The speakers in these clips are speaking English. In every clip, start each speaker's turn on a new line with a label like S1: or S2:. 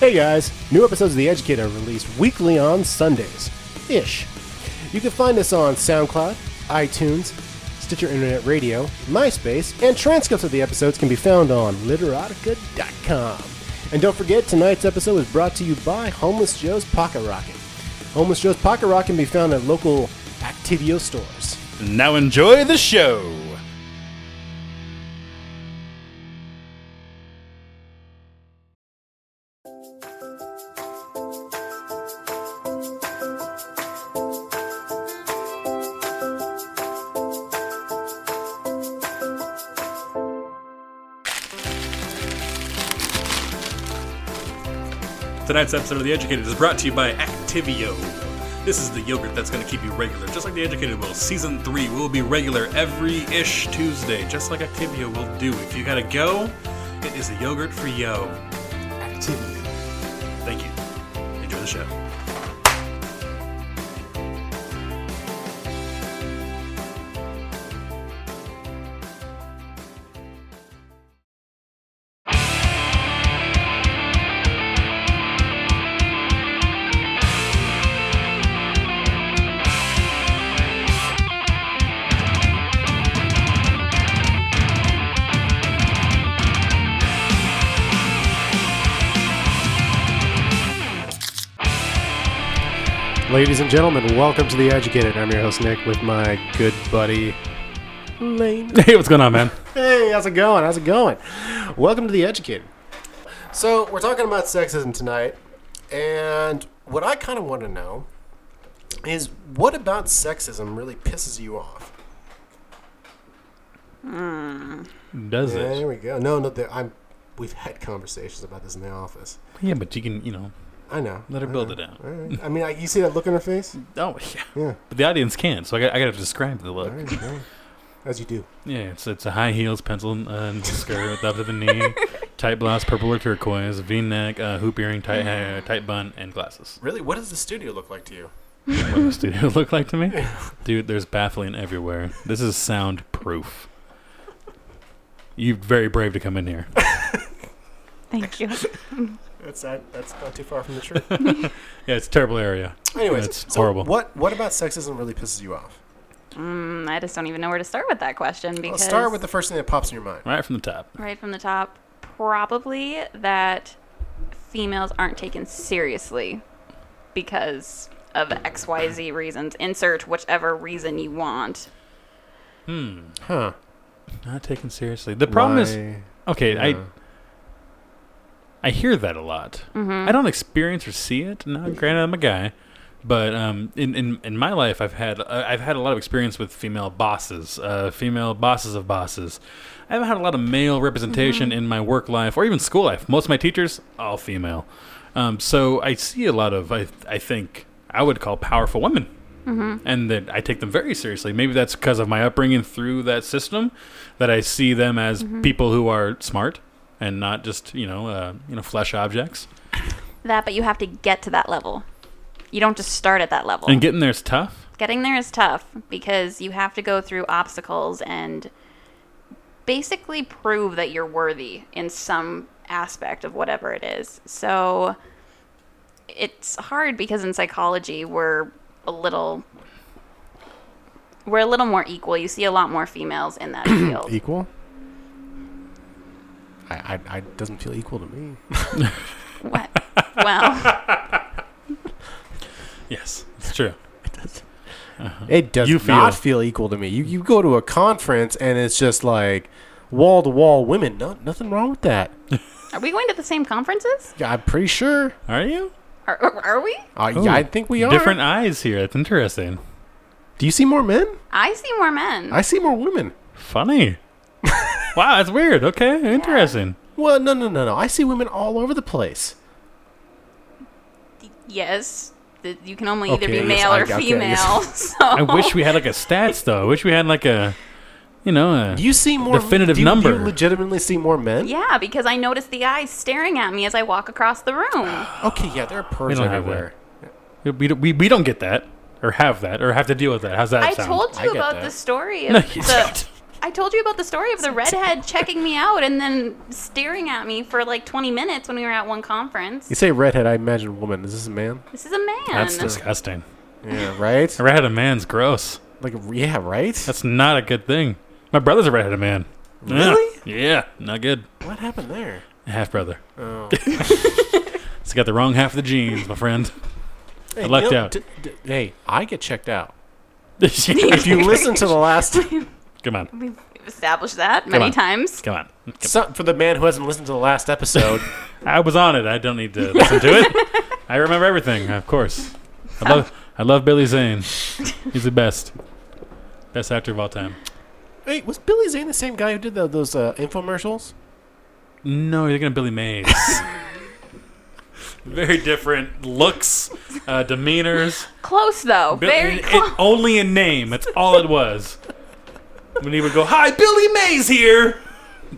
S1: Hey guys, new episodes of The Educator are released weekly on Sundays. Ish. You can find us on SoundCloud, iTunes, Stitcher Internet Radio, MySpace, and transcripts of the episodes can be found on literotica.com. And don't forget, tonight's episode is brought to you by Homeless Joe's Pocket Rocket. Homeless Joe's Pocket Rocket can be found at local Activio stores.
S2: Now enjoy the show. Tonight's episode of The Educated is brought to you by Activio. This is the yogurt that's going to keep you regular, just like The Educated will. Season 3 will be regular every ish Tuesday, just like Activio will do. If you gotta go, it is the yogurt for yo. Activio. Thank you. Enjoy the show.
S1: Ladies and gentlemen, welcome to The Educated. I'm your host, Nick, with my good buddy, Lane.
S2: Hey, what's going on, man?
S1: Hey, how's it going? How's it going? Welcome to The Educated. So, we're talking about sexism tonight, and what I kind of want to know is what about sexism really pisses you off?
S2: Does
S1: There we go. No, no, there, I'm. We've had conversations about this in the office.
S2: Yeah, but you can, you know,
S1: I know.
S2: let her
S1: I
S2: build
S1: know.
S2: it out.
S1: All right. I mean, I, you see that look on her face?
S2: Oh, yeah.
S1: Yeah.
S2: But the audience can, so I got, I got to describe the
S1: All
S2: look.
S1: right, all right. As you do.
S2: Yeah, it's it's a high heels, pencil uh, and skirt up to the knee, tight blouse, purple or turquoise, V-neck, uh, hoop earring, tight hair, tight bun, and glasses.
S1: Really? What does the studio look like to you?
S2: What does the studio look like to me? Dude, there's baffling everywhere. This is soundproof. You're very brave to come in here.
S3: Thank you.
S1: That's not, that's not too far from the truth.
S2: Yeah, it's a terrible area.
S1: Anyways,
S2: That's
S1: so
S2: horrible.
S1: What What about sexism really pisses you off?
S3: Mm, I just don't even know where to start with that question
S1: Well,
S3: because
S1: start with the first thing that pops in your mind.
S2: Right from the top.
S3: right from the top, probably that females aren't taken seriously because of XYZ reasons. Insert whichever reason you want.
S1: Huh.
S2: Not taken seriously. The problem is okay.
S1: Yeah.
S2: I I hear that a lot. I don't experience or see it. Now, granted, I'm a guy, but um, in, in in my life, I've had I- I've had a lot of experience with female bosses, uh, female bosses of bosses. I haven't had a lot of male representation in my work life or even school life. Most of my teachers, all female. Um, so I see a lot of I I think I would call powerful women and that I take them very seriously. Maybe that's because of my upbringing through that system that I see them as people who are smart and not just you know uh, you know flesh objects.
S3: That, but you have to get to that level. You don't just start at that level.
S2: And getting there is tough.
S3: Getting there is tough because you have to go through obstacles and basically prove that you're worthy in some aspect of whatever it is. So it's hard because in psychology we're a little we're a little more equal. You see a lot more females in that field.
S1: Equal? I, I, I doesn't feel equal to me.
S3: what? Well,
S2: Yes, it's true.
S1: It does
S2: You
S1: not feel equal to me. You you go to a conference and it's just like wall to wall women. No, nothing wrong with that.
S3: are we going to the same conferences?
S1: Yeah, I'm pretty sure.
S2: Are you
S3: Are, are we?
S1: Uh,
S2: Ooh,
S1: yeah, I think we are.
S2: different eyes here? That's interesting.
S1: Do you see more men?
S3: I see more men.
S1: I see more women.
S2: Funny. wow, that's weird. Okay, interesting.
S1: Well, no, no, no, no. I see women all over the place.
S3: yes. th- You can only either
S1: Okay, yes,
S3: be male
S1: I-
S3: or
S1: okay,
S3: female.
S1: yes.
S3: So
S2: I wish we had like a stats though. I wish we had like a you know a,
S1: Do you see more
S2: Definitive
S1: do you- Do
S2: number.
S1: you legitimately see more men?
S3: Yeah, because I noticed the eyes staring at me as I walk across the room.
S1: Okay, yeah, there are pervs
S2: don't have
S1: everywhere.
S2: we, don't- we we don't get that or have that or have to deal with that. How's that
S3: I
S2: sound?
S3: told
S1: I
S3: you
S1: get
S3: about
S1: that.
S3: the story
S2: No,
S3: of
S2: you
S3: the.
S2: don't.
S3: I told you about the story of the redhead checking me out and then staring at me for like 20 minutes when we were at one conference.
S1: You say redhead, I imagine woman. Is this a man?
S3: This is a man.
S2: That's disgusting.
S1: Yeah, right?
S2: A redheaded man's gross.
S1: Like, yeah, right?
S2: That's not a good thing. My brother's a redheaded man. Ugh.
S1: Really?
S2: Yeah, not good.
S1: what happened there?
S2: Half brother.
S1: Oh.
S2: He's got the wrong half of the genes, my friend.
S1: Hey,
S2: I lucked
S1: no,
S2: out.
S1: d- d- hey, I get checked out.
S2: Come
S1: If you listen to the last,
S2: on,
S3: We've established that many
S2: on.
S3: times.
S2: come on. Come on.
S1: so, for the man who hasn't listened to the last episode,
S2: I was on it. I don't need to listen to it. I remember everything, of course. I love, I love Billy Zane. He's the best, best actor of all time.
S1: wait, was Billy Zane the same guy who did tho- those uh, infomercials?
S2: No, you're gonna Billy Mays. Very different looks, uh, demeanors.
S3: Close though.
S2: Bill-
S3: Very
S2: it-
S3: close.
S2: it- only in name. That's all it was. When he would go, "Hi, Billy Mays here."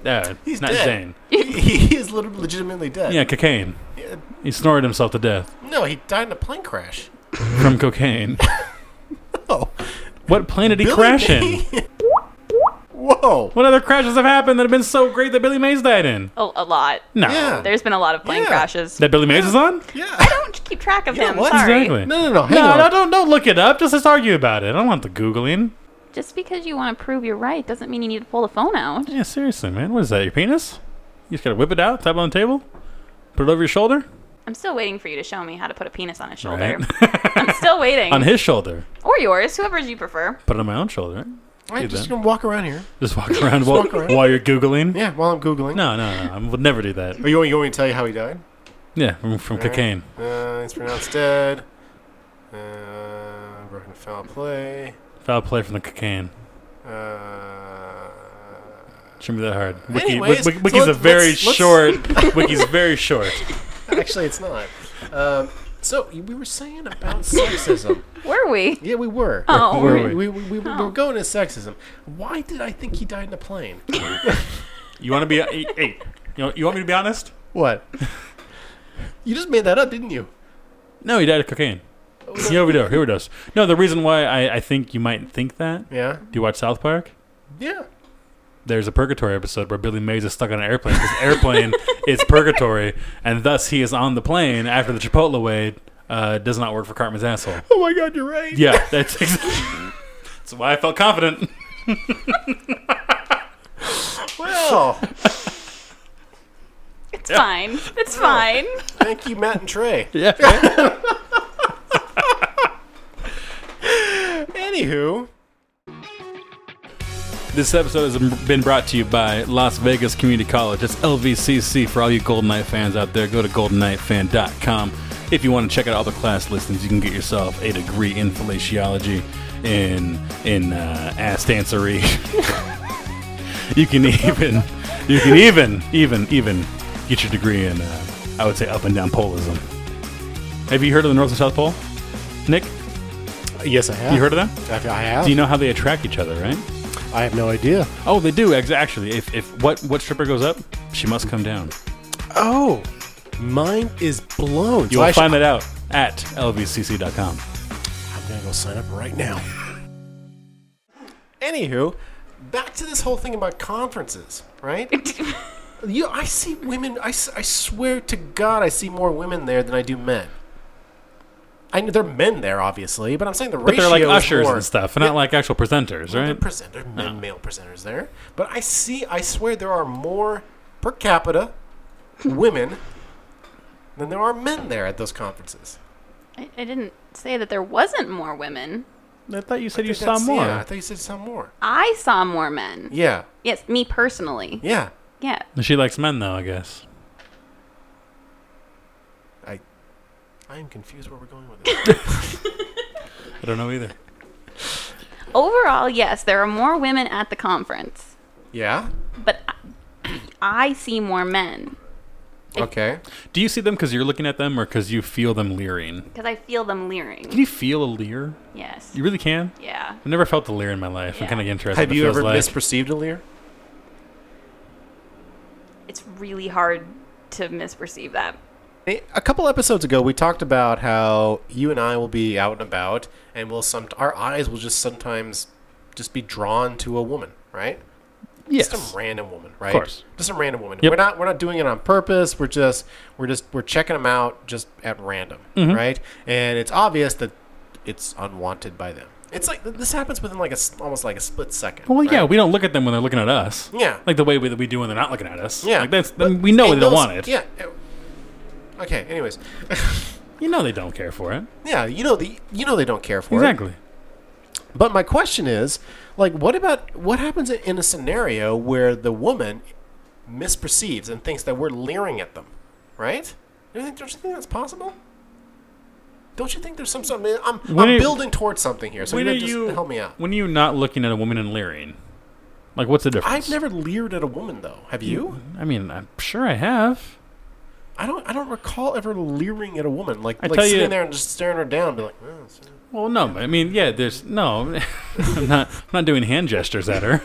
S2: Uh,
S1: He's
S2: not
S1: dead.
S2: Zane.
S1: he he is lit- legitimately dead.
S2: Yeah, cocaine.
S1: Yeah.
S2: He snorted himself to death
S1: No, he died in a plane crash.
S2: from cocaine.
S1: Oh,
S2: What planet did
S1: Billy
S2: he crash in?
S1: May- Whoa.
S2: What other crashes have happened that have been so great that Billy Mays died in?
S3: a, a lot.
S2: No.
S1: Yeah.
S3: There's been a lot of plane
S1: Yeah.
S3: crashes.
S2: That Billy Mays is on?
S1: Yeah.
S3: I don't keep track of
S1: You know
S3: him.
S1: what?
S3: Sorry.
S2: Exactly.
S1: No, no, no. Hang
S2: No,
S1: on.
S2: no, don't, don't look it up. Just let's argue about it. I don't want the Googling.
S3: Just because you want to prove you're right doesn't mean you need to pull the phone out.
S2: Yeah, seriously, man. What is that, your penis? You just gotta whip it out, tap it on the table, put it over your shoulder?
S3: I'm still waiting for you to show me how to put a penis on a shoulder.
S2: Right.
S3: I'm still waiting.
S2: on his shoulder.
S3: or yours, whoever you prefer.
S2: Put it on my own shoulder.
S1: I'm
S2: do
S1: just
S2: that.
S1: gonna walk around here.
S2: Just walk around, while,
S1: walk around.
S2: while you're Googling.
S1: Yeah, while I'm googling.
S2: No, no, no. I would never do that.
S1: Are you, you want me to tell you how he died?
S2: Yeah, from, from cocaine.
S1: Uh, he's pronounced dead. Uh, broken foul play.
S2: Foul play from the cocaine.
S1: Uh,
S2: Shouldn't be that hard. Wiki,
S1: Anyways,
S2: wiki,
S1: so
S2: wiki's a
S1: let's-
S2: very
S1: let's- let's-
S2: short. wiki's very short.
S1: actually, it's not. Um, so we were saying about sexism.
S3: Were we?
S1: Yeah, we were.
S3: Oh.
S2: Where
S1: We, we, we, we
S2: Oh.
S1: were going to sexism. Why did I think he died in a plane?
S2: You want to be hey, hey, you, know, you want me to be honest?
S1: what? You just made that up, didn't you?
S2: No, he died of cocaine.
S1: Oh,
S2: He overdosed. He overdosed. No, the reason why I, I think you might think that. Do
S1: Yeah.
S2: you watch South Park?
S1: Yeah.
S2: There's a purgatory episode where Billy Mays is stuck on an airplane. This airplane is purgatory, and thus he is on the plane after the Chipotle way uh, does not work for Cartman's asshole.
S1: Oh my God, you're right.
S2: Yeah, that's exactly. That's why I felt confident.
S1: Well,
S3: It's fine. It's fine.
S1: thank you, Matt and Trey.
S2: Yeah.
S1: Anywho,
S2: This episode has been brought to you by Las Vegas Community College. It's LVCC for all you Golden Knight fans out there. Go to goldenknightfan.com. If you want to check out all the class listings, you can get yourself a degree in fallaciology, in in uh, ass dancery. you can even you can even even even get your degree in uh, I would say up and down polism. Have you heard of the North and South Pole, Nick?
S1: yes, I have.
S2: You heard of that?
S1: I I have.
S2: Do you know how they attract each other, right?
S1: I have no idea.
S2: Oh, they do ex- actually. If if what what stripper goes up, she must come down.
S1: Oh, mine is blown.
S2: You will find that out at lvcc.com.
S1: I'm gonna go sign up right now. Anywho, back to this whole thing about conferences, right? you, I see women. I, s- I swear to God, I see more women there than I do men. I know they're men there, obviously, but I'm saying the
S2: But
S1: ratio
S2: they're like
S1: is
S2: ushers
S1: more.
S2: and stuff, and not like actual presenters,
S1: They're,
S2: right?
S1: present, they're men, male presenters there, but I see. I swear there are more per capita women than there are men there at those conferences.
S3: I, I didn't say that there wasn't more women.
S2: I thought you said you
S1: I think
S2: saw
S1: that's-
S2: more.
S1: Yeah, I thought you said some more.
S3: I saw more men.
S1: Yeah,
S3: Yes, me personally.
S1: yeah.
S3: Yeah.
S2: She likes men though, I guess.
S1: I I am confused where we're going with this.
S2: I don't know either.
S3: Overall, yes, there are more women at the conference,
S1: yeah.
S3: but I- I see more men
S1: Okay.
S2: Do you see them because you're looking at them, or because you feel them leering?
S3: because I feel them
S2: Can
S3: leering.
S2: you feel a leer?
S3: Yes.
S2: You really can.
S3: Yeah.
S2: I've never felt a leer in my life. I'm
S3: Yeah.
S2: kind of interested.
S1: Have
S2: what it
S1: you
S2: feels
S1: ever
S2: like.
S1: misperceived a leer?
S3: It's really hard to misperceive that.
S1: A couple episodes ago, we talked about how you and I will be out and about, and we'll some our eyes will just sometimes just be drawn to a woman, right?
S2: Yes.
S1: Just some random woman, right?
S2: course.
S1: Just some random woman.
S2: Yep.
S1: We're not we're not doing it on purpose. We're just we're just we're checking them out just at random,
S2: Mm-hmm.
S1: right? And it's obvious that it's unwanted by them. It's like this happens within like a s- almost like a split second.
S2: Well, yeah,
S1: right?
S2: we don't look at them when they're looking at us.
S1: Yeah.
S2: Like the way we, that we do when they're not looking at us.
S1: yeah.
S2: Like that's,
S1: But-
S2: we know
S1: and
S2: they don't
S1: those-
S2: want it.
S1: Yeah. uh, Okay. Anyways,
S2: You know they don't care for it.
S1: yeah, you know the you know they don't care for it.
S2: Exactly.
S1: But my question is, like, what about what happens in a scenario where the woman misperceives and thinks that we're leering at them, right? Don't you think- don't you think that's possible? Don't you think there's some something? I'm,
S2: When
S1: I'm
S2: are-
S1: building towards something here, so
S2: when
S1: you
S2: are
S1: just
S2: you
S1: help me out.
S2: When are you not looking at a woman and leering? Like what's the difference?
S1: I've never leered at a woman though. Have you?
S2: I mean, I'm sure I have.
S1: I don't. I don't recall ever leering at a woman, like
S2: I
S1: like
S2: tell you-
S1: sitting there and just staring her down, be like, "Oh, it's-
S2: Well, no, but I mean, yeah, there's no. I'm not. I'm not doing hand gestures at her.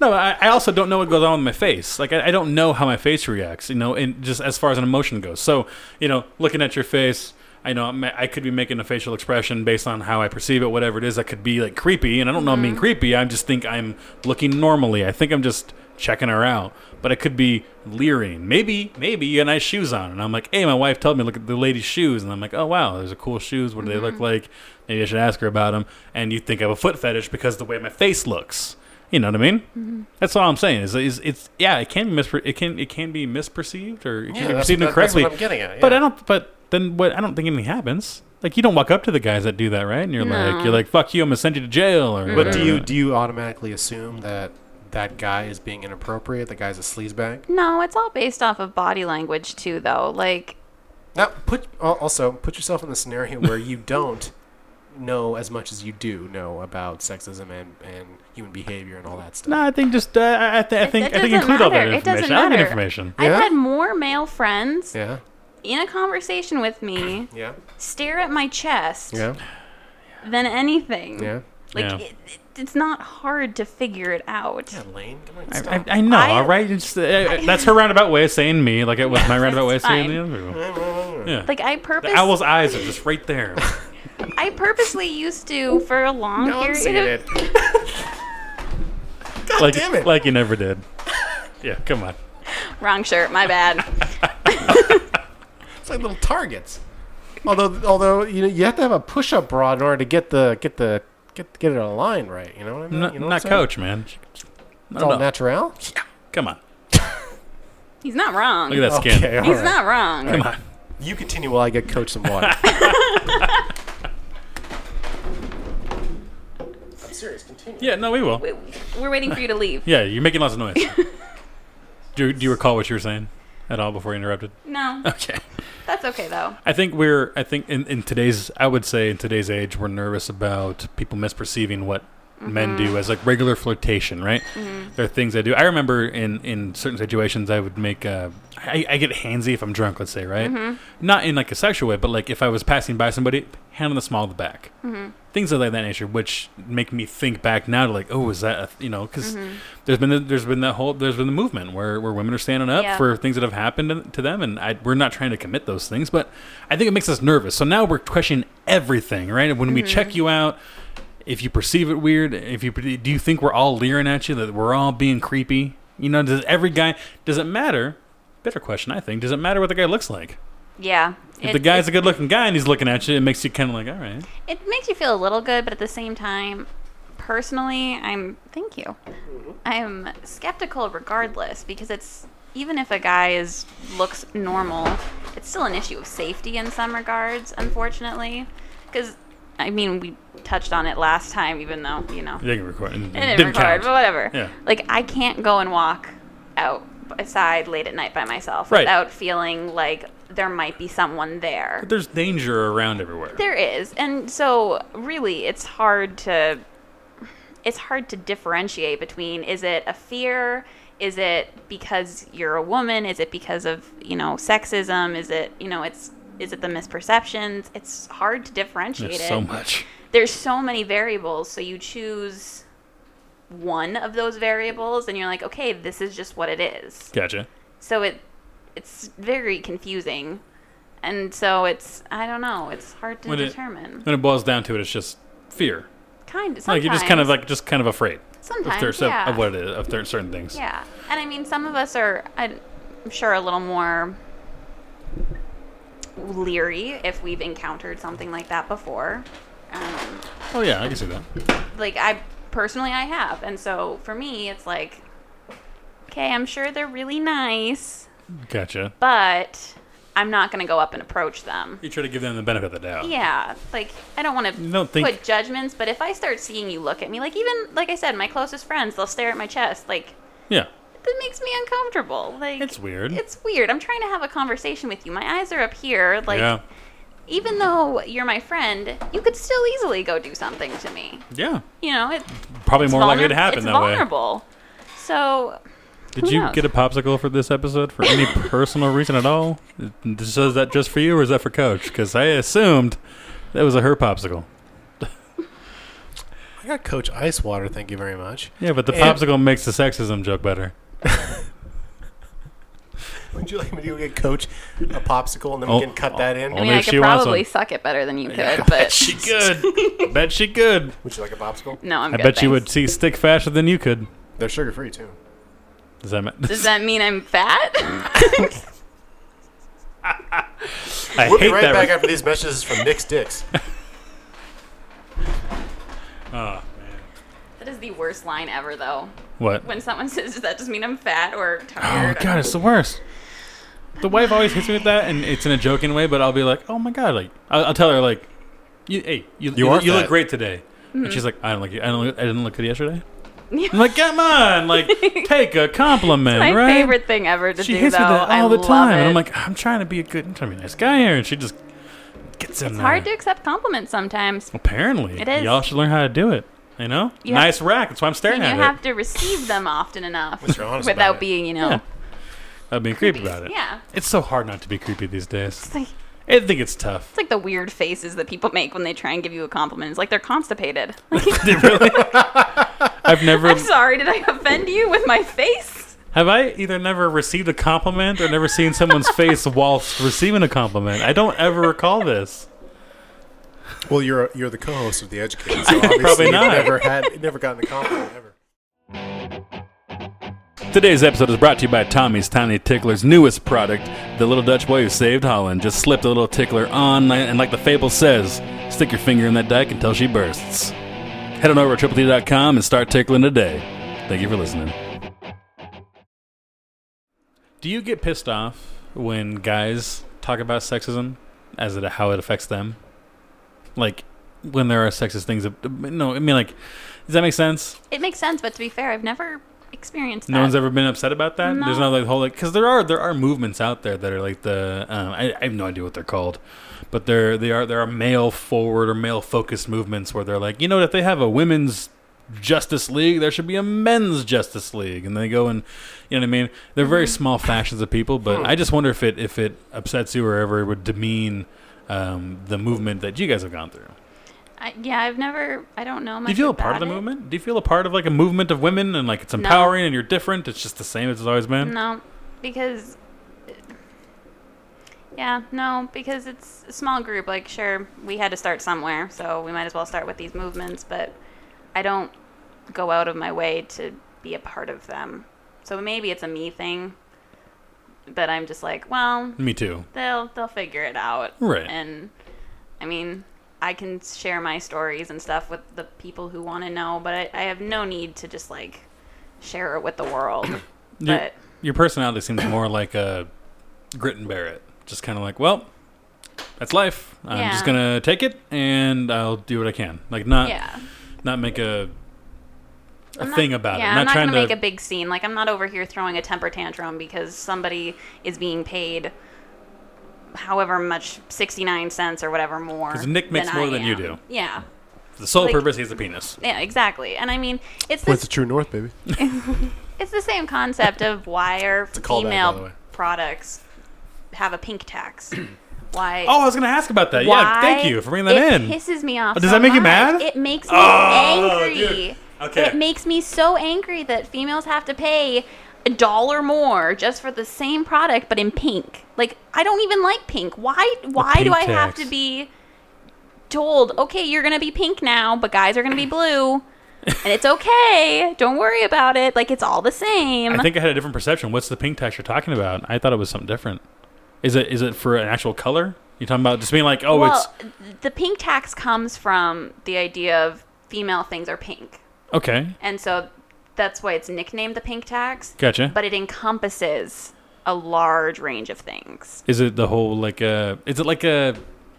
S2: no, I, I also don't know what goes on with my face. Like, I, I don't know how my face reacts. You know, and just as far as an emotion goes. So, you know, looking at your face. I know I'm- I could be making a facial expression based on how I perceive it, whatever it is. I could be like creepy, and I don't know I'm being creepy. I just think I'm looking normally. I think I'm just checking her out, but I could be leering. Maybe, maybe you got nice shoes on, and I'm like, hey, my wife told me look at the lady's shoes, and I'm like, oh wow, those are cool shoes. What do they look like? Maybe I should ask her about them. And you think I have a foot fetish because of the way my face looks. You know what I mean?
S3: Mm-hmm.
S2: That's all I'm saying. Is, is it's yeah, it can be mispre- it can it can be misperceived or it can
S1: Yeah,
S2: be
S1: that's
S2: perceived
S1: what- that's what
S2: incorrectly.
S1: I'm getting at,
S2: But
S1: yeah.
S2: I don't. But then what? I don't think anything happens. Like you don't walk up to the guys that do that, right? And you're like, you're like, fuck you, I'm gonna send you to jail.
S1: But
S2: Or
S1: do
S3: Mm-hmm.
S2: whatever.
S1: you do you automatically assume that that guy is being inappropriate? The guy's a sleazebag.
S3: No, it's all based off of body language too, though. Like,
S1: Now, put al- also put yourself in the scenario where you don't know as much as you do know about sexism and, and human behavior and all that stuff.
S2: No, I think just uh, I, I, th- I
S3: It-
S2: think
S3: it
S2: I think
S3: doesn't
S2: include all that
S3: matter. It doesn't
S2: information. I have that
S3: matter.
S2: information.
S1: Yeah?
S3: I've had more male friends
S1: Yeah,
S3: in a conversation with me
S1: yeah,
S3: stare at my chest
S1: yeah,
S3: than anything.
S1: yeah.
S3: Like,
S2: Yeah.
S3: It, it, it's not hard to figure it out.
S1: Yeah, Lane, come on,
S2: I, I,
S1: stop.
S2: I know,
S3: I-
S2: all right. It's, uh, that's her roundabout way of saying me, like it was my roundabout way of saying the other people. Yeah.
S3: Like I purpose,
S2: the owl's eyes are just right there.
S3: I purposely used to for a long
S1: No, I'm
S3: period.
S1: seeing
S3: of-
S1: it. God
S2: like,
S1: damn it!
S2: like you never did. Yeah, come on.
S3: Wrong shirt, my bad.
S1: it's like little targets. Although, although you know, you have to have a push-up bra in order to get the get the get get it aligned right. You know what I mean?
S2: Not,
S1: you know what
S2: not
S1: I'm saying?
S2: coach, man.
S1: It's all
S2: No, no.
S1: natural.
S2: Come on.
S3: He's not wrong.
S2: Look at that skin.
S1: Okay, all
S3: He's
S1: right.
S3: not wrong.
S2: Come on.
S1: You continue while I get coach some water. I'm serious. Continue.
S2: Yeah, no, we will.
S3: We- We're waiting for you to leave.
S2: Yeah, you're making lots of noise. do, you- do you recall what you were saying at all before you interrupted?
S3: No,
S2: Okay.
S3: that's okay though.
S2: I think we're. I think in, in today's. I would say in today's age, we're nervous about people misperceiving what men do
S1: Mm-hmm.
S2: as like regular flirtation. Right? There are things I do. I remember in in certain situations, I would make. Uh, I, I get handsy if I'm drunk. Let's say, right?
S1: Mm-hmm.
S2: Not in like a sexual way, but like if I was passing by somebody, hand on the small of the back.
S1: Mm-hmm.
S2: Things of that nature, which make me think back now to like, oh, is that a, th- you know? Because
S3: Mm-hmm.
S2: there's been the, there's been that whole there's been the movement where where women are standing up
S3: Yeah.
S2: for things that have happened to- to them, and I, we're not trying to commit those things, but I think it makes us nervous. So now we're questioning everything, right? When we
S3: Mm-hmm.
S2: check you out, if you perceive it weird, if you do you think we're all leering at you that we're all being creepy? You know, does every guy does it matter? Better question, I think. Does it matter what the guy looks like?
S3: Yeah.
S2: If
S3: it-
S2: the guy's
S3: it,
S2: a good-looking guy and he's looking at you, it makes you kind of like, all right.
S3: it makes you feel a little good, but at the same time, personally, I'm thank you.
S2: Mm-hmm.
S3: I'm skeptical regardless because it's even if a guy is looks normal, it's still an issue of safety in some regards, unfortunately. Because I mean, we touched on it last time, even though you know
S2: They can record. It
S3: it didn't record, but whatever.
S2: Yeah.
S3: Like I can't go and walk out aside late at night by myself
S2: Right.
S3: without feeling like there might be someone there.
S2: There's danger around everywhere.
S3: There is. And so really it's hard to it's hard to differentiate between is it a fear? Is it because you're a woman? Is it because of, you know, sexism? Is it, you know, it's is it the misperceptions? It's hard to differentiate
S2: There's
S3: it
S2: so much.
S3: there's so many variables so you choose one of those variables and you're like okay this is just what it is
S2: Gotcha.
S3: so it it's very confusing and so it's i don't know it's hard to
S2: When it-
S3: determine
S2: When it boils down to it, it's just fear.
S3: kind of
S2: Like you're just kind of like just kind of afraid. of,
S3: Sometimes,
S2: cer-
S3: yeah.
S2: of what it is, of cer- certain things.
S3: Yeah, and I mean, some of us are, I'm sure, a little more leery if we've encountered something like that before. Um,
S2: Oh yeah, I can see that.
S3: like I personally, I have, and so for me, it's like, okay, I'm sure they're really nice,
S2: Gotcha.
S3: but I'm not gonna go up and approach them.
S2: You try to give them the benefit of the doubt.
S3: Yeah, like I don't want
S2: You
S3: to
S2: don't think-
S3: put judgments, but if I start seeing you look at me, like even like I said, my closest friends, they'll stare at my chest, like
S2: Yeah.
S3: that makes me uncomfortable. Like
S2: It's weird.
S3: It's weird. I'm trying to have a conversation with you. My eyes are up here. Like
S2: yeah.
S3: even though you're my friend, you could still easily go do something to me.
S2: Yeah.
S3: You know, it,
S2: Probably
S3: it's
S2: more likely
S3: vulner-
S2: to happen
S3: it's
S2: that way.
S3: vulnerable. So
S2: Did
S3: Who
S2: you
S3: knows?
S2: get a popsicle for this episode for any personal reason at all? Is is that just for you or is that for Coach? Because I assumed that was a her popsicle.
S1: I got Coach Ice Water. Thank you very much.
S2: Yeah, but the
S1: And-
S2: popsicle makes the sexism joke better.
S1: Would you like me to go get Coach a popsicle and then
S2: Oh,
S1: we can cut that in?
S3: I
S2: oh.
S3: mean,
S2: Only
S3: I
S2: if
S3: could
S2: she wants
S3: probably
S2: them.
S3: suck it better than you could, but
S2: She good. bet she good.
S1: Would you like a popsicle?
S3: no, I'm.
S2: I
S3: good,
S2: bet you would
S3: thanks.
S2: see stick faster than you could.
S1: They're sugar free too.
S2: Does that matter?
S3: Does that mean I'm fat?
S2: I
S1: We'll
S2: hate
S1: be right
S2: that.
S1: back
S2: re-
S1: after these messages from Nick's Dicks.
S2: Ah,
S3: that is the worst line ever, though.
S2: what?
S3: When someone says, "Does that just mean I'm fat or
S2: Oh
S3: tired?" or-
S2: god, it's the worst. The wife always hits me with that, and it's in a joking way. But I'll be like, "Oh my god!" Like I'll, I'll tell her, "Like, you, hey, you, you,
S1: aren't
S2: you look
S1: fat.
S2: great today,"
S3: Mm-hmm.
S2: and she's like, "I don't like you. I don't. Look, I didn't look good yesterday." I'm like, "Come on! Like, take a compliment,
S3: My
S2: right?"
S3: favorite thing ever to
S2: she
S3: do,
S2: hits
S3: though.
S2: me with that
S3: I
S2: all the
S3: love
S2: time,
S3: it.
S2: and I'm like, "I'm trying to be a good, I'm trying to be a nice guy here," and she just gets in
S3: It's
S2: there.
S3: hard to accept compliments sometimes.
S2: Apparently,
S3: It is.
S2: Y'all should learn how to do it. You know,
S3: You have-
S2: nice rack. That's why I'm staring
S3: And you
S2: at
S3: have
S2: it.
S3: to receive them often enough
S1: Unless you're honest about
S3: without
S1: it.
S3: being, you know,
S2: Yeah. I'm being creepy about it.
S3: Yeah.
S2: It's so hard not to be creepy these days.
S3: It's like,
S2: I think it's tough.
S3: it's like the weird faces that people make when they try and give you a compliment. It's like they're constipated. Like,
S2: I've never
S3: I'm sorry, did I offend you with my face?
S2: have I either never received a compliment or never seen someone's face whilst receiving a compliment. I don't ever recall this.
S1: Well, you're you're the co-host of the Edge Kids, so obviously
S2: Probably
S1: you've
S2: not.
S1: never had never gotten a compliment ever.
S2: Today's episode is brought to you by Tommy's Tiny Tickler's newest product, the little Dutch boy who saved Holland. Just slipped a little tickler on, and like the fable says, stick your finger in that dike until she bursts. Head on over to triplet.com and start tickling today. Thank you for listening. Do you get pissed off when guys talk about sexism as it, how it affects them? Like when there are sexist things? that- No, I mean like, does that make sense?
S3: It makes sense, but to be fair, I've never experienced that.
S2: No one's ever been upset about that.
S3: No.
S2: There's not like the whole like because there are there are movements out there that are like the um, I, I have no idea what they're called, but there they are there are male forward or male focused movements where they're like you know what, if they have a women's justice league there should be a men's justice league and they go and you know what I mean they're very
S3: Mm-hmm.
S2: small factions of people
S3: Hmm.
S2: but I just wonder if it if it upsets you or ever would demean um, the movement that you guys have gone through.
S3: I, yeah, I've never, I don't know much
S2: Do you feel a part of
S3: about
S2: the
S3: it.
S2: movement? Do you feel a part of like a movement of women and like it's empowering and you're different? It's just the same as it's always been.
S3: No, because. Yeah, no, because it's a small group. Like, sure, we had to start somewhere, so we might as well start with these movements, but I don't go out of my way to be a part of them. So maybe it's a me thing, but I'm just like, well,
S2: Me too.
S3: they'll they'll figure it out.
S2: Right.
S3: And I mean, I can share my stories and stuff with the people who want to know, but I, I have no need to just like share it with the world.
S2: Your,
S3: but
S2: your personality seems more like a grit and bear it. Just kind of like, well, that's life. I'm just
S3: Yeah.
S2: gonna take it and I'll do what I can. Like not
S3: yeah.
S2: not make a a
S3: I'm not-
S2: thing about
S3: yeah,
S2: it.
S3: I'm not
S2: trying
S3: gonna make
S2: to
S3: a big scene. Like I'm not over here throwing a temper tantrum because somebody is being paid however much sixty nine cents or whatever more.
S2: 'Cause Nick makes more
S3: I
S2: than you
S3: am.
S2: do.
S3: Yeah.
S2: the sole
S3: like-
S2: purpose is the penis.
S3: Yeah, exactly. And I mean it's
S1: What's the
S3: this,
S1: true north, baby?
S3: it's the same concept of why are
S1: a callback, by the
S3: female
S1: way.
S3: products have a pink tax? Why
S2: Oh, I was gonna ask about that. Yeah,
S3: why
S2: thank you for bringing that
S3: it
S2: in.
S3: pisses me off.
S2: Oh, does
S3: so
S2: that make you
S3: much.
S2: mad?
S3: It makes me
S2: Oh,
S3: angry.
S2: dude. Okay.
S3: It makes me so angry that females have to pay a dollar more just for the same product but in pink. Like I don't even like pink. Why why do
S2: pink
S3: I have
S2: tax.
S3: to be told, "Okay, you're going to be pink now, but guys are going to be blue." and it's okay. Don't worry about it. Like it's all the same.
S2: I think I had a different perception. What's the pink tax you're talking about? I thought it was something different. Is it is it for an actual color? You're talking about just being like, oh,
S3: well,
S2: it's
S3: the pink tax comes from the idea of female things are pink,
S2: okay.
S3: and so that's why it's nicknamed the pink tax.
S2: Gotcha.
S3: But it encompasses a large range of things.
S2: Is it the whole like uh is it like a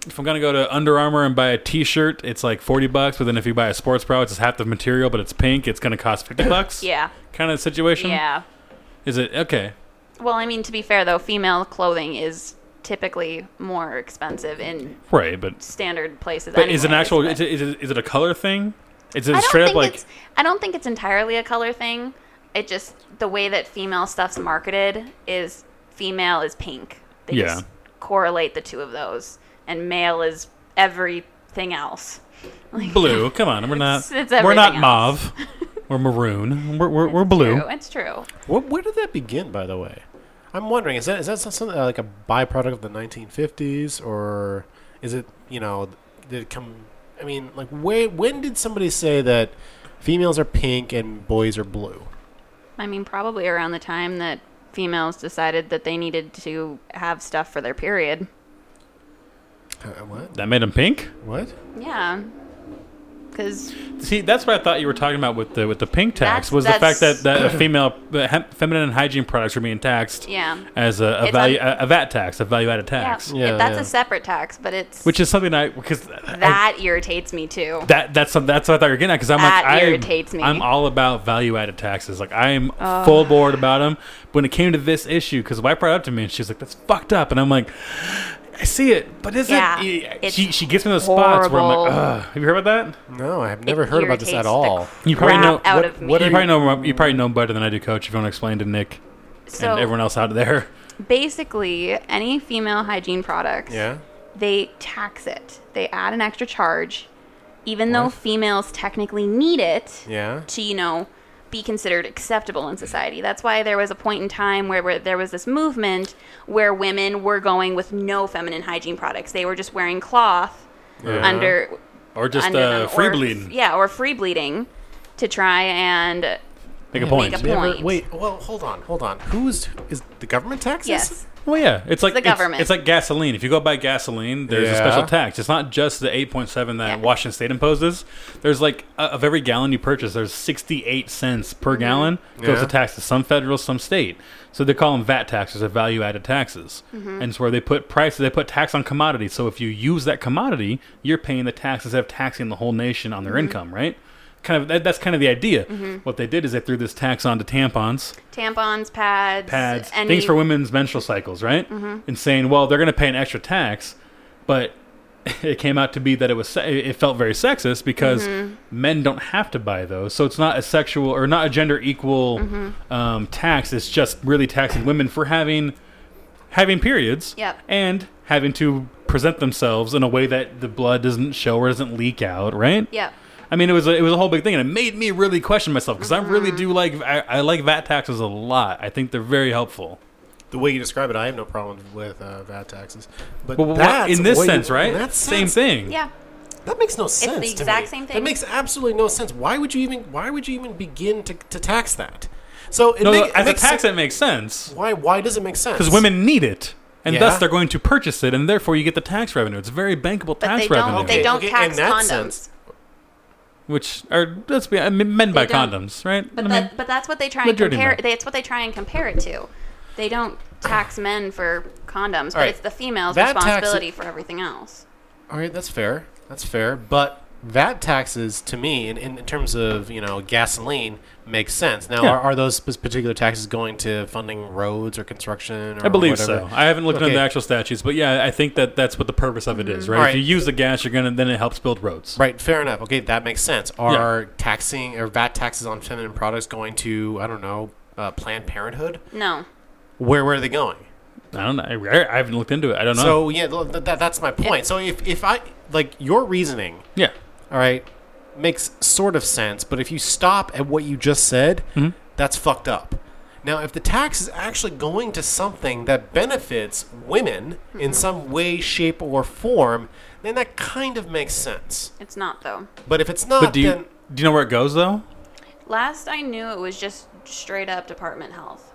S2: if I'm gonna go to Under Armour and buy a T-shirt, it's like forty bucks. But then if you buy a sports bra, it's just half the material, but it's pink. It's gonna cost fifty bucks.
S3: Yeah,
S2: Kind of situation.
S3: yeah.
S2: Is it okay?
S3: Well, I mean, to be fair though, female clothing is typically more expensive in
S2: Right, but
S3: standard places.
S2: but is it an
S3: anyways,
S2: actual?
S3: but-
S2: Is it, is it is it a color thing? Is it
S3: I don't
S2: straight up
S3: think
S2: like
S3: it's, I don't think it's entirely a color thing. It just the way that female stuff's marketed is female is pink. They
S2: Yeah.
S3: just correlate the two of those, and male is everything else.
S2: blue? Come on, we're not
S3: It's- it's
S2: we're not
S3: everything
S2: mauve. We're maroon. We're we're, we're blue.
S3: True, it's true.
S1: Where, where did that begin, by the way? I'm wondering is that is that something uh, like a byproduct of the 1950s, or is it you know did it come? I mean, like where when did somebody say that females are pink and boys are blue?
S3: I mean, probably around the time that females decided that they needed to have stuff for their period.
S1: Uh, what?
S2: That made him pink.
S1: What?
S3: Yeah, because
S2: See, that's what I thought you were talking about with the with the pink tax
S3: That's-
S2: was the fact that
S3: that's-
S2: that a female uh, hem- feminine hygiene products were being taxed
S3: yeah,
S2: as a, a
S3: It's
S2: value
S3: un-
S2: a, a VAT tax, a value added
S3: yeah,
S2: tax,
S1: Yeah,
S3: that's
S1: yeah.
S3: a separate tax, but it's
S2: which is something I because that.
S3: that irritates me too.
S2: that that's some, that's what I thought you were getting at because I'm
S3: That
S2: like I,
S3: irritates me.
S2: I'm all about value added taxes like I am full board about them when it came to this issue because wife brought it up to me and she's like that's fucked up and I'm like I see it but isn't
S3: Yeah,
S2: it,
S3: it's
S2: she she gets me those spots where I'm like
S3: horrible.
S2: Ugh. have you heard about that
S1: No, I have
S3: It
S1: never heard about this at
S3: irritates the
S1: all.
S2: You probably
S3: crap
S2: know-
S3: out
S1: what-
S3: of me.
S1: what
S2: you
S1: are
S2: probably know you probably know better than I do coach if you want to explain to Nick
S3: so
S2: and everyone else out there
S3: basically any female hygiene products
S1: Yeah.
S3: they tax it they add an extra charge even though females technically need it
S1: Yeah.
S3: to you know be considered acceptable in society that's why there was a point in time where, where there was this movement where women were going with no feminine hygiene products they were just wearing cloth
S1: Yeah.
S3: under
S2: or just
S3: under
S2: uh,
S3: them,
S2: free
S3: or-
S2: bleeding
S3: yeah or free bleeding to try and
S2: make a point
S3: make a
S1: Never-
S3: point.
S1: wait. Well, hold on, hold on. Who's is the government taxes?
S3: yes
S2: Well, yeah, it's like
S3: The
S2: it's-
S3: government.
S2: It's, like gasoline. If you go buy gasoline, there's a
S1: Yeah.
S2: special tax. It's not just the 8.7 that
S3: Yeah.
S2: Washington State imposes. There's like uh, of every gallon you purchase, there's 68 cents per
S3: Mm-hmm.
S2: gallon goes
S1: Yeah.
S2: to taxes. Some federal, some state. So they call them VAT taxes or value added taxes,
S3: Mm-hmm.
S2: and it's where they put prices. They put tax on commodities. So if you use that commodity, you're paying the tax instead of taxing the whole nation on their
S3: Mm-hmm.
S2: income, right? Kind of that, that's kind of the idea. What they did is they threw this tax onto tampons
S3: tampons pads
S2: pads,
S3: any-
S2: things for women's menstrual cycles, right? And saying, well, they're going to pay an extra tax, but it came out to be that it was se- it felt very sexist because men don't have to buy those, so it's not a sexual or not a gender equal um, tax. It's just really taxing women for having having periods
S3: Yep.
S2: and having to present themselves in a way that the blood doesn't show or doesn't leak out, right?
S3: yeah
S2: I mean, it was a, it was a whole big thing, and it made me really question myself because I really
S3: Mm-hmm.
S2: do like I, I like VAT taxes a lot. I think they're very helpful.
S1: The way you describe it, I have no problem with uh, VAT taxes. But
S2: Well, well,
S1: that's
S2: in this
S1: what you-
S2: sense, right?
S1: in that
S2: Same
S1: sense,
S2: thing.
S3: yeah
S1: That makes no sense.
S3: the
S1: to
S3: exact
S1: me.
S3: same
S1: That
S3: thing.
S1: makes absolutely no sense. Why would you even? Why would you even begin to, to tax that? So it,
S2: No,
S1: make-
S2: no,
S1: it
S2: as a
S1: makes
S2: tax,
S1: sense.
S2: it makes sense
S1: Why? Why does it make sense?
S2: because women need it, and
S1: Yeah.
S2: thus they're going to purchase it, and therefore you get the tax revenue. It's very bankable
S3: But
S2: tax
S3: they don't.
S2: revenue,
S1: Okay,
S3: They don't
S1: okay, in
S3: tax
S1: that
S3: condoms.
S1: sense.
S2: which are let's be I mean, men buy
S3: don't.
S2: condoms, right?
S3: But
S2: I mean,
S3: that, but that's what they try and
S2: majority
S3: compare.
S2: men.
S3: They, it's what they try and compare it to. They don't tax men for condoms, but
S1: right.
S3: it's the female's
S1: That tax-
S3: responsibility for everything else.
S1: All right, that's fair. That's fair. But VAT taxes, to me, in, in terms of you know gasoline, makes sense. Now,
S2: Yeah.
S1: are, are those p- particular taxes going to funding roads or construction? Or
S2: I believe
S1: whatever?
S2: so. I haven't looked into
S1: Okay.
S2: the actual statutes, but yeah, I think that that's what the purpose of it is,
S3: Mm-hmm.
S2: right?
S1: Alright.
S2: If you use the gas, you're gonna then it helps build roads.
S1: Right, fair enough. Okay, that makes sense. Are taxing or VAT taxes on feminine products going to I don't know uh, Planned Parenthood?
S3: No,
S1: Where where are they going?
S2: I don't know. I, I haven't looked into it. I don't know.
S1: So yeah, th- th- that, that's my point. So if if I like your reasoning,
S2: yeah.
S1: all right, makes sort of sense. But if you stop at what you just said,
S2: Mm-hmm.
S1: that's fucked up. Now, if the tax is actually going to something that benefits women
S2: Mm-hmm.
S1: in some way, shape, or form, then that kind of makes sense.
S3: it's not though.
S1: But if it's not,
S2: But do you
S1: then
S2: Do you know where it goes though?
S3: Last I knew, it was just straight up department health.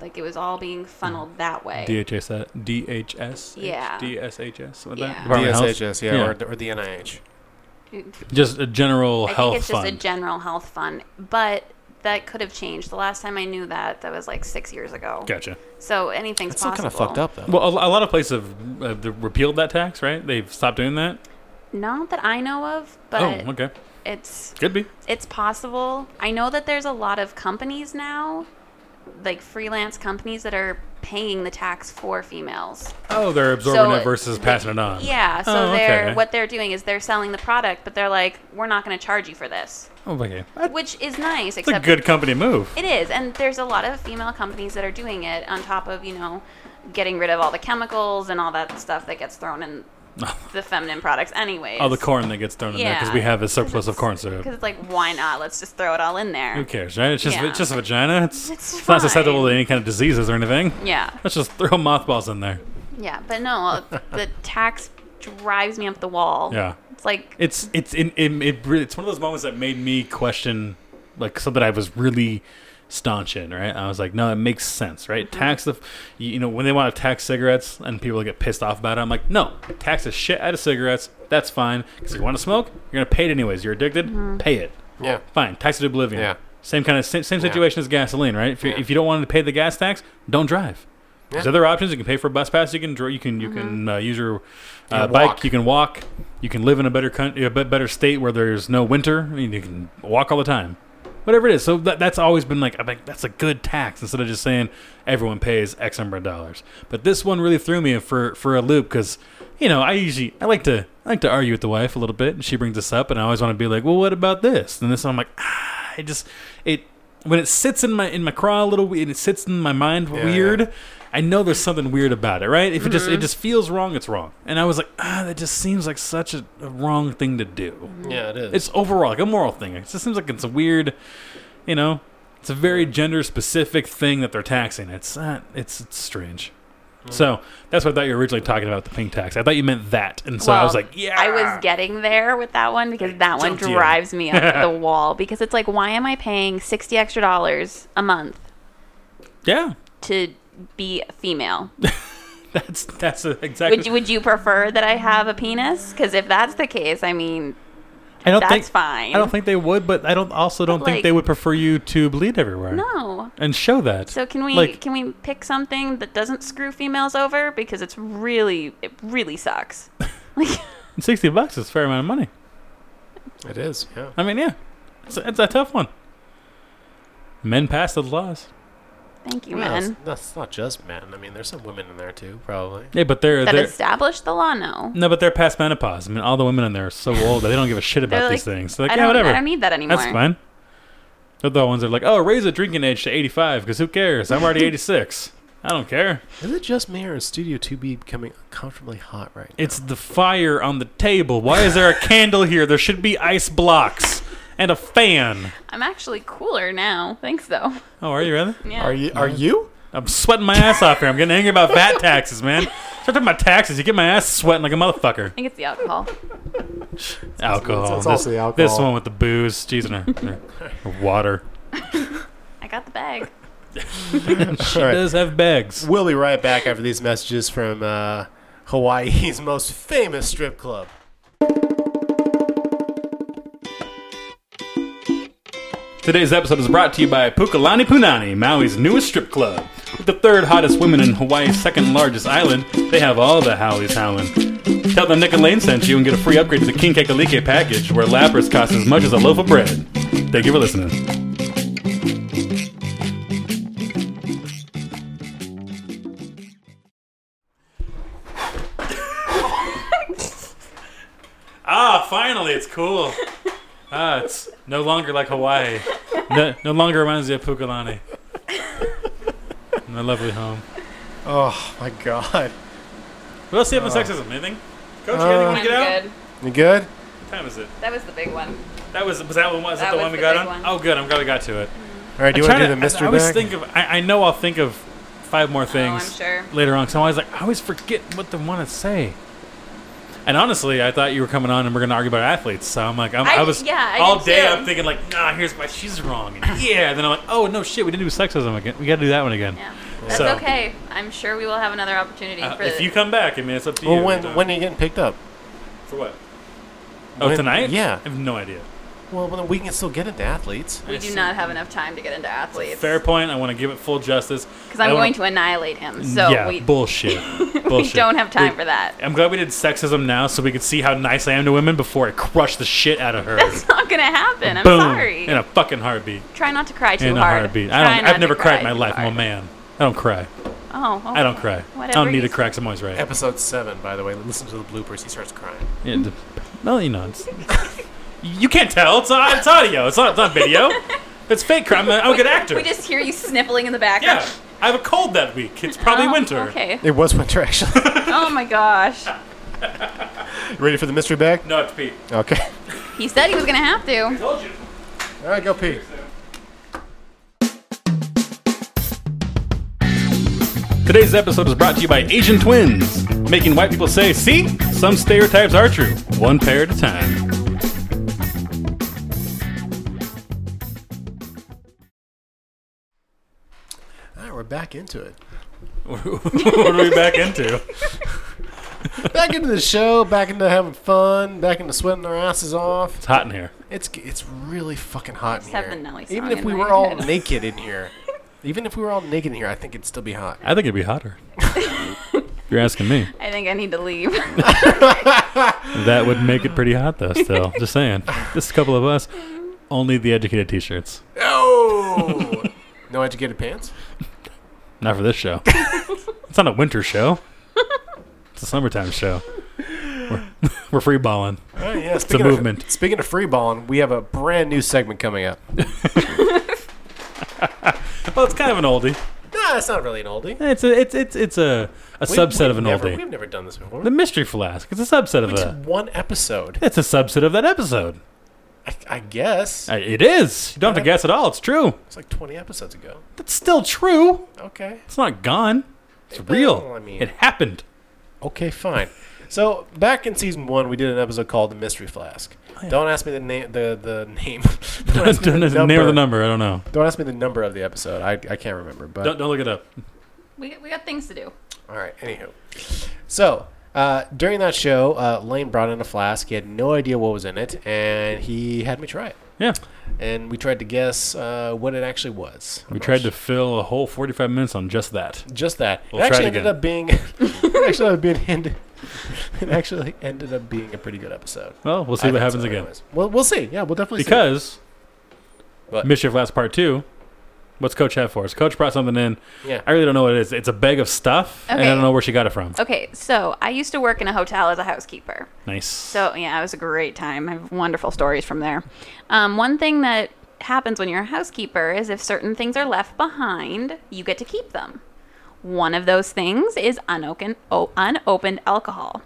S3: Like it was all being funneled that way.
S2: DHS, DHS,
S3: Yeah.
S2: DSHS, what
S3: Yeah.
S2: that? Department of Health?
S1: DSHS, yeah, Or, or the NIH.
S2: just a general
S3: I
S2: health
S3: think it's
S2: fund.
S3: just a general health fund, but that could have changed. The last time I knew that, that was like six years ago.
S2: gotcha.
S3: So anything's
S1: That's still
S3: possible.
S1: kind of fucked up, though.
S2: Well, a, a lot of places have uh, they repealed that tax, right? They've stopped doing that.
S3: Not that I know of, but
S2: oh, okay,
S3: it's
S2: could be.
S3: it's possible. I know that there's a lot of companies now, like freelance companies that are paying the tax for females.
S2: Oh, they're absorbing
S3: So,
S2: it versus passing it on.
S3: Yeah, so
S2: Oh,
S3: they're
S2: okay.
S3: what they're doing is they're selling the product, but they're like, we're not going to charge you for this,
S2: Oh, okay, that's
S3: which is nice.
S2: a
S3: Except
S2: good company move.
S3: It is, and there's a lot of female companies that are doing it on top of, you know, getting rid of all the chemicals and all that stuff that gets thrown in the feminine products anyways.
S2: All Oh, the corn that gets thrown in there because we
S3: Yeah.
S2: have a surplus of corn
S3: Because
S2: syrup.
S3: it's like, why not? Let's just throw it all in there.
S2: Who cares, right? It's just
S3: Yeah.
S2: it's just a vagina. It's
S3: It's
S2: not
S3: fine.
S2: susceptible to any kind of diseases or anything.
S3: Yeah,
S2: Let's just throw mothballs in there.
S3: yeah, but no, uh, the tax drives me up the wall.
S2: Yeah.
S3: It's like,
S2: It's it's it, it, it, really- it's one of those moments that made me question like something I was really staunch in, right? I was like, no, it makes sense, right? Tax the, you you know, when they want to tax cigarettes and people get pissed off about it, I'm like, no, tax the shit out of cigarettes. That's fine because you want to smoke, you're gonna pay it anyways. You're addicted, pay it.
S1: Yeah.
S2: Fine, tax it to oblivion.
S1: Yeah.
S2: Same kind of same, same situation as gasoline, right? If you,
S1: Yeah.
S2: if you don't want to pay the gas tax, don't drive.
S1: Yeah.
S2: There's
S1: Mm-hmm.
S2: other options. You can pay for a bus pass. You can dr- you can you can uh, use your uh,
S1: can
S2: bike.
S1: walk.
S2: You can walk. You can live in a better country, a bit better state where there's no winter. I mean, you can walk all the time. Whatever it is. So that, that's always been like I'm like that's a good tax instead of just saying everyone pays X number of dollars. But this one really threw me for for a loop because you know I usually I like to I like to argue with the wife a little bit and she brings this up and I always want to be like well what about this and this and I'm like ah it just it when it sits in my in my craw a little we- and it sits in my mind weird i know there's something weird about it right if it just it just feels wrong it's wrong and i was like ah that just seems like such a, a wrong thing to do
S1: Yeah, it is.
S2: it's overall like a moral thing it just seems like it's a weird you know it's a very gender specific thing that they're taxing it's not it's, it's strange so that's what I thought you were originally talking about the pink tax. I thought you meant that, and so I
S3: well,
S2: was like, "Yeah."
S3: I was getting there with that one because that one
S2: Jumped you.
S3: drives me up the wall because it's like, why am I paying 60 extra dollars a month
S2: yeah,
S3: to be female?
S2: that's that's a, exactly.
S3: Would you, would you prefer that I have a penis? Because if that's the case, I mean,
S2: I don't
S3: that's
S2: think
S3: fine.
S2: I don't think they would, but I don't also don't think
S3: like-
S2: they would prefer you to bleed everywhere.
S3: no.
S2: And show that.
S3: So can we
S2: like
S3: can we pick something that doesn't screw females over because it's really it really sucks. Like,
S2: sixty bucks is a fair amount of money.
S1: it is. Yeah.
S2: I mean, yeah. It's a, it's a tough one. Men pass the laws.
S3: thank you,
S1: Well, that's-
S3: man.
S1: That's not just men. I mean, there's some women in there too, probably.
S2: Yeah, but they're
S3: That
S2: they're
S3: established the law. No,
S2: no, but they're past menopause. I mean, all the women in there are so old that they don't give a shit
S3: They're
S2: about
S3: like,
S2: these things. They're like,
S3: I
S2: yeah,
S3: don't.
S2: whatever.
S3: I don't need that anymore.
S2: That's fine. They're the ones that are like, oh, raise the drinking age to eighty-five because who cares? I'm already eighty-six. I don't care.
S1: Is it just me or is Studio 2B becoming uncomfortably hot right now?
S2: It's the fire on the table. Why is there a candle here? There should be ice blocks and a fan.
S3: I'm actually cooler now. Thanks though.
S2: Oh, are you really?
S3: Yeah.
S1: you? Are you?
S2: I'm sweating my ass off here. I'm getting angry about VAT taxes, man. Start talking about taxes. You get my ass sweating like a motherfucker.
S3: I think it's the alcohol.
S2: Alcohol.
S1: it's also
S2: this,
S1: the
S2: This
S1: alcohol.
S2: one with the booze. Jeez, and her, her- her water.
S3: I got the bag.
S2: She
S1: All right.
S2: does have bags.
S1: We'll be right back after these messages from uh, Hawaii's most famous strip club.
S2: Today's episode is brought to you by Pukalani Punani, Maui's newest strip club. With the third hottest women in Hawaii's second largest island, they have all the howlies howling. Tell them Nick and Lane sent you and get a free upgrade to the King Kekalike package, where lappers cost as much as a loaf of bread. Thank you for listening. Ah, finally, it's cool. Ah, it's no longer like Hawaii. No, no longer reminds me of Pukalani. My lovely home.
S1: Oh my god.
S2: What else do you have on sexism? Anything? Coach, you anything
S1: Oh. Uh,
S2: want to get out?
S3: good.
S1: You good?
S2: What time is it?
S3: That was the big one.
S2: That was was that one? Was that,
S3: That
S2: the
S3: was
S2: one we
S3: the
S2: got
S3: big
S2: on?
S3: one.
S2: Oh, good. I'm glad we got to it.
S1: All right. Do you
S2: I
S1: want to
S2: try
S1: do the
S2: to-
S1: mystery
S2: I, I always
S1: bag?
S2: think of. I, I know I'll think of five more things
S3: Oh, sure.
S2: later on. So I was like, I always forget what they want to say. And honestly, I thought you were coming on and we're going to argue about athletes. So I'm like, I'm,
S3: I-
S2: I, was
S3: yeah, I
S2: all
S3: did
S2: day.
S3: too.
S2: I'm thinking like, nah, here's why she's wrong. And yeah, and then I'm like, oh no, shit, we didn't do sexism again. We got to do that one again.
S3: Yeah. That's
S2: So-
S3: okay. I'm sure we will have another opportunity
S2: Uh,
S3: for
S2: if you come back, I mean, it's up to
S1: Well,
S2: you.
S1: when
S2: you know.
S1: when are you uh, getting picked up?
S2: for what? Oh,
S1: when-
S2: tonight?
S1: yeah.
S2: I have no idea.
S1: Well, then we can still get into athletes.
S3: we do not have enough time to get into athletes.
S2: Fair point. I want to give it full justice
S3: Because I'm
S2: I
S3: going
S2: wanna-
S3: to annihilate him. So
S2: yeah,
S3: we,
S2: bullshit.
S3: we
S2: bullshit.
S3: don't have time
S2: We-
S3: for that.
S2: I'm glad we did sexism now, so we could see how nice I am to women before I crush the shit out of her.
S3: That's not going to happen. I'm
S2: Boom!
S3: sorry.
S2: In a fucking heartbeat.
S3: Try not to cry too
S2: in a
S3: hard.
S2: heartbeat.
S3: Try
S2: I don't.
S3: not to
S2: I've never
S3: cry
S2: cried in my
S3: too
S2: life. I'm a
S3: hard.
S2: man. I don't cry.
S3: Oh, well,
S2: I don't cry.
S3: Whatever
S2: I don't need
S3: you
S2: to cry. 'cause I'm always right.
S1: Episode seven, by the way. Listen to the bloopers. He starts crying.
S2: Yeah, d- well, you know, it's, you can't tell. It's, not, it's audio. It's not, it's not video. If It's fake crime. I'm a, I'm a good actor.
S3: We just hear you sniffling in the background.
S2: yeah, I have a cold that week. It's probably
S3: Oh,
S2: winter.
S3: Okay.
S1: It was winter, actually.
S3: Oh my gosh.
S1: Ready for the mystery bag?
S2: No, it's Pete.
S1: Okay.
S3: He said he was gonna have to.
S2: Told you.
S1: All right, go pee.
S2: Today's episode is brought to you by Asian Twins, making white people say, "See, some stereotypes are true, one pair at a time."
S1: All right, we're back into it.
S2: what are we back into?
S1: Back into the show. Back into having fun. Back into sweating our asses off.
S2: It's hot in here.
S1: It's it's really fucking hot in
S3: Just have
S1: here.
S3: the Nelly song
S1: Even if
S3: in
S1: we
S3: my
S1: were all
S3: head.
S1: naked in here, even if we were all naked in here, I think it'd still be hot.
S2: I think it'd be hotter. You're asking me.
S3: I think I need to leave.
S2: That would make it pretty hot, though. Still, just saying. Just a couple of us. Only the educated T-shirts.
S1: Oh, no educated pants.
S2: Not for this show. it's not a winter show. It's a summertime show. We're, we're free balling.
S1: All right, yeah. Speaking
S2: movement.
S1: Of, speaking of free balling, we have a brand new segment coming up.
S2: Well, it's kind of an oldie.
S1: Nah, it's not really an oldie.
S2: It's a it's it's it's a,
S1: We-
S2: a subset
S1: we've
S2: of an
S1: never-
S2: oldie.
S1: We've never done this before.
S2: The mystery flask. It's a subset of
S1: It's
S2: that.
S1: one episode,
S2: It's a subset of that episode.
S1: I, I guess.
S2: Uh, It is. You don't have to guess at all. It's true.
S1: It's like 20 episodes ago.
S2: That's still true.
S1: Okay.
S2: It's not gone. It's real.
S1: I mean-
S2: It happened.
S1: Okay, fine. So back in season one, we did an episode called "The Mystery Flask." Don't ask me the name. The the name. don't ask me
S2: Name
S1: the
S2: of the number. I don't know.
S1: Don't ask me the number of the episode. I, I can't remember. But
S2: Don't, don't look it up.
S3: we, we got things to do.
S1: all right. Anywho, so uh, during that show, uh, Lane brought in a flask. He had no idea what was in it, and he had me try it.
S2: Yeah.
S1: And we tried to guess uh, what it actually was.
S2: We tried to fill a whole 45 minutes on just that.
S1: just that.
S2: We'll
S1: it
S2: try
S1: actually
S2: it
S1: ended
S2: again.
S1: up being. it actually ended up being end- It actually ended up being a pretty good episode.
S2: Well, we'll see
S1: I
S2: what
S1: think
S2: happens
S1: so,
S2: again.
S1: anyways. We'll, we'll see. Yeah, we'll definitely see.
S2: Because
S1: What?
S2: Mischief Last Part 2, what's Coach have for us? Coach brought something in.
S1: Yeah.
S2: I really don't know what it is. It's a bag of stuff, and
S3: Okay.
S2: I don't know where she got it from.
S3: Okay, so I used to work in a hotel as a housekeeper.
S2: Nice.
S3: So yeah, it was a great time. I have wonderful stories from there. Um, one thing that happens when you're a housekeeper is if certain things are left behind, you get to keep them. One of those things is unopened, oh, unopened alcohol.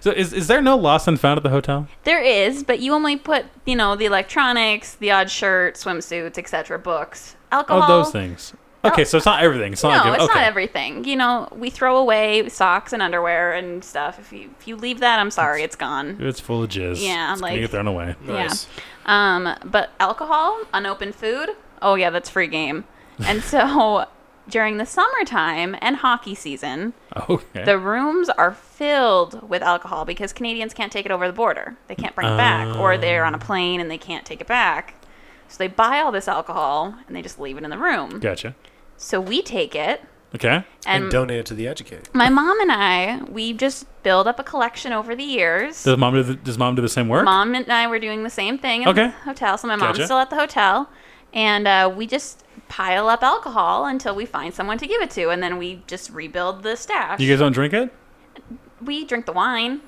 S2: So is, is there no lost and found at the hotel?
S3: There is, but you only put, you know, the electronics, the odd shirt, swimsuits, etc., books, alcohol.
S2: Oh, those things. Okay, so it's not everything. It's not
S3: no,
S2: like,
S3: it's
S2: okay.
S3: not everything. You know, we throw away socks and underwear and stuff. If you if you leave that, I'm sorry, it's gone.
S2: It's full of jizz.
S3: Yeah,
S2: it's gonna
S3: like-
S2: get thrown away.
S1: Nice.
S3: Yeah. Um, but alcohol, unopened food. Oh yeah, that's free game. And so during the summertime and hockey season,
S2: Okay.
S3: the rooms are filled with alcohol because Canadians can't take it over the border. They can't bring it back, or they're on a plane and they can't take it back. So they buy all this alcohol and they just leave it in the room.
S2: gotcha.
S3: So we take it,
S2: Okay.
S1: And,
S3: and
S1: donate it to the educated.
S3: my mom and I, we just build up a collection over the years.
S2: Does mom do the, does mom do the same work?
S3: mom and I were doing the same thing in
S2: Okay.
S3: the hotel, so my mom's
S2: Gotcha.
S3: still at the hotel, and uh, we just pile up alcohol until we find someone to give it to, and then we just rebuild the stash.
S2: You guys don't drink it,
S3: we drink the wine.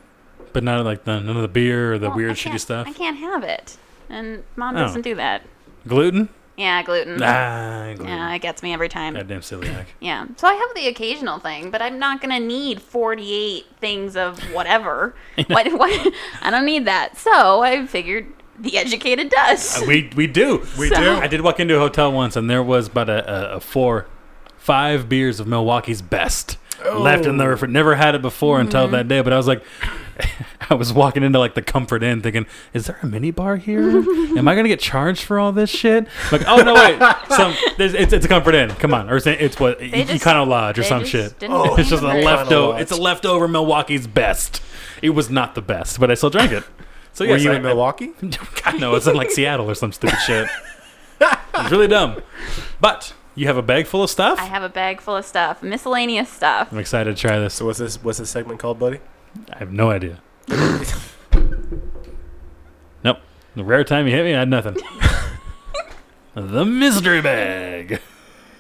S2: but not like the, none of the beer or the
S3: Well, I
S2: weird shitty
S3: can't- I
S2: stuff.
S3: can't have it, and mom
S2: Oh.
S3: doesn't do that.
S2: Gluten.
S3: Yeah, gluten.
S2: Ah, gluten.
S3: Mm-hmm. Yeah, it gets me every time.
S2: Goddamn celiac.
S3: Yeah. So I have the occasional thing, but I'm not going to need 48 things of whatever. what, what, I don't need that. So I figured the educated does.
S2: Uh, we we do we
S3: So- do.
S2: I did walk into a hotel once, and there was about a, a, a four,
S3: Oh. Mm-hmm.
S2: five beers of Milwaukee's best left in the refrigerator. Never had it before until that day, but I was like, I was walking into like the Comfort Inn thinking, is there a mini bar here? Am I going to get charged for all this shit? Like, oh, no, wait. Some, there's, it's, it's a Comfort Inn. Come on. Or it's, it's what?
S3: just-
S2: Econo Lodge or
S3: they
S2: some
S3: just
S2: shit.
S3: didn't Oh,
S2: it's just a
S3: remember.
S2: leftover.
S1: Lodge.
S2: It's a leftover Milwaukee's best. It was not the best, but I still drank it. So,
S1: Were
S2: yes,
S1: you
S2: I-
S1: in
S2: I-
S1: Milwaukee?
S2: God, no, it's in like Seattle or some stupid shit. It's really dumb. But you have a bag full of stuff.
S3: I have a bag full of stuff, miscellaneous stuff.
S2: I'm excited to try this.
S1: So what's this? What's this segment called, buddy?
S2: I have no idea. nope. The rare time you hit me, I had nothing. the mystery bag.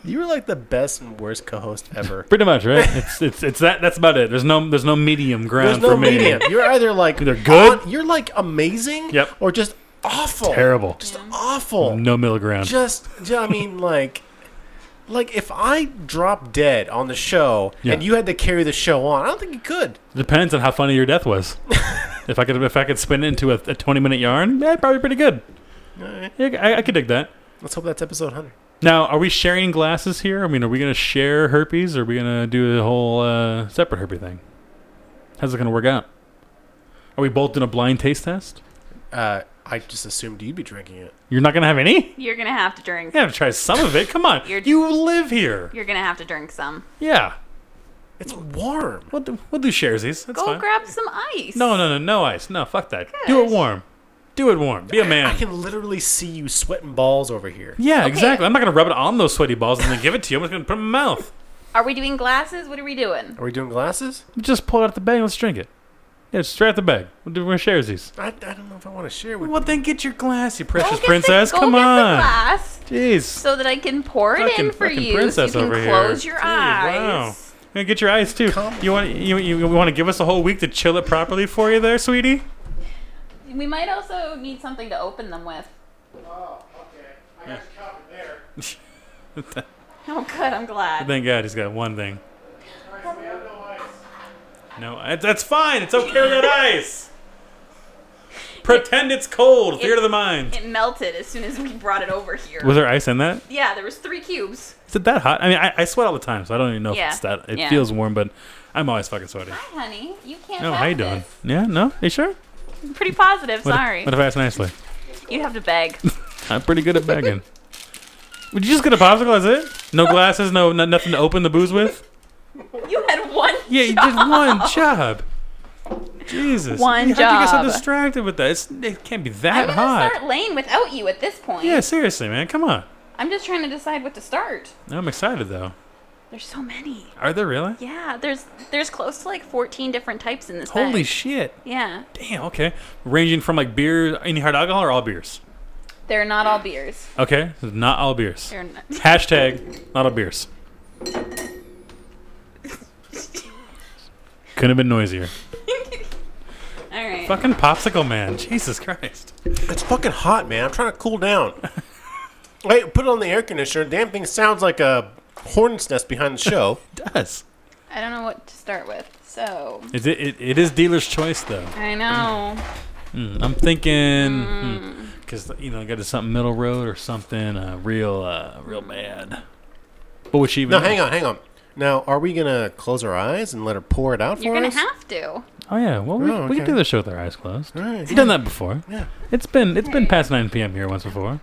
S1: You were like the best and worst co-host ever.
S2: Pretty much, right? It's it's it's that. That's about it. There's no there's no medium
S1: There's
S2: ground
S1: no
S2: for me.
S1: medium. You're either like
S2: Either good-
S1: on- you're like amazing.
S2: Yep.
S1: Or just awful.
S2: Terrible.
S1: Just awful.
S2: No middle ground.
S1: Just, ju- I mean, like, like if I dropped dead on the show
S2: Yeah.
S1: and you had to carry the show on, I don't think you could.
S2: Depends on how funny your death was. if I could if I could spin it into a, a 20 minute yarn, yeah, probably pretty good. Yeah, I, I could dig that.
S1: Let's hope that's episode hundred.
S2: Now, are we sharing glasses here? I mean, are we going to share herpes or are we going to do a whole uh, separate herpes thing? How's it going to work out? Are we both doing a blind taste test?
S1: Uh, I just assumed you'd be drinking it.
S2: You're not going to have any?
S3: You're gonna have to drink.
S2: You have to try some of it. Come on.
S3: You're-
S2: you live here.
S3: You're gonna have to drink some.
S2: Yeah.
S1: It's warm.
S2: We'll do, we'll do sharesies. That's
S3: Go
S2: fine.
S3: grab some ice.
S2: no, no, no. No ice. No, fuck that. Do it warm. Do it warm. Be a
S1: I
S2: man.
S1: can literally see you sweating balls over here.
S2: Yeah, exactly. I'm not going to rub it on those sweaty balls and then give it to you. I'm just going to put it in my mouth.
S3: Are we doing glasses? What are we doing?
S1: Are we doing glasses?
S2: Just pull it out the bag. and Let's drink it. Yeah, just straight out the bag. We'll do we're sharesies.
S1: I, I don't know if I want to share with
S2: Well, then get your glass, you precious
S3: Go get
S2: princess.
S3: The, go
S2: Come
S3: get
S2: on.
S3: The glass
S2: Jeez.
S3: so that I can pour it
S2: Fucking-
S3: in for
S2: fucking
S3: you.
S2: princess
S3: so you
S2: over
S3: can
S2: here.
S3: close your
S2: Gee, wow.
S3: eyes.
S2: Hey, get your eyes too.
S1: Come
S2: You want you, you, want to give us a whole week to chill it properly for you, there, sweetie?
S3: We might also need something to open them with. Oh, good. I'm glad.
S2: Thank God he's got one thing. No, I- that's fine. It's okay without ice. Pretend it's cold. Theater of the mind.
S3: it melted as soon as we brought it over here.
S2: Was there ice in that?
S3: yeah, there was three cubes.
S2: Is it that hot? I mean, I, I sweat all the time, so I don't even know
S3: Yeah.
S2: if it's that. It
S3: Yeah.
S2: feels warm, but I'm always fucking sweaty.
S3: Hi, honey. You can't.
S2: No,
S3: have
S2: how you
S3: this.
S2: doing? Yeah, no, you sure?
S3: I'm pretty positive.
S2: What if-
S3: Sorry.
S2: what if I ask nicely?
S3: You'd have to beg.
S2: I'm pretty good at begging. Would you just get a popsicle? Is it? No glasses, no, no nothing to open the booze with.
S3: you had one.
S2: Yeah, you did one job. Jesus, How'd
S3: One
S2: you get so
S3: job.
S2: distracted with that? It's, it can't be
S3: I'm
S2: that
S3: gonna
S2: hot.
S3: start laying without you at this point.
S2: Yeah, seriously, man, come on.
S3: I'm just trying to decide what to start.
S2: I'm excited though.
S3: There's so many.
S2: Are there really?
S3: Yeah, there's there's close to like 14 different types in this
S2: Holy
S3: bag.
S2: shit!
S3: yeah,
S2: Damn. Okay, ranging from like beer, any hard alcohol, or all beers.
S3: they're not all beers.
S2: Okay, so not all beers.
S3: They're not.
S2: Hashtag not all beers. Couldn't have been noisier.
S3: all right.
S2: Fucking popsicle man. Jesus Christ.
S1: It's fucking hot, man. I'm trying to cool down. Wait, put it on the air conditioner. Damn thing sounds like a hornet's nest behind the show.
S2: does.
S3: I don't know what to start with. So
S2: It, it, it is dealer's choice, though.
S3: I know.
S2: I'm
S3: Hmm.
S2: thinking, because, you know, go to something middle road or something uh, real uh, real mad. What would she even
S1: no,
S2: know?
S1: hang on, hang on. Now, are we gonna close our eyes and let her pour it out for
S3: You're gonna
S1: us?
S3: have to.
S2: Oh, yeah. Well, we,
S1: Oh,
S2: we can
S1: okay.
S2: do the show with our eyes closed.
S1: All right.
S2: We've done that before.
S1: Yeah.
S2: It's been it's been past 9 p.m. here once before.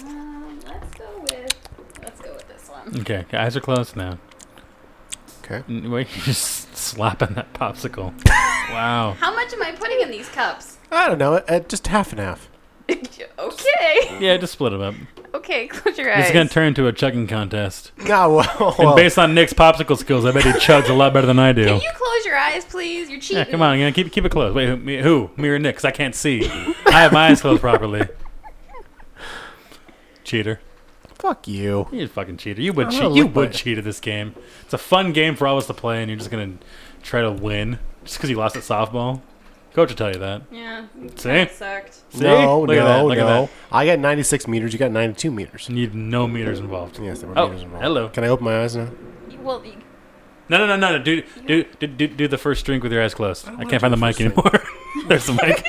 S3: Um, let's go with let's go with this one.
S2: Okay. okay, Eyes are closed now.
S1: Okay.
S2: N- Wait, you're just slapping that popsicle. wow.
S3: How much am I putting in these cups?
S1: I don't know. Uh, just half and half.
S3: okay.
S2: Yeah, just split it up.
S3: Okay, close your eyes.
S2: This is going to turn into a chugging contest.
S1: Ah, well.
S2: And based on Nick's popsicle skills, I bet he chugs a lot better than I do.
S3: Can you close your eyes, please? You're cheating.
S2: Yeah, come on, yeah, keep keep it closed. Wait, who? Me, who? Me or Nick? 'Cause I can't see. I have my eyes closed properly. Cheater!
S1: fuck you.
S2: You fucking cheater! You would
S1: I'm
S2: cheat.
S1: gonna
S2: You
S1: look
S2: would
S1: like-
S2: cheat at this game. It's a fun game for all of us to play, and you're just gonna try to win just because you lost at softball. Coach will tell you that.
S3: Yeah, it
S2: See?
S3: sucked.
S2: See?
S1: No,
S2: Look
S1: no,
S2: at that, look at
S1: no.
S2: that.
S1: I got 96 meters. You got 92 meters.
S2: You need no meters involved.
S1: Yes, there were
S2: Oh,
S1: meters involved.
S2: hello.
S1: Can I open my eyes now?
S3: Well, you-
S2: No, no, no, no, no. Do do do do, do the first drink with your eyes closed. I,
S1: wanna
S2: can't find
S1: do
S2: the
S1: the
S2: mic
S1: first
S2: anymore. There's the mic.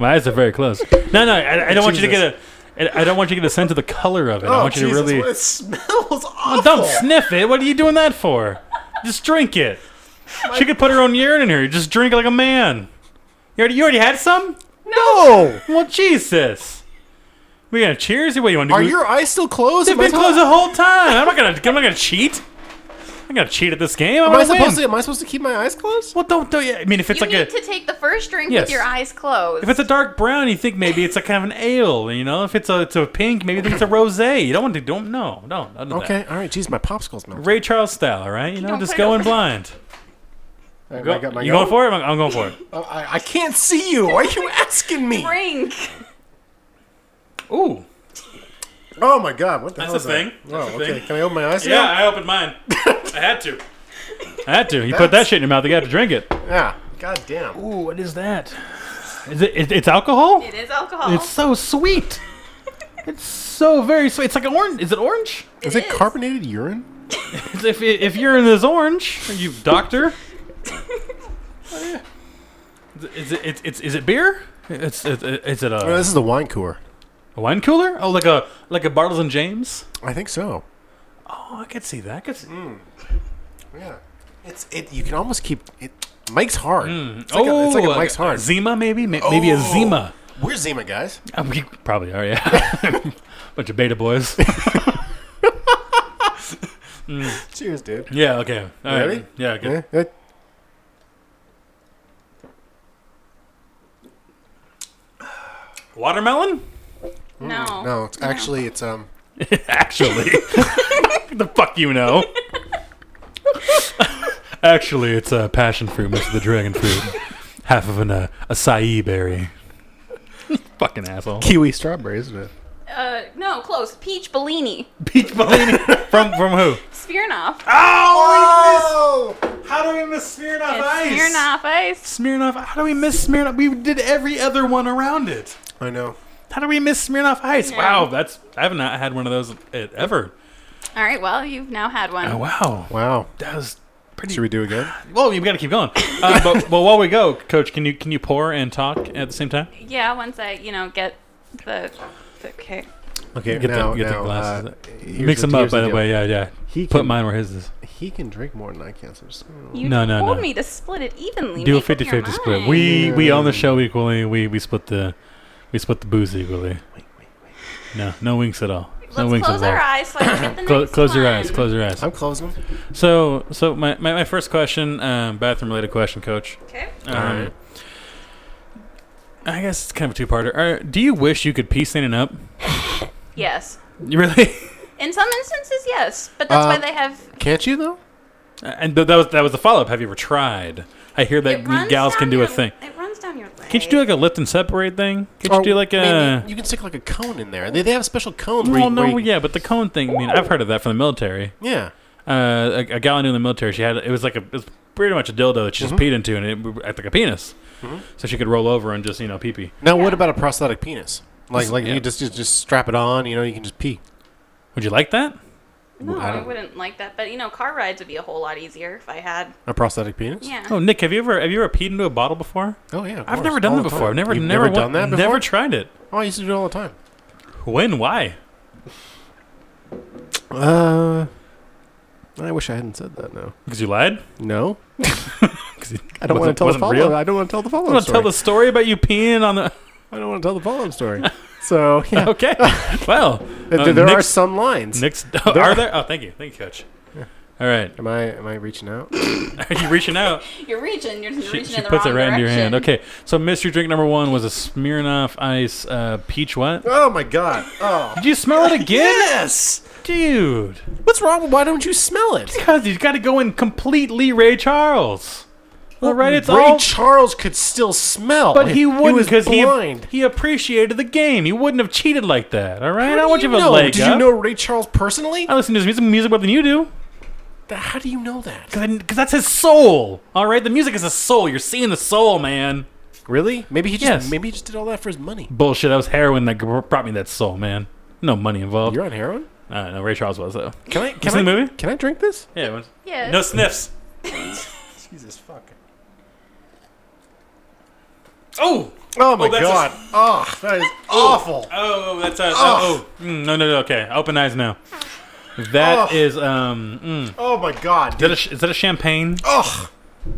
S2: My eyes are very close. No, no, I, I don't want you to get a. I I don't want you to get a sense of the color of it. I want you
S1: Oh, Jesus,
S2: to really
S1: It smells awful.
S2: don't sniff it. What are you doing that for? Just drink it. She could put her own urine in here. Just drink like a man. You already, you already had some?
S1: No!
S2: Well, Jesus. We gonna cheers? What you want to do?
S1: Are your eyes still closed?
S2: They've
S1: Am I
S2: been
S1: supposed-
S2: closed the whole time. I'm not gonna. I'm not gonna cheat. I'm gonna cheat at this game. I'm
S1: Am I
S2: gonna win.
S1: supposed to? Am I supposed to keep my eyes closed?
S2: Well, don't. don't yeah, I mean, if it's
S3: you
S2: like a
S3: need to take the first drink
S2: Yes.
S3: with your eyes closed.
S2: if it's a dark brown, you think maybe it's a kind of an ale. You know, if it's a it's a pink, maybe you think it's a rosé. You don't want to. Don't no no. None of
S1: Okay. All right. Jeez, my popsicles
S2: That.
S1: melt.
S2: Ray Charles style, all right? You know,
S3: don't
S2: just
S3: put
S2: going
S3: it-
S2: blind.
S1: All right,
S2: Go,
S1: I got my-
S2: you going for it? I'm, I'm going for it.
S1: Oh, I, I can't see you. Why are you asking me?
S3: drink.
S2: Ooh,
S1: Oh my god! What the
S2: That's
S1: hell is
S2: a thing.
S1: that?
S2: That's
S1: oh,
S2: a
S1: okay.
S2: thing.
S1: Can I open my eyes?
S2: yeah,
S1: Now?
S2: I opened mine. I had to. I had to. You put that
S1: That's-
S2: shit in your mouth. You got to drink it.
S1: Yeah. God damn.
S2: Ooh, what is that? Is it? it it's alcohol.
S3: It is alcohol.
S2: It's so sweet. it's so very sweet. It's like an orange. Is it orange?
S1: Is
S3: It
S1: it
S3: is.
S1: carbonated urine?
S2: It's if if you're in this orange, are you doctor? is it it's, it's is it beer? It's it's, it's it
S1: Oh,
S2: a,
S1: this is the wine cooler.
S2: a wine cooler? Oh, like a like a Bartles and James.
S1: I think so.
S2: Oh, I could see that. I could see.
S1: Yeah. It's it. You can almost keep it. Mike's hard. It's like
S2: oh,
S1: a, it's like a Mike's hard.
S2: Zima maybe May- maybe a
S1: Oh.
S2: Zima.
S1: We're Zima guys.
S2: Uh, we probably are, yeah. Bunch of beta boys.
S1: Cheers, dude.
S2: yeah. Okay. All right.
S1: Ready? Eh?
S2: Yeah. Good.
S1: Yeah, yeah.
S2: Watermelon.
S3: no.
S1: No, it's actually it's um.
S2: Actually, the fuck you know. Actually, it's a uh, passion fruit, most of the dragon fruit, half of an uh, acai berry. Fucking asshole.
S1: Kiwi strawberry, isn't it?
S3: Uh, no, close. Peach Bellini.
S2: Peach Bellini from from who?
S3: Smirnoff.
S2: Oh, how do we miss Smirnoff
S3: It's Smirnoff Ice.
S2: Smirnoff, how do we miss Smirnoff? We did every other one around it.
S1: I know.
S2: How do we miss Smirnoff Ice?
S3: Yeah.
S2: Wow, that's I have not had one of those uh, ever.
S3: All right, well, you've now had one.
S2: Oh wow,
S1: Wow.
S2: that was pretty
S1: Should we do it again?
S2: Well, you've got to keep going. Uh, but, but while we go, Coach, can you can you pour and talk at the same time?
S3: Yeah, once I, you know, get the. the okay.
S1: Okay.
S2: Get
S1: now,
S2: the, get
S1: now,
S2: the glasses.
S1: uh, here's
S2: Mix
S1: the-
S2: them up,
S1: here's
S2: by the
S1: deal.
S2: way. Yeah, yeah.
S1: He
S2: Put
S1: can-
S2: mine where his is.
S1: He can drink more than I can. So I'm just, mm,
S3: You
S2: No, no,
S3: told
S2: no.
S3: me to split it evenly.
S2: Do a
S3: Make up your
S2: 50-50 split.
S3: mind.
S2: We we own the show equally. We we split the we split the booze equally.
S1: wait, wait, wait.
S2: No, no winks at all. no
S3: Let's
S2: winks
S3: close
S2: at all.
S3: our eyes so I can get the
S2: Clo-
S3: next
S2: close your
S3: one.
S2: eyes. Close your eyes.
S1: I'm closing.
S2: So, so my, my, my first question, um, bathroom related question, Coach.
S3: Okay.
S2: Um,
S1: Alright.
S2: I guess it's kind of a two parter. do you wish you could pee standing up?
S3: Yes.
S2: You really?
S3: In some instances, yes, but
S2: Uh,
S3: that's why
S1: Um,
S3: they have.
S1: Can't you though?
S2: And th- that was that was the follow up. Have you ever tried? I hear that
S3: It runs
S2: gals can
S3: down
S2: do a
S3: your,
S2: thing.
S3: It runs down your leg.
S2: Can't you do like a lift and separate thing? Can't you do like a?
S1: maybe you can stick like a cone in there. They, they have a special cone. where
S2: Well,
S1: you- where
S2: no,
S1: you-
S2: yeah, but the cone thing. I mean, I've heard of that from the military.
S1: yeah.
S2: Uh, a, a gal I knew in the military, she had it was like a it was pretty much a dildo that she just
S1: Mm-hmm.
S2: peed into, and it acted like a penis, so she could roll over and just you know pee pee.
S1: Now, what about a prosthetic penis? Like, like
S2: yeah.
S1: you just, just just strap it on. You know, you can just pee.
S2: Would you like that?
S3: No,
S1: I
S3: I,
S1: don't-
S3: wouldn't like that. But you know, car rides would be a whole lot easier if I had.
S1: A prosthetic penis?
S3: Yeah.
S2: Oh, Nick, have you ever have you ever peed into a bottle before?
S1: Oh yeah. of
S2: I've
S1: course.
S2: never done
S1: All
S2: that
S1: the
S2: before.
S1: time.
S2: I've never
S1: You've
S2: never, wa-
S1: done that before.
S2: Never tried it.
S1: Oh, I used to do it all the time.
S2: When? Why?
S1: Uh, I wish I hadn't said that. No.
S2: Because you lied.
S1: No.
S2: 'Cause it
S1: I don't
S2: wasn't-
S1: want to tell the
S2: wasn't
S1: follow.
S2: real?
S1: I don't want to tell the follow.
S2: I'm gonna tell the story about you peeing on the.
S1: I don't want to tell the follow-up story. So yeah,
S2: Okay. well,
S1: Th-
S2: uh,
S1: there are
S2: Nick's,
S1: some lines.
S2: Nick's-
S1: there
S2: are
S1: are-
S2: there? Oh, thank you, thank you, Coach. All right,
S1: Am I am I reaching out?
S2: are you reaching out?
S3: You're reaching. You're just
S2: She,
S3: reaching
S2: she
S3: in the
S2: puts it
S3: wrong
S2: right
S3: direction.
S2: into your hand. Okay, so mystery drink number one was a Smirnoff Ice uh, peach. What?
S1: oh my god. Oh.
S2: Did you smell it again,
S1: Yes.
S2: dude?
S1: What's wrong? with- Why don't you smell it?
S2: Because you got to go in completely Ray Charles. All right, it's
S1: Ray
S2: all.
S1: Charles could still smell,
S2: but he wouldn't
S1: was
S2: because he,
S1: blind.
S2: he appreciated the game. He wouldn't have cheated like that. All right, I want you to have
S1: know?
S2: a leg
S1: Did
S2: up. Uh,
S1: you know Ray Charles personally?
S2: I listen to his music, music more than you do.
S1: Th- How do you know that?
S2: Because that's his soul. All right, the music is his soul. You're seeing the soul, man.
S1: Really? Maybe he just
S2: Yes.
S1: maybe he just did all that for his money.
S2: Bullshit. That was heroin that gr- brought me that soul, man. No money involved.
S1: You're on heroin?
S2: Uh, no, Ray Charles was though.
S1: Can I
S2: You
S1: can I,
S2: seen the movie?
S1: can I drink this?
S2: Yeah. It was.
S3: Yes.
S2: No sniffs.
S1: Jesus fuck.
S2: Oh.
S1: Oh my
S2: that's
S1: god. Oh, that is awful.
S2: Oh, that's a.
S1: Ugh.
S2: Oh. Mm, no, no, no. Okay. Open eyes now. That
S1: Ugh.
S2: is um. mm.
S1: Oh my god. Oh.
S2: Is that, a, sh- is that a champagne?
S1: Ugh.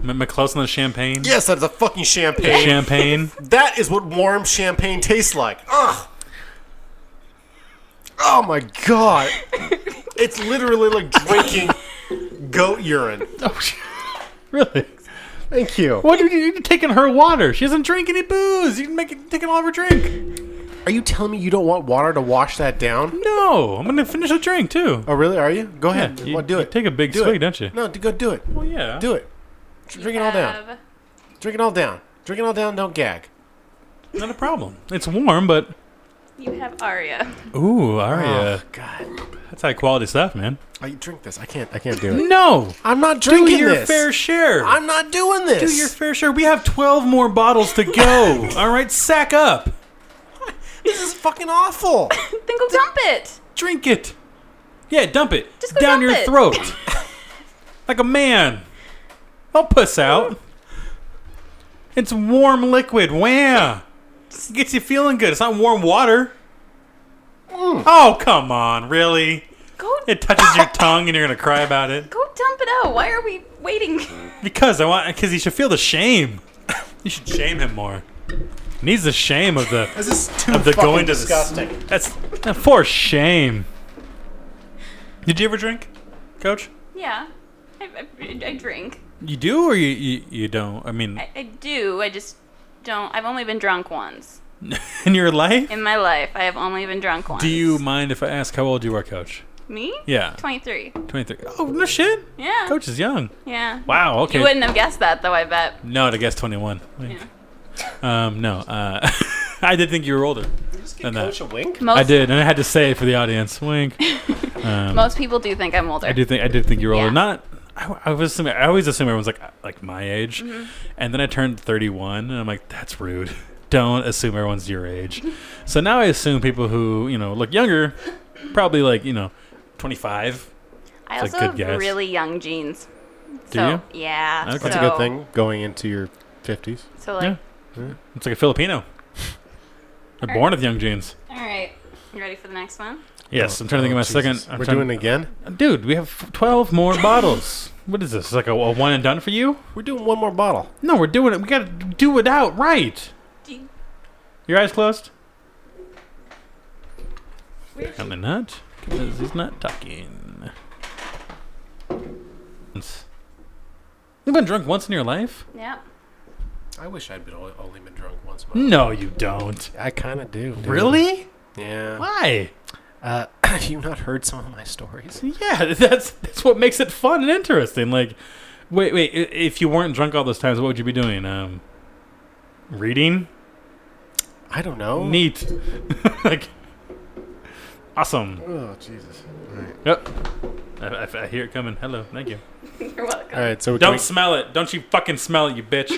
S2: M- McClose on the champagne.
S1: Yes, that's a fucking champagne.
S2: Champagne.
S1: That is what warm champagne tastes like. Ugh. Oh my god. It's literally like drinking goat urine.
S2: oh, sh- really?
S1: Thank you.
S2: What are you you're taking her water? She doesn't drink any booze. You can make it taking all of her drink.
S1: Are you telling me you don't want water to wash that down?
S2: No, I'm gonna finish the drink too.
S1: Oh, really? Are you? Go ahead.
S2: you-
S1: Well, do
S2: you
S1: it.
S2: take a big
S1: do
S2: swig,
S1: it.
S2: don't you?
S1: No, d- go do it.
S2: Well, yeah.
S1: Do it. Drink it all down.
S3: Have-
S1: Drink it all down. Drink it all down. Don't gag.
S2: Not a problem. It's warm, but
S3: You have Aria.
S2: ooh,
S1: Oh,
S2: Aria,
S1: God.
S2: that's high quality stuff, man.
S1: I drink this. I can't. I can't do it.
S2: No,
S1: I'm not
S2: do
S1: drinking
S2: your
S1: this.
S2: fair share.
S1: I'm not doing this.
S2: do your fair share. We have 12 more bottles to go. all right, sack up.
S1: this is fucking awful.
S3: Then go dump it.
S2: Drink it. Yeah, dump it
S3: Just go
S2: down
S3: dump
S2: your
S3: it.
S2: throat like a man. I'll puss out. It's warm liquid. Wham! Just gets you feeling good. It's not warm water.
S1: Mm.
S2: Oh come on, really?
S3: Go.
S2: It touches your tongue and you're gonna cry about it.
S3: Go dump it out. Why are we waiting?
S2: Because I want, because he should feel the shame. You should shame him more. He needs the shame of the
S1: This is too
S2: of the
S1: fucking
S2: going to
S1: disgusting.
S2: That's for shame. Did you ever drink, Coach?
S3: yeah. I, I, I drink.
S2: You do or you you, you don't? I mean,
S3: I, I do. I just don't. I've only been drunk once
S2: in your life,
S3: in my life. I have only been drunk once.
S2: do you mind if I ask how old you are, Coach?
S3: Me?
S2: Yeah,
S3: Twenty-three.
S2: twenty three. Oh no shit,
S3: Yeah.
S2: Coach is young.
S3: Yeah.
S2: Wow.
S3: You
S2: Okay.
S3: wouldn't have guessed that, though. I bet.
S2: No, I guess twenty one. Um, no, uh, I did think you were older.
S1: Just give
S2: And that.
S1: Coach a wink.
S3: Most
S2: I did, and I had to say it for the audience. Wink. Um,
S3: most people do think I'm older.
S2: I do think I did think you were older.
S3: Yeah.
S2: Not. I, I was. Assuming, I always assume everyone's like uh, like my age, and then I turned thirty one, and I'm like, that's rude. Don't assume everyone's your age. so now I assume people who you know look younger, probably like you know, twenty five.
S3: I
S2: It's a
S3: also
S2: good
S3: have
S2: guess.
S3: really young genes.
S2: Do
S3: so,
S2: you?
S3: Yeah.
S2: Okay.
S1: That's
S3: so,
S1: a good thing going into your 50s.
S3: So like,
S2: It's like a Filipino. They're born with young genes.
S3: all right, you ready for the next one?
S2: Yes, I'm trying to think of my second. I'm
S1: Oh, We're
S2: trying-
S1: doing it again?
S2: dude. We have twelve more bottles. What is this? Like a, a one and done for you?
S1: We're doing one more bottle.
S2: No, we're doing it. We gotta do it out right.
S3: Do you-
S2: Your eyes closed.
S3: Where'd
S2: Apparently not, because he's not talking. You've been drunk once in your life?
S3: Yep.
S1: I wish I'd been only, only been drunk once.
S2: No, you don't.
S1: I kind of do. dude.
S2: Really?
S1: Yeah.
S2: Why?
S1: Uh, have you not heard some of my stories?
S2: Yeah, that's that's what makes it fun and interesting. Like, wait, wait. i- If you weren't drunk all those times, what would you be doing? Um, reading.
S1: I don't know.
S2: Neat. like, awesome.
S1: oh, Jesus. All right.
S2: Yep. I, I- I hear it coming. Hello. Thank you.
S3: You're welcome.
S1: All right, so
S2: Don't
S1: we,
S2: smell it. Don't you fucking smell it, you bitch.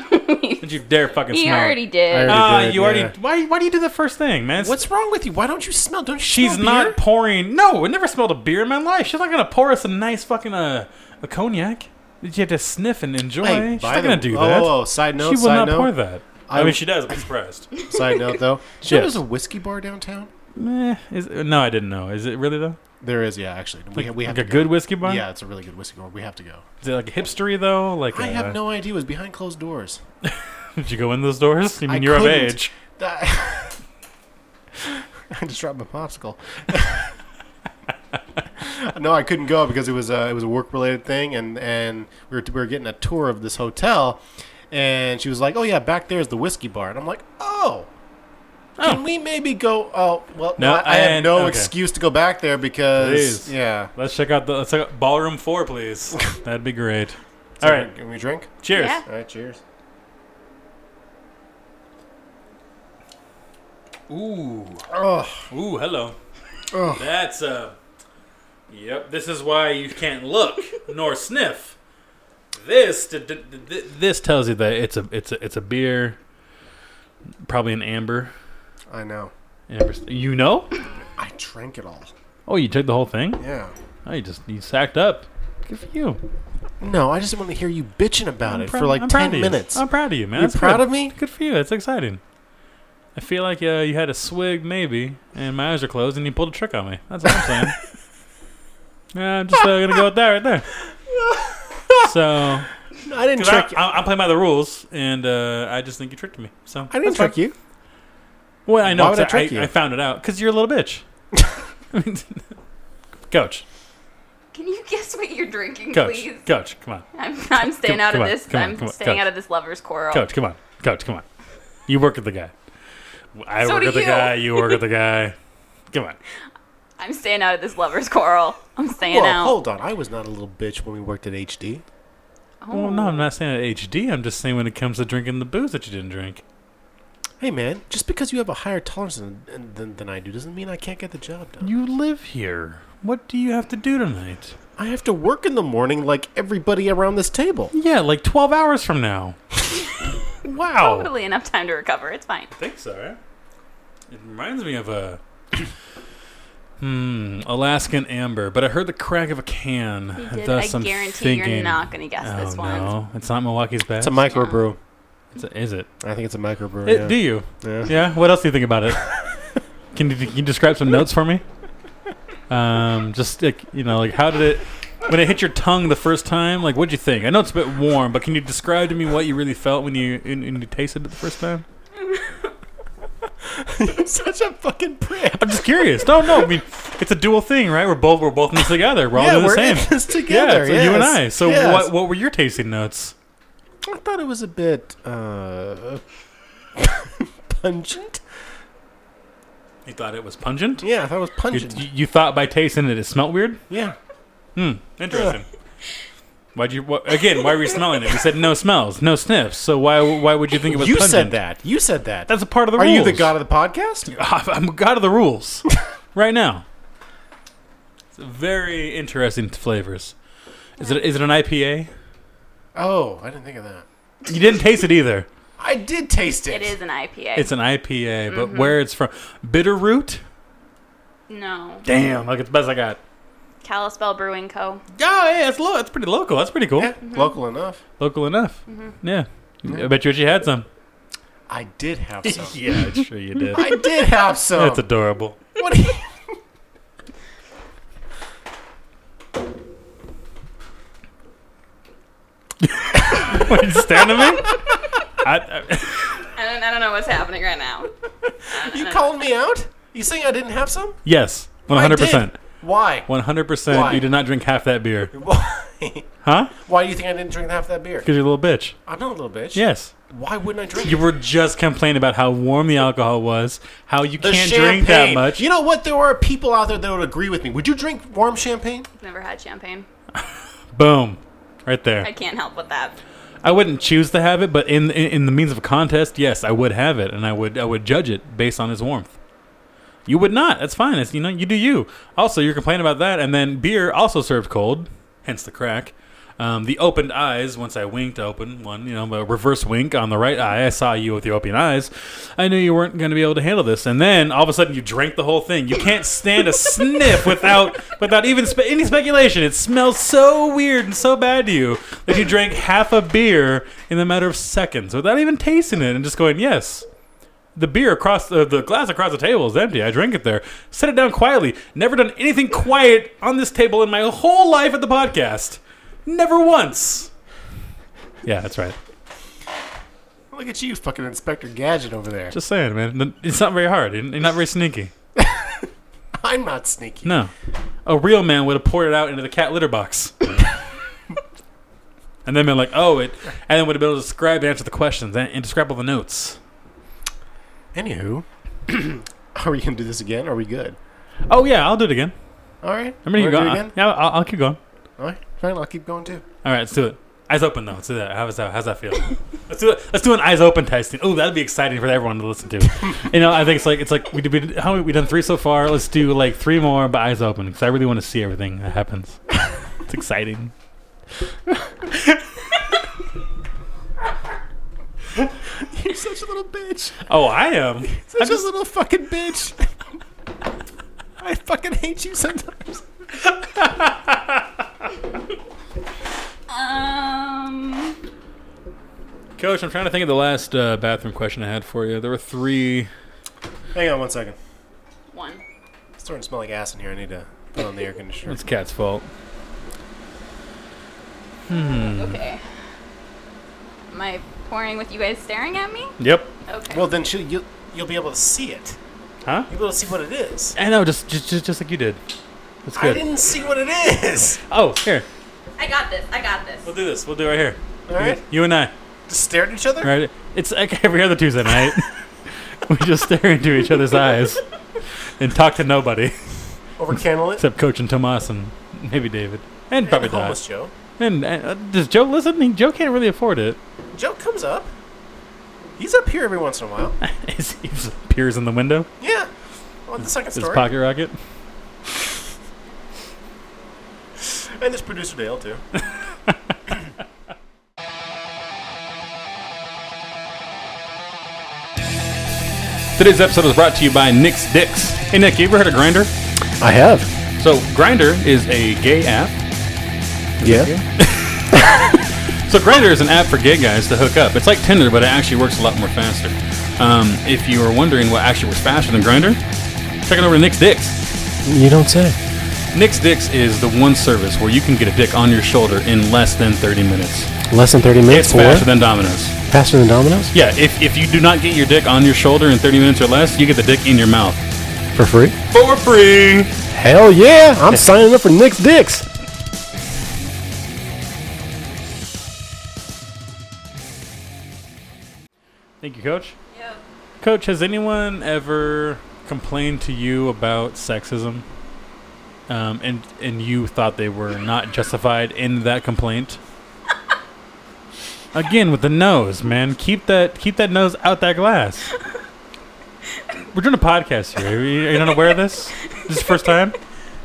S2: Don't you dare fucking
S3: He
S2: smell it.
S3: already did.
S1: I
S2: Ah,
S1: did,
S2: you
S1: yeah.
S2: already. Why? Why do you do the first thing, man? It's-
S1: What's wrong with you? Why don't you smell? Don't you
S2: She's
S1: smell
S2: not
S1: beer?
S2: pouring. No, I never smelled a beer in my life. She's not gonna pour us a nice fucking uh, a cognac. that You have to sniff and enjoy.
S1: Hey,
S2: She's
S1: by
S2: not
S1: the-
S2: gonna do
S1: oh,
S2: that.
S1: Oh, oh, side note.
S2: she will
S1: side
S2: not
S1: note,
S2: pour that. I,
S1: I-
S2: mean, she does. I'm surprised.
S1: Side note, though. Did you know
S2: Yes.
S1: there's a whiskey bar downtown?
S2: Meh, is, no, I didn't know. Is it really though?
S1: There is, yeah. Actually, we, ha- we have
S2: like a
S1: to
S2: good
S1: go.
S2: whiskey bar.
S1: Yeah, it's a really good whiskey bar. We have to go.
S2: Is it like hipstery though? Like
S1: I
S2: uh,
S1: have no idea. It was behind closed doors.
S2: Did you go in those doors? You
S1: I
S2: mean you're of
S1: couldn't.
S2: age?
S1: I I just dropped my popsicle. no, I couldn't go because it was a it was a work related thing, and and we were we were getting a tour of this hotel, and she was like, "Oh yeah, back there's the whiskey bar," and I'm like, "Oh." Can
S2: Oh.
S1: we maybe go? Oh well,
S2: No,
S1: no, I, I have
S2: and-
S1: no
S2: okay.
S1: excuse to go back there because
S2: Please.
S1: yeah.
S2: Let's check out the let's check out ballroom four, please. That'd be great.
S1: So,
S2: All right,
S1: can we drink?
S2: cheers.
S3: Yeah.
S1: All right, cheers.
S2: Ooh.
S1: Oh,
S2: Ooh, hello.
S1: Ugh.
S2: That's uh Yep, this is why you can't look nor sniff. This d- d- d- th- this tells you that it's a it's a it's a beer probably an amber.
S1: I know.
S2: Amber st- you know?
S1: I drank it all.
S2: Oh, you took the whole thing?
S1: Yeah.
S2: Oh, you just you sacked up. Good for you.
S1: No, I just want to hear you bitching about it
S2: Proud-
S1: for like
S2: I'm proud
S1: ten
S2: of you.
S1: minutes.
S2: I'm proud of you, man.
S1: You're
S2: That's
S1: proud
S2: good.
S1: of me?
S2: Good for you. That's exciting. I feel like uh, you had a swig, maybe, and my eyes are closed, and you pulled a trick on me. That's what I'm saying. yeah, I'm just uh, gonna go with that right there. So,
S1: No, I didn't
S2: Because I,
S1: trick you.
S2: I, I play by the rules, and uh, I just think you tricked me. So
S1: I didn't
S2: that's fine.
S1: trick you.
S2: Well, I know.
S1: Why would
S2: 'cause
S1: I trick you?
S2: I found it out because you're a little bitch. I mean, coach,
S3: Can you guess what you're drinking,
S2: coach,
S3: please?
S2: coach, come on,
S3: I'm, I'm staying
S2: Come-
S3: out of
S2: come on,
S3: this.
S2: come on,
S3: I'm
S2: come on,
S3: staying
S2: coach.
S3: out of this lovers' quarrel.
S2: coach, come on, coach, come on. You work with the guy. I
S3: So
S2: work
S3: do
S2: with the
S3: you.
S2: guy. You work with the guy. Come on.
S3: I'm staying out of this lovers' quarrel. I'm staying
S1: Well,
S3: out.
S1: hold on. I was not a little bitch when we worked at HD.
S3: Oh,
S2: Well, no, I'm not saying it HD. I'm just saying when it comes to drinking the booze that you didn't drink.
S1: Hey, man, just because you have a higher tolerance than, than, than I do doesn't mean I can't get the job done.
S2: You live here. What do you have to do tonight?
S1: I have to work in the morning like everybody around this table.
S2: Yeah, like 12 hours from now. wow.
S3: Totally enough time to recover. It's fine.
S2: think so. Right? It reminds me of a hmm Alaskan amber, but I heard the crack of a can.
S3: You did.
S2: Thus,
S3: I
S2: I'm
S3: guarantee you're
S2: thinking-
S3: not going to guess
S2: Oh
S3: this one.
S2: no, it's not Milwaukee's best.
S1: It's a microbrew.
S2: It's a- is it?
S1: I think it's a microbrew.
S2: It-
S1: yeah.
S2: Do you?
S1: Yeah.
S2: Yeah. What else do you think about it? can, you, can you describe some notes for me? Um, just like, you know, like how did it when it hit your tongue the first time? Like, what'd you think? I know it's a bit warm, but can you describe to me what you really felt when you when, when you tasted it the first time?
S1: You're such a fucking prick.
S2: I'm just curious. No, no. I mean, it's a dual thing, right? We're both we're both in this together. We're all
S1: yeah,
S2: doing
S1: we're
S2: the
S1: in
S2: same.
S1: this together.
S2: yeah, it's you and
S1: yes,
S2: I. So
S1: yes.
S2: what what were your tasting notes?
S1: I thought it was a bit uh, pungent.
S2: You thought it was pungent.
S1: Yeah, I thought it was
S2: You,
S1: pungent.
S2: you- you thought by tasting it, it smelled weird.
S1: yeah,
S2: Hmm. Interesting. Why'd you what, again? Why were you smelling it? We said no smells, no sniffs. So why why would you think it was?
S1: you
S2: pungent?
S1: said that. You said that.
S2: That's a part of the
S1: Are
S2: rules.
S1: you the god of the podcast?
S2: I'm god of the rules. right now. It's very interesting flavors. Is it is it an IPA?
S1: Oh, I didn't think of that.
S2: You didn't taste it either.
S1: I did taste it.
S3: It is an IPA.
S2: It's an IPA, but where it's from, Bitterroot.
S3: no.
S2: Damn, like it's the best I got.
S3: Kalispell Brewing Co.
S2: Yeah, yeah, it's lo- That's pretty local. That's pretty cool.
S1: Yeah, local enough.
S2: Local enough. Yeah. I bet you wish you had some.
S1: I did have some.
S2: yeah, sure you did.
S1: I did have some.
S2: That's adorable.
S1: What are you?
S2: What, you staring at me? I, uh, I,
S3: I don't, I don't know what's happening right now.
S1: You calling me out? You saying I didn't have some?
S2: yes, one
S1: I
S2: hundred
S1: did.
S2: percent.
S1: Why?
S2: One hundred
S1: Why?
S2: percent. You did not drink half that beer,
S1: Why?
S2: huh?
S1: Why do you think I didn't drink half that beer?
S2: Because you're a little bitch.
S1: I'm not a little bitch.
S2: Yes.
S1: Why wouldn't I drink?
S2: You were just complaining about how warm the alcohol was, how you
S1: The
S2: can't drink that
S1: champagne.
S2: much.
S1: You know what? There are people out there that would agree with me. Would you drink warm champagne?
S3: Never had champagne.
S2: Boom, right there.
S3: I can't help with that.
S2: I wouldn't choose to have it, but in, in in the means of a contest, yes, I would have it, and I would I would judge it based on its warmth. You would not. That's fine. It's, you know, you do you. Also, you're complaining about that, and then beer also served cold, hence the crack. Um, the opened eyes. Once I winked open one, you know, a reverse wink on the right eye. I saw you with the open eyes. I knew you weren't going to be able to handle this, and then all of a sudden you drank the whole thing. You can't stand a sniff without without even spe- any speculation. It smells so weird and so bad to you that you drank half a beer in the matter of seconds without even tasting it and just going, yes, the beer across uh, the, the glass across the table is empty. I drank it there. Set it down quietly. Never done anything quiet on this table in my whole life at the podcast. Never once. Yeah, that's right.
S1: Look at you, fucking Inspector Gadget over there.
S2: Just saying, man. It's not very hard. You're not very sneaky.
S1: I'm not sneaky.
S2: No. A real man would have poured it out into the cat litter box. and then been like, oh, it. And then would have been able to describe and answer the questions and, and describe all the notes.
S1: Anywho, are we gonna do this again? Are we good?
S2: Oh, yeah, I'll do it again.
S1: All right.
S2: I'm
S1: Wanna
S2: going to keep
S1: do it
S2: going.
S1: again?
S2: Yeah, I'll, I'll keep going.
S1: All right. Fine. I'll keep going too.
S2: All right, let's do it. Eyes open though. Let's do that. How's that? How's that feel? let's do it. Let's do an eyes open testing. Oh, that'd be exciting for everyone to listen to. you know, I think it's like it's like we did. We did how many, we done three so far? Let's do like three more, but eyes open because I really want to see everything that happens. it's exciting.
S1: You're such a little bitch.
S2: Oh, I am.
S1: Such
S2: I'm
S1: a
S2: just-
S1: little fucking bitch. I fucking hate you sometimes.
S3: Um,
S2: Coach, I'm trying to think of the last uh, bathroom question I had for you. There were three.
S1: Hang on one second.
S3: one.
S1: It's starting to smell like ass in here. I need to put on the air conditioner.
S2: It's Cat's fault.
S3: Okay. Am I pouring with you guys staring at me?
S2: Yep.
S3: Okay.
S1: Well, then she'll, you'll, you'll be able to see it.
S2: Huh?
S1: You'll be able to see what it is.
S2: I know, just just just, just like you did. That's
S1: I
S2: good.
S1: didn't see what it is.
S2: Oh, here.
S3: I got this. I got this.
S2: We'll do this. We'll do it right here.
S1: All right.
S2: You, you and I.
S1: Just stare at each other.
S2: Right. It's like every other Tuesday night. we just stare into each other's eyes and talk to nobody
S1: Over candle it.
S2: except Coach and Tomas and maybe David and
S1: Probably
S2: probably Doc.
S1: homeless Joe.
S2: And uh, does Joe listen? He- Joe can't really afford it.
S1: Joe comes up. He's up here every once in a while.
S2: he just peers in the window.
S1: Yeah. On the second
S2: His
S1: story.
S2: pocket rocket.
S1: And this producer Dale too.
S2: Today's episode is brought to you by Nick's Dicks. Hey Nick, you ever heard of Grinder?
S1: I have.
S2: So Grinder is a gay app.
S1: Yeah.
S2: So Grinder is an app for gay guys to hook up. It's like Tinder, but it actually works a lot more faster. Um, if you were wondering what actually works faster than Grinder, check it over to Nick's Dicks.
S1: You don't say.
S2: Nick's Dicks is the one service where you can get a dick on your shoulder in less than 30 minutes.
S1: Less than thirty
S2: It's
S1: minutes.
S2: faster than Domino's.
S1: faster than Domino's
S2: Yeah, if, if you do not get your dick on your shoulder in 30 minutes or less, you get the dick in your mouth.
S1: for free.
S2: For free!
S1: Hell yeah! I'm signing up for Nick's Dicks.
S2: Thank you, Coach. Coach, has anyone ever complained to you about sexism? Um, and and you thought they were not justified in that complaint? Again with the nose, man. Keep that keep that nose out that glass. We're doing a podcast here. Are you, are you not aware of this? This is the first time.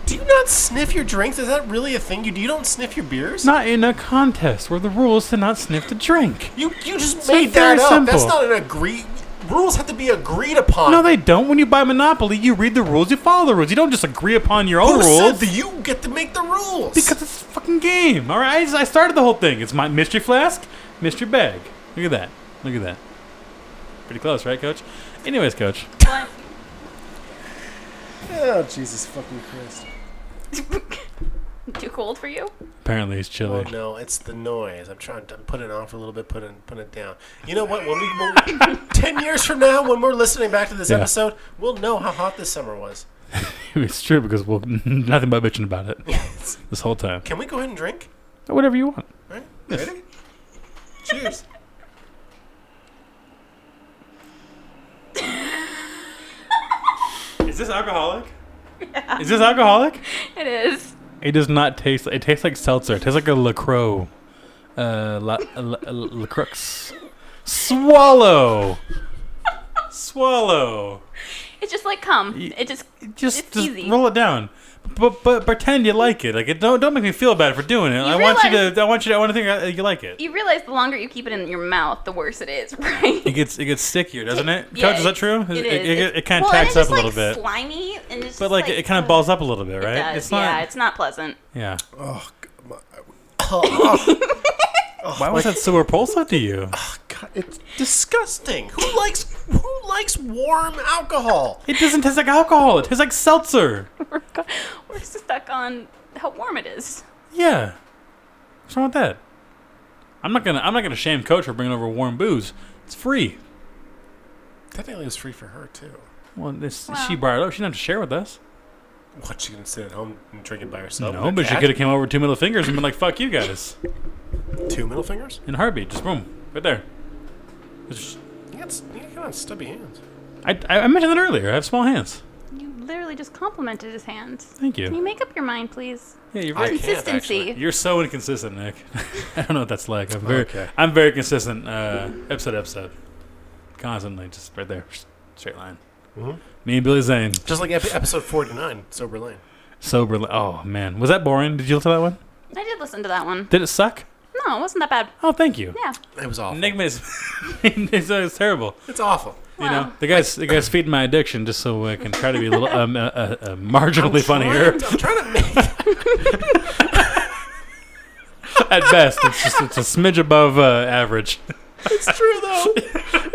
S1: Do you not sniff your drinks? Is that really a thing? You do you don't sniff your beers?
S2: Not in a contest where the rules to not sniff the drink.
S1: You you just
S2: So
S1: made
S2: very
S1: that up. That's
S2: simple.
S1: not an agree. Rules have to be agreed upon.
S2: No, they don't. When you buy Monopoly, you read the rules, you follow the rules. You don't just agree upon your own
S1: Who
S2: rules.
S1: said that you get to make the rules?
S2: Because it's a fucking game. All right, I just- I started the whole thing. It's my mystery flask, mystery bag. Look at that. Look at that. Pretty close, right, Coach? Anyways, Coach.
S1: oh Jesus fucking Christ!
S3: Too cold for you?
S2: Apparently, he's
S1: Oh
S2: chilly.
S1: no, it's the noise. I'm trying to put it on for a little bit. Put it put it down. You know what? When we when, ten years from now, when we're listening back to this
S2: Yeah.
S1: episode, we'll know how hot this summer was.
S2: it's true because we'll nothing but bitching about it this whole time.
S1: Can we go ahead and drink?
S2: Whatever you want.
S1: All right, ready? Cheers.
S2: Is this alcoholic? Is this alcoholic?
S3: It is.
S2: It does not taste. It tastes like seltzer. It tastes like a Lacroix. Uh, la, la, la, Lacroix. Swallow. Swallow.
S3: It's just like cum. It just.
S2: just,
S3: It's
S2: just
S3: easy.
S2: roll it down. But but pretend you like it. Like it, don't don't make me feel bad for doing it. I want you
S3: realize-
S2: to I want you to I want to think uh, you like it.
S3: You realize the longer you keep it in your mouth, the worse it is, right?
S2: It gets it gets stickier, doesn't it?
S3: Yeah,
S2: Coach, is that true?
S3: It,
S2: It, it,
S3: is. It's-
S2: kind of
S3: well, and
S2: tacks up
S3: it's just,
S2: a little bit,
S3: like, Slimy and it's
S2: but
S3: just,
S2: like,
S3: like,
S2: it kind
S3: uh,
S2: of balls up a little bit,
S3: it
S2: right?
S3: does,
S2: It's not.
S3: Yeah, it's not pleasant.
S2: yeah.
S1: Oh,
S2: Why was that so repulsive to you?
S1: God, it's disgusting. Who likes who likes warm alcohol?
S2: It doesn't taste like alcohol. It tastes like seltzer.
S3: We're, go- we're stuck on how warm it is.
S2: Yeah. What's wrong with that? I'm not gonna I'm not gonna shame Coach for bringing over warm booze. It's free.
S1: Technically, it was free for her too.
S2: Well, this she
S3: Well.
S2: brought it up. She didn't have to share with us.
S1: What she gonna sit at home and drink it by herself?
S2: No, but she could have came over with two middle fingers and been like, "Fuck you guys,"
S1: have two middle fingers.
S2: in a heartbeat. Just boom, right there. It's-
S1: You got, s- you got kind of stubby hands.
S2: I, I I mentioned that earlier. I have small hands.
S3: You literally just complimented his hands.
S2: Thank
S3: Can you
S2: you.
S3: make up your mind, please?
S2: Yeah, you're right.
S1: can't, actually.
S3: Consistency.
S2: You're so inconsistent, Nick. I don't know what that's like. I'm very
S1: Okay.
S2: I'm very consistent. Uh, episode to episode, constantly, just right there, straight line. Me and Billy Zane,
S1: Just like epi- episode forty-nine, sober lane.
S2: sober. Li- oh man, was that boring? Did you listen to that one?
S3: I did listen to that one.
S2: Did it suck?
S3: No, it wasn't that bad.
S2: Oh, thank you.
S3: Yeah.
S1: It was awful.
S2: Nick is it's, it's terrible.
S1: It's awful.
S2: You know,
S3: Wow.
S2: the guys, the guys feed my addiction just so I can try to be a little um, uh, uh, uh, marginally funnier
S1: I'm trying to make.
S2: at best. It's just it's a smidge above uh, average.
S1: It's true though.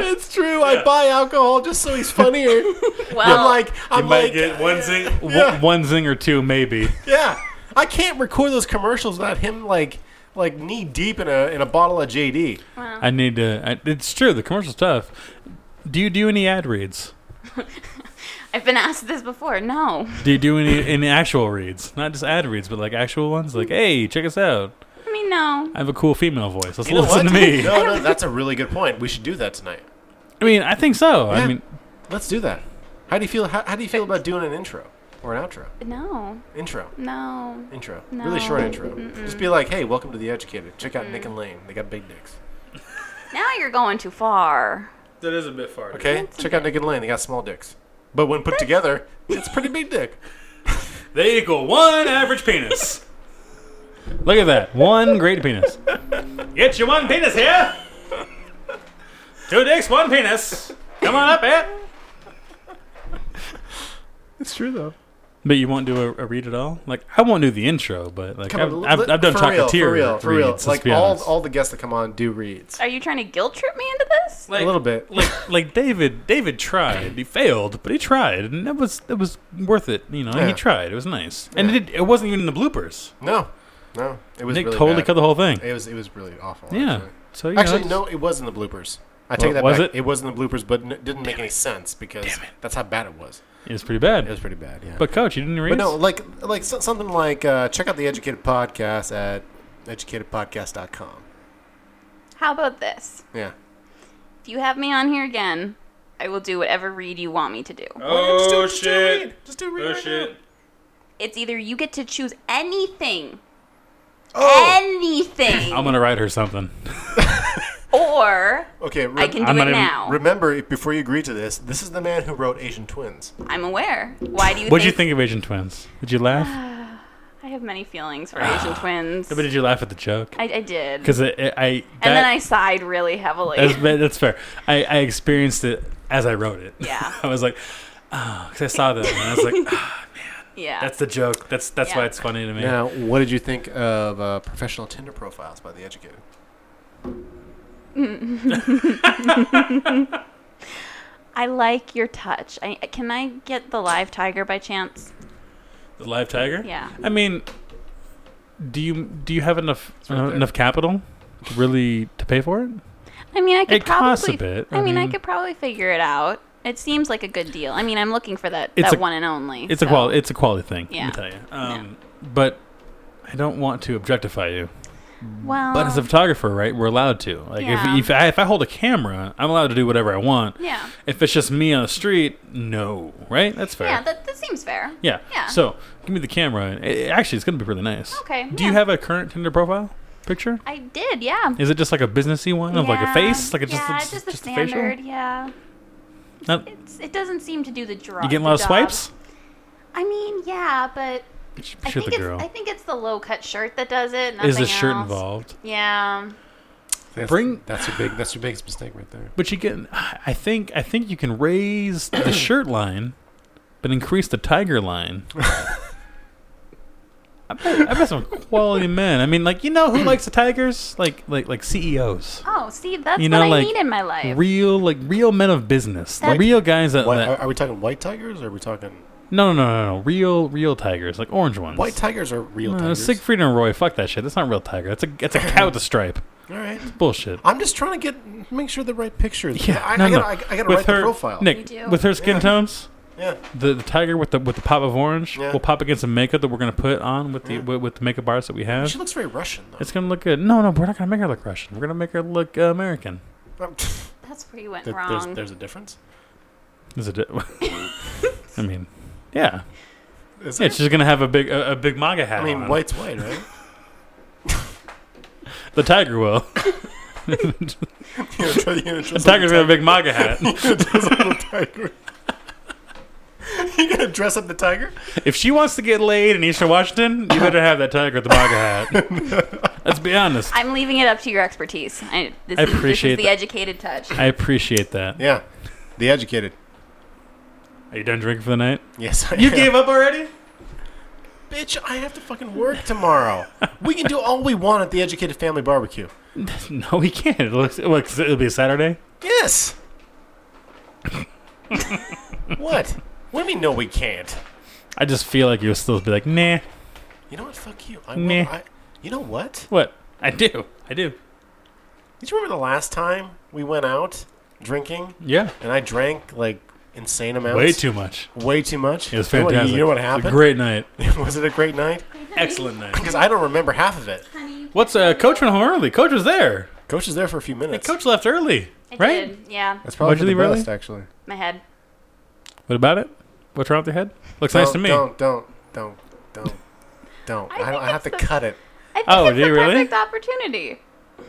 S1: It's true. I buy alcohol just so he's funnier. I'm
S3: Well,
S1: like, I'm like,
S2: one zing,
S1: Yeah.
S2: one zing or two maybe.
S1: yeah. I can't record those commercials without him like like knee deep in a in a bottle of JD.
S2: I need to. I, it's true. The commercial stuff. Do you do any ad reads?
S3: I've been asked this before. No.
S2: Do you do any any actual reads? Not just ad reads, but like actual ones. Like, hey, check us out.
S3: I mean, no.
S2: I have a cool female voice. Let's
S1: You know
S2: listen
S1: what?
S2: to me.
S1: No, no, that's a really good point. We should do that tonight.
S2: I mean, I think so.
S1: Yeah.
S2: I mean,
S1: Let's do that. How do you feel? How, how do you feel about doing an intro or an outro?
S3: No.
S1: Intro.
S3: No.
S1: Intro.
S3: No.
S1: Really short intro. Just be like, hey, welcome to the Educated. Check out Nick and Lane. They got big dicks.
S3: Now you're going too far.
S2: that is a bit far.
S1: Okay. Check out Nick and Lane. They got small dicks. But when put together, it's pretty big dick.
S2: They equal one average penis. Look at that. One great penis. Get your one penis here. Two dicks, one penis. Come on up, it.
S1: It's true though.
S2: But you won't do a, a read at all? Like, I won't do the intro, but like,
S1: Come
S2: I've,
S1: on,
S2: I've,
S1: let-
S2: I've done
S1: for real,
S2: chocolatier
S1: for real, for
S2: reads.
S1: real.
S2: let's
S1: Like
S2: be
S1: all,
S2: honest.
S1: all the guests that come on do reads.
S3: Are you trying to guilt trip me into this?
S2: like,
S1: a little bit.
S2: Like, like David, David tried. He failed, but he tried, and that was that was worth it. You know,
S1: Yeah.
S2: he tried. It was nice, and it, it wasn't even in the bloopers.
S1: No, no, it was
S2: Nick
S1: really
S2: totally
S1: bad.
S2: cut the whole thing.
S1: It was it was really awful.
S2: yeah.
S1: actually.
S2: So you know,
S1: Actually,
S2: that's-
S1: no, it was in the bloopers. I take
S2: Well,
S1: that
S2: was
S1: back.
S2: it?
S1: It was in the bloopers, but n- it didn't make any sense because
S2: Damn it.
S1: that's how bad it was.
S2: It was pretty bad.
S1: It was pretty bad. Yeah.
S2: But coach, you didn't read.
S1: But no, like like so- something like uh, check out the Educated Podcast at educatedpodcast.com.
S3: How about this?
S1: Yeah.
S3: If you have me on here again, I will do whatever read you want me to do.
S2: Oh
S1: read. Just do read. right now.
S3: It's either you get to choose anything,
S1: Oh.
S3: anything,
S2: I'm gonna write her something.
S3: or
S1: Okay. Re-
S3: I can
S2: Oh.
S3: do
S2: I'm
S3: it
S2: not even-
S3: now.
S1: remember if- before you agree to this. This is the man who wrote Asian Twins.
S3: I'm aware. Why do you?
S2: What did you
S3: think?
S2: think of Asian Twins? Did you laugh?
S3: I have many feelings
S2: Ah.
S3: for Asian twins.
S2: but did you laugh at the joke?
S3: I, I did.
S2: Because I, I
S3: and then
S2: that-
S3: I sighed really heavily.
S2: that's, that- that's fair. I, I experienced it as I wrote it.
S3: Yeah.
S2: I was like, oh, because I saw that and I was like, ah,
S3: yeah.
S2: that's the joke. That's that's why
S3: Yeah.
S2: it's funny to me.
S1: Now, what did you think of uh, professional Tinder profiles by the Educated?
S3: I like your touch. I, can I get the live tiger by chance?
S2: The live tiger.
S3: Yeah.
S2: I mean, do you do you have enough
S1: right
S2: uh,
S1: there.
S2: enough capital to really to pay for it?
S3: I mean, I could
S2: It
S3: probably.
S2: costs a bit.
S3: I, mean,
S2: I
S3: I
S2: mean-
S3: could probably figure it out. It seems like a good deal. I mean, I'm looking for that
S2: It's
S3: that
S2: a-
S3: one and only.
S2: It's a
S3: so-
S2: quality. It's a quality thing.
S3: Yeah.
S2: Let me tell you. Um, But I don't want to objectify you.
S3: Well,
S2: But as a photographer, right, we're allowed to. Like
S3: Oh. Yeah.
S2: if if I, if I hold a camera, I'm allowed to do whatever I want.
S3: yeah,
S2: If it's just me on the street, no, right? That's fair.
S3: yeah, that, that seems fair.
S2: yeah.
S3: yeah.
S2: So give me the camera. and It, it- actually, it's gonna be really nice.
S3: Okay,
S2: Do
S3: yeah.
S2: you have a current Tinder profile picture?
S3: I did, yeah.
S2: Is it just like a businessy one of like a
S3: Yeah,
S2: face, like it just
S3: yeah,
S2: looks-
S3: just the
S2: just a
S3: standard.
S2: facial?
S3: Yeah,
S2: Not,
S3: it's, it doesn't seem to do the draw.
S2: you getting a
S3: the
S2: lot of
S3: job.
S2: swipes?
S3: I mean, yeah, but I
S2: Shoot
S3: think
S2: the
S3: it's
S2: girl.
S3: I think it's the low cut shirt that does it. Nothing
S2: Is the shirt
S3: else.
S2: involved?
S3: Yeah,
S1: That's,
S2: Bring-
S1: that's your big that's your biggest mistake right there.
S2: But you can, I think, I think you can raise the shirt line, but increase the tiger line. I bet, I bet some quality men. I mean, like you know who likes the tigers? Like like like CEOs,
S3: Oh, see, that's
S2: You know,
S3: what I
S2: like,
S3: need in my life.
S2: real like real men of business, like
S1: Like-
S2: real guys that,
S1: What,
S2: that-
S1: are, are we talking white tigers or are we talking
S2: no no no no no real real tigers like orange ones.
S1: white tigers are real
S2: No,
S1: tigers?
S2: Siegfried and Roy, fuck that shit. That's not real tiger. That's a that's a cow with a stripe.
S1: All right.
S2: Bullshit.
S1: I'm just trying to get make sure the right pictures.
S2: Yeah,
S1: I,
S2: no,
S1: I
S2: no.
S1: gotta, I, I gotta
S2: with
S1: write
S2: her
S1: the profile.
S3: You
S2: Nick,
S3: do?
S2: with her skin
S1: Yeah.
S2: tones.
S1: Yeah.
S2: the, the tiger with the with the pop of orange
S1: Yeah.
S2: will pop against the makeup that we're gonna put on with the
S1: Yeah.
S2: with, with the makeup artists that we have.
S1: She looks very Russian though.
S2: It's gonna look good. No, no, we're not gonna make her look Russian. We're gonna make her look uh, American.
S1: Um,
S3: That's where you went
S1: there-
S3: wrong.
S1: there's, there's a difference.
S2: Is it? I mean, yeah,
S1: Is
S2: yeah.
S1: there?
S2: She's gonna have a big a, a big MAGA hat.
S1: I mean,
S2: on.
S1: white's white, right?
S2: The tiger will. the
S1: you know, try- you know, dress like
S2: tiger's gonna have a big MAGA hat.
S1: the tiger. you gonna dress up the tiger?
S2: if she wants to get laid in Eastern Washington, you better have that tiger with the MAGA hat. Let's be honest.
S3: I'm leaving it up to your expertise. I, this
S2: I
S3: is,
S2: appreciate
S3: this is the
S2: that.
S3: educated touch.
S2: I appreciate that.
S1: Yeah. The educated.
S2: Are you done drinking for the night?
S1: Yes. I
S2: You
S1: am.
S2: gave up already?
S1: Bitch, I have to fucking work tomorrow. we can do all we want at the Educated Family Barbecue.
S2: No, we can't. It looks, it looks, it'll be a Saturday.
S1: Yes. what? What do you mean? No, we can't.
S2: I just feel like you'll still be like, nah.
S1: You know what? Fuck you. I,
S2: Meh.
S1: will, I You know what?
S2: What? I do. I do.
S1: Did you remember the last time we went out drinking
S2: Yeah.
S1: and I drank like insane amounts?
S2: Way too much.
S1: way too much.
S2: It was
S1: You know what-
S2: fantastic.
S1: You know what
S2: It was a
S1: happened?
S2: great night.
S1: was it a great night?
S2: Excellent night.
S1: Because I don't remember half of it.
S2: What's uh, Coach went home early? Coach was there.
S1: Coach was there for a few minutes.
S2: Coach left early,
S3: It
S2: right?
S3: did. Yeah.
S1: That's probably
S2: Why'd
S1: for
S2: you
S1: the
S2: leave early?
S1: best, actually.
S3: My head.
S2: What about it? What's wrong with your head? Looks nice
S1: Don't-
S2: to me.
S1: Don't, don't, don't, don't, don't.
S3: I
S1: I, don't,
S3: think
S1: I have to
S3: it's
S1: cut it.
S3: I think
S2: Oh,
S3: it's
S2: do
S3: the
S2: you really?
S3: perfect opportunity.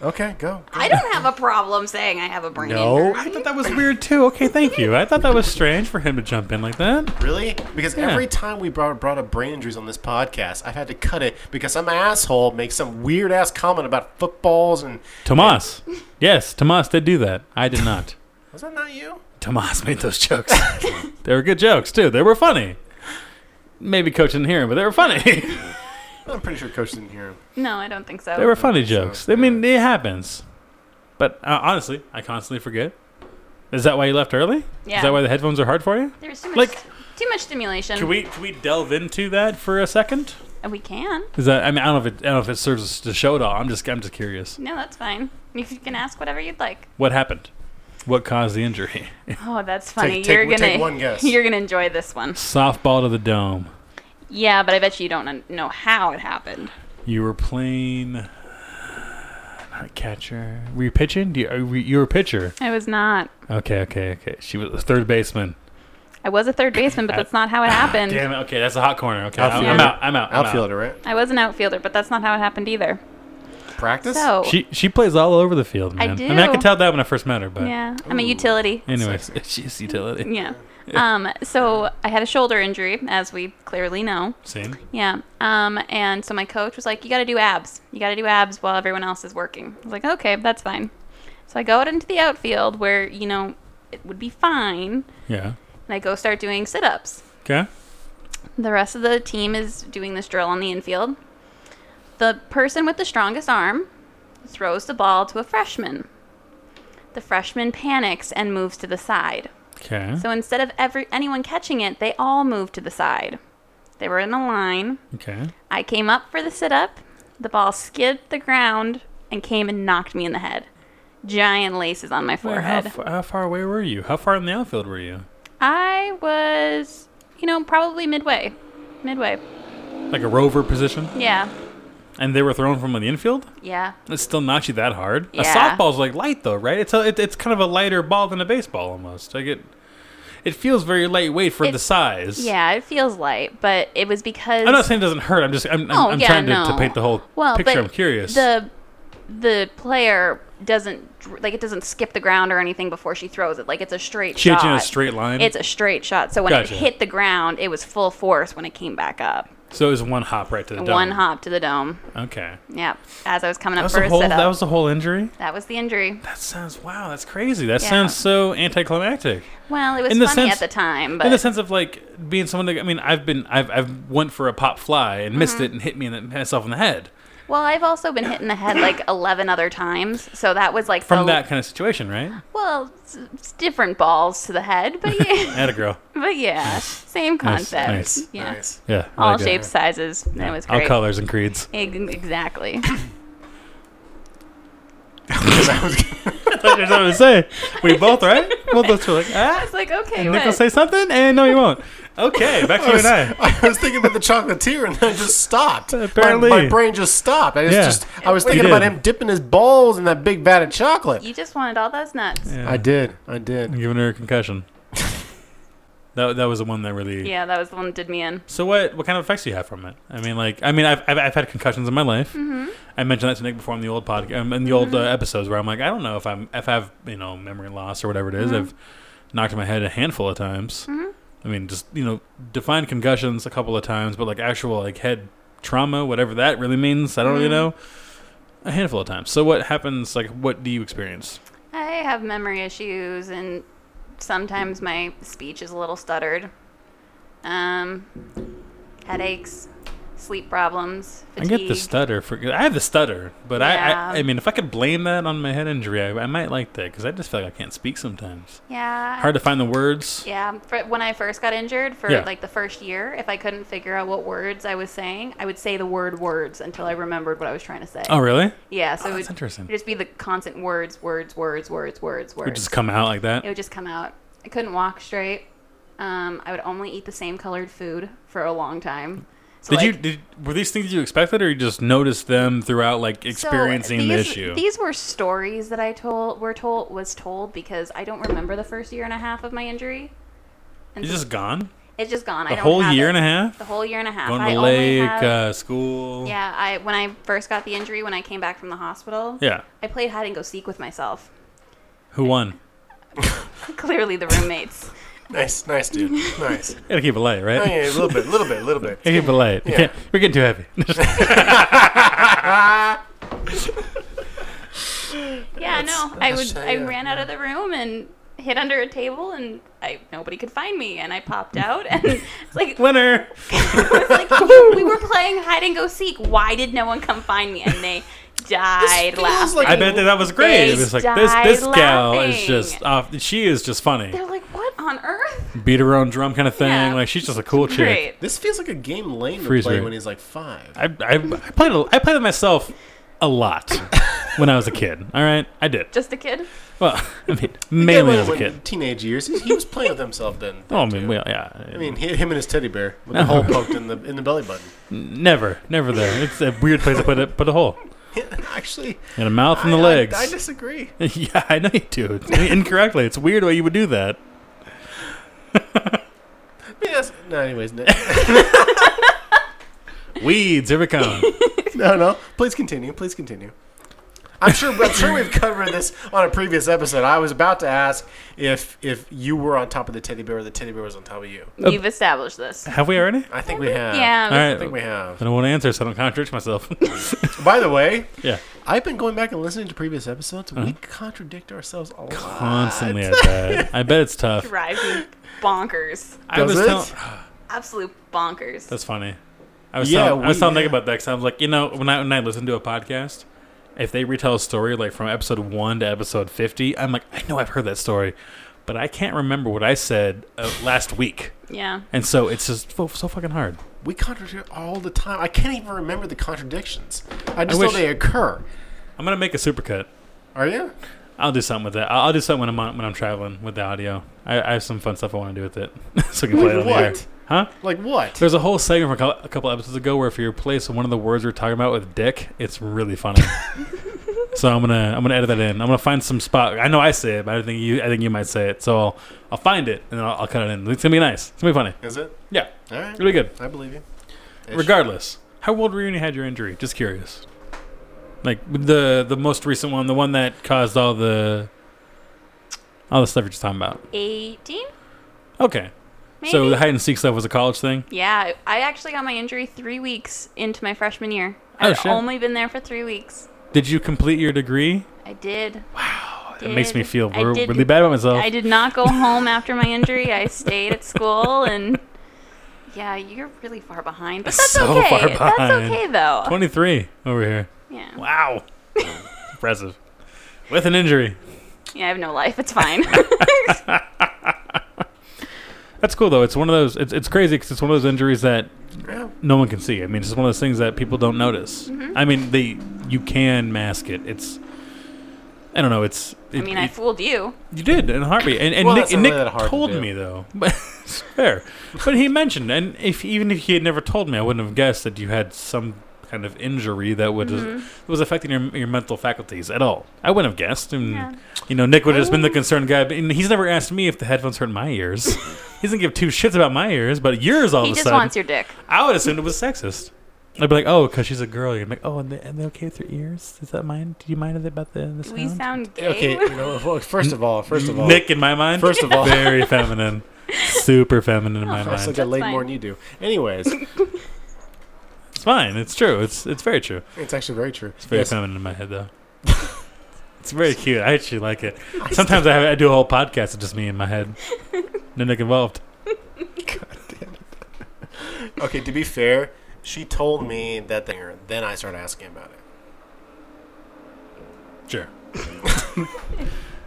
S1: Okay, go.
S3: I don't have a problem saying I have a brain
S1: No.
S2: I
S3: injury.
S2: thought that was weird too. Okay, thank you. I thought that was strange for him to jump in like that.
S1: Really? Because
S2: Yeah.
S1: every time we brought, brought up brain injuries on this podcast, I've had to cut it because some asshole makes some weird ass comment about footballs and.
S2: Tomas. Yes, Tomas did do that. I did not.
S1: Was that not you?
S2: Tomas made those jokes. they were good jokes too. They were funny. Maybe Coach didn't hear him, but they were funny.
S1: I'm pretty sure Coach didn't hear him.
S3: No, I don't think so.
S2: they were funny
S1: so,
S2: jokes. I mean, it happens. But uh, honestly, I constantly forget. Is that why you left early?
S3: Yeah.
S2: Is that why the headphones are hard for you?
S3: There's too much,
S2: Like-
S3: too much stimulation.
S2: Can we can we delve into that for a second?
S3: Uh, we can.
S2: Is that I mean I don't know if it I don't know if it serves to show at all. I'm just I'm just curious.
S3: No, that's fine. You can ask whatever you'd like.
S2: What happened? What caused the injury?
S3: Oh, that's funny.
S1: take-
S3: you're
S1: we'll
S3: gonna
S1: take one guess.
S3: you're gonna enjoy this one.
S2: Softball to the dome.
S3: Yeah, but I bet you don't un- know how it happened.
S2: You were playing not catcher. Were you pitching? Do you, are, you were a pitcher.
S3: I was not.
S2: Okay, okay, okay. She was a third baseman.
S3: I was a third baseman, but that's not how it happened.
S2: Ah, Damn it. Okay, that's a hot corner. Okay, I'm,
S1: Outfielder.
S2: I'm out. I'm out. I'm out.
S1: Outfielder, right?
S3: I was an outfielder, but that's not how it happened either.
S1: Practice?
S3: So
S2: She she plays all over the field,
S3: I
S2: man. I mean, I
S3: do.
S2: could tell that when I first met her, but
S3: yeah, I'm a utility.
S2: anyways, she's utility.
S3: Yeah. Um. So I had a shoulder injury, as we clearly know.
S2: Same.
S3: Yeah. Um. And so my coach was like, "You got to do abs. You got to do abs while everyone else is working." I was like, "Okay, that's fine." So I go out into the outfield where you know it would be fine,
S2: Yeah.
S3: and I go start doing sit-ups.
S2: Okay.
S3: The rest of the team is doing this drill on the infield. The person with the strongest arm throws the ball to a freshman. The freshman panics and moves to the side.
S2: Okay.
S3: So instead of every anyone catching it, they all moved to the side. They were in a line.
S2: okay.
S3: I came up for the sit up. The ball skidded the ground and came and knocked me in the head. Giant laces on my
S2: Wait, how,
S3: forehead.
S2: fa- how far away were you? How far in the outfield were you?
S3: I was, you know, probably midway. Midway.
S2: Like a rover position?
S3: Yeah.
S2: And they were thrown from the infield?
S3: Yeah.
S2: It still knocks you that hard. A
S3: Yeah.
S2: softball's like light though, right? It's a, it, it's kind of a lighter ball than a baseball almost. Like it, it feels very lightweight for
S3: It-
S2: the size.
S3: Yeah, it feels light, but it was because
S2: I'm not saying it doesn't hurt. I'm just I'm, I'm,
S3: Oh,
S2: I'm
S3: yeah,
S2: trying to, to
S3: no.
S2: paint the whole
S3: well,
S2: picture.
S3: but
S2: I'm curious.
S3: The the player doesn't dr- like it doesn't skip the ground or anything before she throws it. Like it's a straight
S2: She hits
S3: shot.
S2: you in a straight line.
S3: It's a straight shot. So when
S2: Gotcha.
S3: it hit the ground, it was full force when it came back up.
S2: so it was one hop right to the dome.
S3: One hop to the dome.
S2: Okay.
S3: Yeah, as I was coming
S2: That
S3: up
S2: was
S3: for
S2: the
S3: a
S2: whole.
S3: sit up.
S2: That was the whole injury.
S3: that was the injury.
S2: That sounds wow. That's crazy. That
S3: Yeah.
S2: sounds so anticlimactic.
S3: Well, it was
S2: In the
S3: funny
S2: sense-
S3: at the time,
S2: in the
S3: but
S2: sense of like being someone that I mean, I've been I've I've went for a pop fly and
S3: Mm-hmm.
S2: missed it and hit me in the, myself in the head
S3: well, I've also been hit in the head like eleven other times. So that was like
S2: from
S3: the,
S2: that kind of situation, right?
S3: Well, it's, it's different balls to the head, but yeah.
S2: At a girl.
S3: But yeah, same
S2: Nice,
S3: concept.
S2: nice.
S3: Yeah.
S1: Nice.
S2: Yeah. I
S3: All
S2: like it.
S3: shapes, sizes. and It was
S2: All
S3: great.
S2: colors and creeds.
S3: Ex- Exactly.
S1: Because I was-
S2: That's what I was saying. We both, right? Both of us were like, ah.
S3: It's like okay,
S2: And Nick will
S3: what?
S2: say something, and no, you won't. Okay, back to you and I.
S1: I was thinking about the chocolatier and then I just stopped. My-
S2: Apparently.
S1: my, brain just stopped. I was
S2: Yeah.
S1: just I was
S2: You
S1: thinking about
S2: did.
S1: him dipping his balls in that big vat of chocolate.
S3: you just wanted all those nuts. Yeah,
S2: Yeah.
S1: I did. I
S2: I'm
S1: did.
S2: giving her a concussion. that that was the one that really.
S3: that was the one that did me in.
S2: So what what kind of effects do you have from it? I mean, like, I mean, I've I've, I've had concussions in my life. I mentioned that to Nick before in the old podcast, um, in the old uh, episodes, where I'm like, I don't know if I'm if I've you know memory loss or whatever it is. I've knocked my head a handful of times. I mean, just you know, defined concussions a couple of times, but like actual like head trauma, whatever that really means, I don't really know. A handful of times. So what happens? Like, what do you experience?
S3: I have memory issues, and sometimes my speech is a little stuttered. Um, headaches, sleep problems,
S2: I
S3: fatigue.
S2: get the stutter for. I have the stutter, but
S3: Yeah.
S2: I, I. I mean, if I could blame that on my head injury, I, I might like that because I just feel like I can't speak sometimes.
S3: Yeah.
S2: Hard to find the words.
S3: Yeah, for when I first got injured for
S2: Yeah.
S3: like the first year, if I couldn't figure out what words I was saying, I would say the word words until I remembered what I was trying to say.
S2: Oh, really?
S3: yeah, so
S2: Oh,
S3: it
S2: that's
S3: would
S2: interesting.
S3: it'd just be the constant words, words, words, words, words, words.
S2: Would just come out like
S3: it
S2: that.
S3: would just come out. I couldn't walk straight. Um, I would only eat the same colored food for a long time. So,
S2: Did you?
S3: like-
S2: Did were these things you expected, or you just noticed them throughout, like
S3: so
S2: experiencing the
S3: these,
S2: issue?
S3: These were stories that I told were told was told because I don't remember the first year and a half of my injury. And
S2: It's
S3: so
S2: just gone.
S3: it's just gone. I
S2: The
S3: don't
S2: whole
S3: have
S2: year
S3: it.
S2: and a half.
S3: The whole year and a half.
S2: Going
S3: I
S2: to
S3: only
S2: lake,
S3: have-
S2: uh, school.
S3: yeah, I when I first got the injury when I came back from the hospital.
S2: Yeah.
S3: I played hide and go seek with myself.
S2: Who won?
S3: Clearly, the roommates.
S1: Nice, nice, dude. Nice.
S2: Gotta keep it light, right?
S1: Oh, yeah, a little bit, a little bit, a little bit.
S2: Gotta keep it light. You
S1: Yeah.
S2: can't- we're getting too heavy.
S3: yeah, no, I
S1: that's-
S3: would. I
S1: yeah.
S3: ran out of the room and hid under a table, and I nobody could find me, and I popped out, and it's like,
S2: Winner.
S3: it's like we were playing hide and go seek. Why did no one come find me? And they died
S1: feels
S3: laughing.
S1: like-
S2: I bet that that was great.
S3: They
S2: It was like this
S3: died
S2: this gal is
S3: laughing.
S2: just off. She is just funny.
S3: They're like, what on earth?
S2: Beat her own drum kind of thing.
S3: Yeah.
S2: Like she's just a cool chick.
S3: Great.
S1: This feels like a game Lane would
S2: Freeze
S1: play
S2: rate.
S1: when he's like five.
S2: I, I, I played a- I played it myself a lot when I was a kid. All right, I did.
S3: Just a kid.
S2: Well, I mean,
S1: Yeah,
S2: mainly
S1: when-
S2: as a
S1: when
S2: kid.
S1: Teenage years. He, he was playing with himself then.
S2: Oh, I mean, well, yeah.
S1: I mean, he, him and his teddy bear with the hole poked in the in the belly button.
S2: never, never there. It's a weird place to put a put a hole.
S1: Actually,
S2: In a mouth and the
S1: I- I-
S2: legs.
S1: I, disagree.
S2: yeah, I know you do. It's incorrectly. It's weird why you would do that.
S1: I mean, that's, no, anyways, no,
S2: Weeds, here we come.
S1: no, no. Please continue. Please continue. I'm sure. I'm sure we've covered this on a previous episode. I was about to ask if if you were on top of the teddy bear or the teddy bear was on top of you.
S3: You've established this.
S2: Have we already?
S1: I think we have.
S2: Uh,
S3: Yeah.
S2: All right.
S1: I think we have.
S2: I don't want to answer, so I don't contradict myself.
S1: By the way,
S2: yeah,
S1: I've been going back and listening to previous episodes. We contradict ourselves a lot.
S2: constantly at that. I bet it's tough.
S3: Drives me bonkers.
S2: I was
S1: Does it?
S2: telling-
S3: Absolute bonkers.
S2: That's funny. I was
S1: Yeah,
S2: telling, I was
S1: we-
S2: telling Nick about that because I was like, you know, when I when I listen to a podcast, if they retell a story like from episode one to episode fifty, I'm like, I know I've heard that story, but I can't remember what I said uh, last week,
S3: yeah.
S2: and so it's just so, so fucking hard.
S1: We contradict all the time. I can't even remember the contradictions. I just know
S2: wish-
S1: they occur.
S2: I'm gonna make a supercut.
S1: Are you?
S2: I'll do something with that. I'll, I'll do something when I'm on, when I'm traveling with the audio. I, I have some fun stuff I want to do with it, so we can play it on the air.
S1: What?
S2: Huh?
S1: Like what?
S2: There's a whole segment from a cou- a couple episodes ago where if you replace one of the words we're talking about with "dick," it's really funny. so I'm gonna I'm gonna edit that in. I'm gonna find some spot. I know I say it, but I think you I think you might say it. So I'll I'll find it and then I'll, I'll cut it in. It's gonna be nice. It's gonna be funny.
S1: Is it?
S2: Yeah,
S1: All right.
S2: really good.
S1: I believe you. Ish.
S2: Regardless, how old were you when you had your injury? Just curious. Like the the most recent one, the one that caused all the all the stuff you're just talking about.
S3: 18?
S2: Okay,
S3: Maybe?
S2: so the hide and seek stuff was a college thing.
S3: yeah, I actually got my injury three weeks into my freshman year.
S2: Oh,
S3: I'd
S2: shit.
S3: only been there for three weeks.
S2: Did you complete your degree?
S3: I did.
S2: Wow, that makes me feel
S3: I
S2: re-
S3: did-
S2: really bad about myself.
S3: I did not go home after my injury. I stayed at school and. Yeah, you're really far behind. But that's
S2: So
S3: okay.
S2: far
S3: That's
S2: behind.
S3: okay, though.
S2: 23 over here.
S3: Yeah.
S2: Wow. Impressive. With an injury.
S3: yeah, I have no life. It's fine.
S2: That's cool, though. It's one of those, it's, it's crazy because it's one of those injuries that
S1: Yeah.
S2: no one can see. I mean, it's just one of those things that people don't notice.
S3: Mm-hmm.
S2: I mean, they, you can mask it. It's, I don't know. It's,
S3: I
S2: it-
S3: mean, I
S2: it-
S3: fooled you.
S2: You did in a heartbeat, and, and
S1: Well,
S2: Nick,
S1: that's
S2: and
S1: not
S2: Nick
S1: really that hard to
S2: told
S1: do.
S2: me though. But it's fair, but he mentioned, and if even if he had never told me, I wouldn't have guessed that you had some kind of injury that would
S3: Mm-hmm.
S2: that was affecting your your mental faculties at all. I wouldn't have guessed, and
S3: Yeah. Oh.
S2: you know, Nick would have just been the concerned guy. But, and he's never asked me if the headphones hurt my ears. he doesn't give two shits about my ears, but yours all
S3: He
S2: of a
S3: just
S2: sudden.
S3: wants your dick.
S2: I would assume it was sexist. I'd be like, oh, because she's a girl. You'd be like, oh, and they, and they okay with their ears? Is that mine? Do you mind about the, the
S3: Do
S2: sound?
S3: we sound gay?
S1: Okay. You know, well, first of all, first of all,
S2: Nick, in my mind,
S1: First of all- Oh,
S2: very feminine, super feminine in my
S1: I still
S2: mind.
S1: got laid
S3: fine.
S1: more than you do. Anyways,
S2: It's fine. It's true. It's it's very true.
S1: it's actually very true.
S2: It's very
S1: Yes.
S2: feminine in my head though. it's very cute. I actually like it. Sometimes I, have, I do a whole podcast of just me in my head, no Nick involved.
S1: Okay. To be fair, She told me that thing, then I started asking about it.
S2: Sure.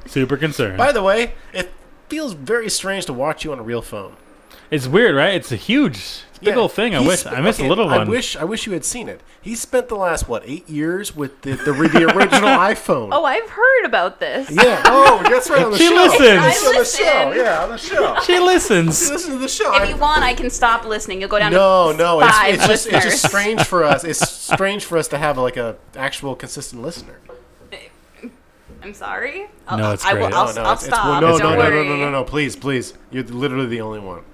S2: Super concerned.
S1: By the way, it feels very strange to watch you on a real phone.
S2: it's weird, right? It's a huge, it's a big
S1: Yeah.
S2: old thing. I
S1: He
S2: wish
S1: sp-
S2: I missed
S1: okay,
S2: a little one.
S1: I wish I wish you had seen it. He spent the last what eight years with the the, re- the original iPhone.
S3: Oh, I've heard about this.
S1: yeah. Oh, that's right. On the
S2: She
S1: show.
S2: listens.
S1: That's on the
S3: listen.
S1: show. Yeah, on the show.
S2: she listens.
S1: Listen to the show.
S3: If you want, I can stop listening. You'll go down
S1: no,
S3: to
S1: no, it's,
S3: five
S1: it's just it's just
S3: listeners.
S1: strange for us. It's strange for us to have like a actual consistent listener.
S3: I'm sorry. I'll,
S2: Oh, No, it's
S3: I will,
S2: great.
S3: I'll,
S1: no,
S3: I'll
S1: it's,
S3: stop.
S1: It's, well, no,
S3: Don't
S1: no, no,
S3: worry.
S1: no, no, no, no, please, please. You're literally the only one,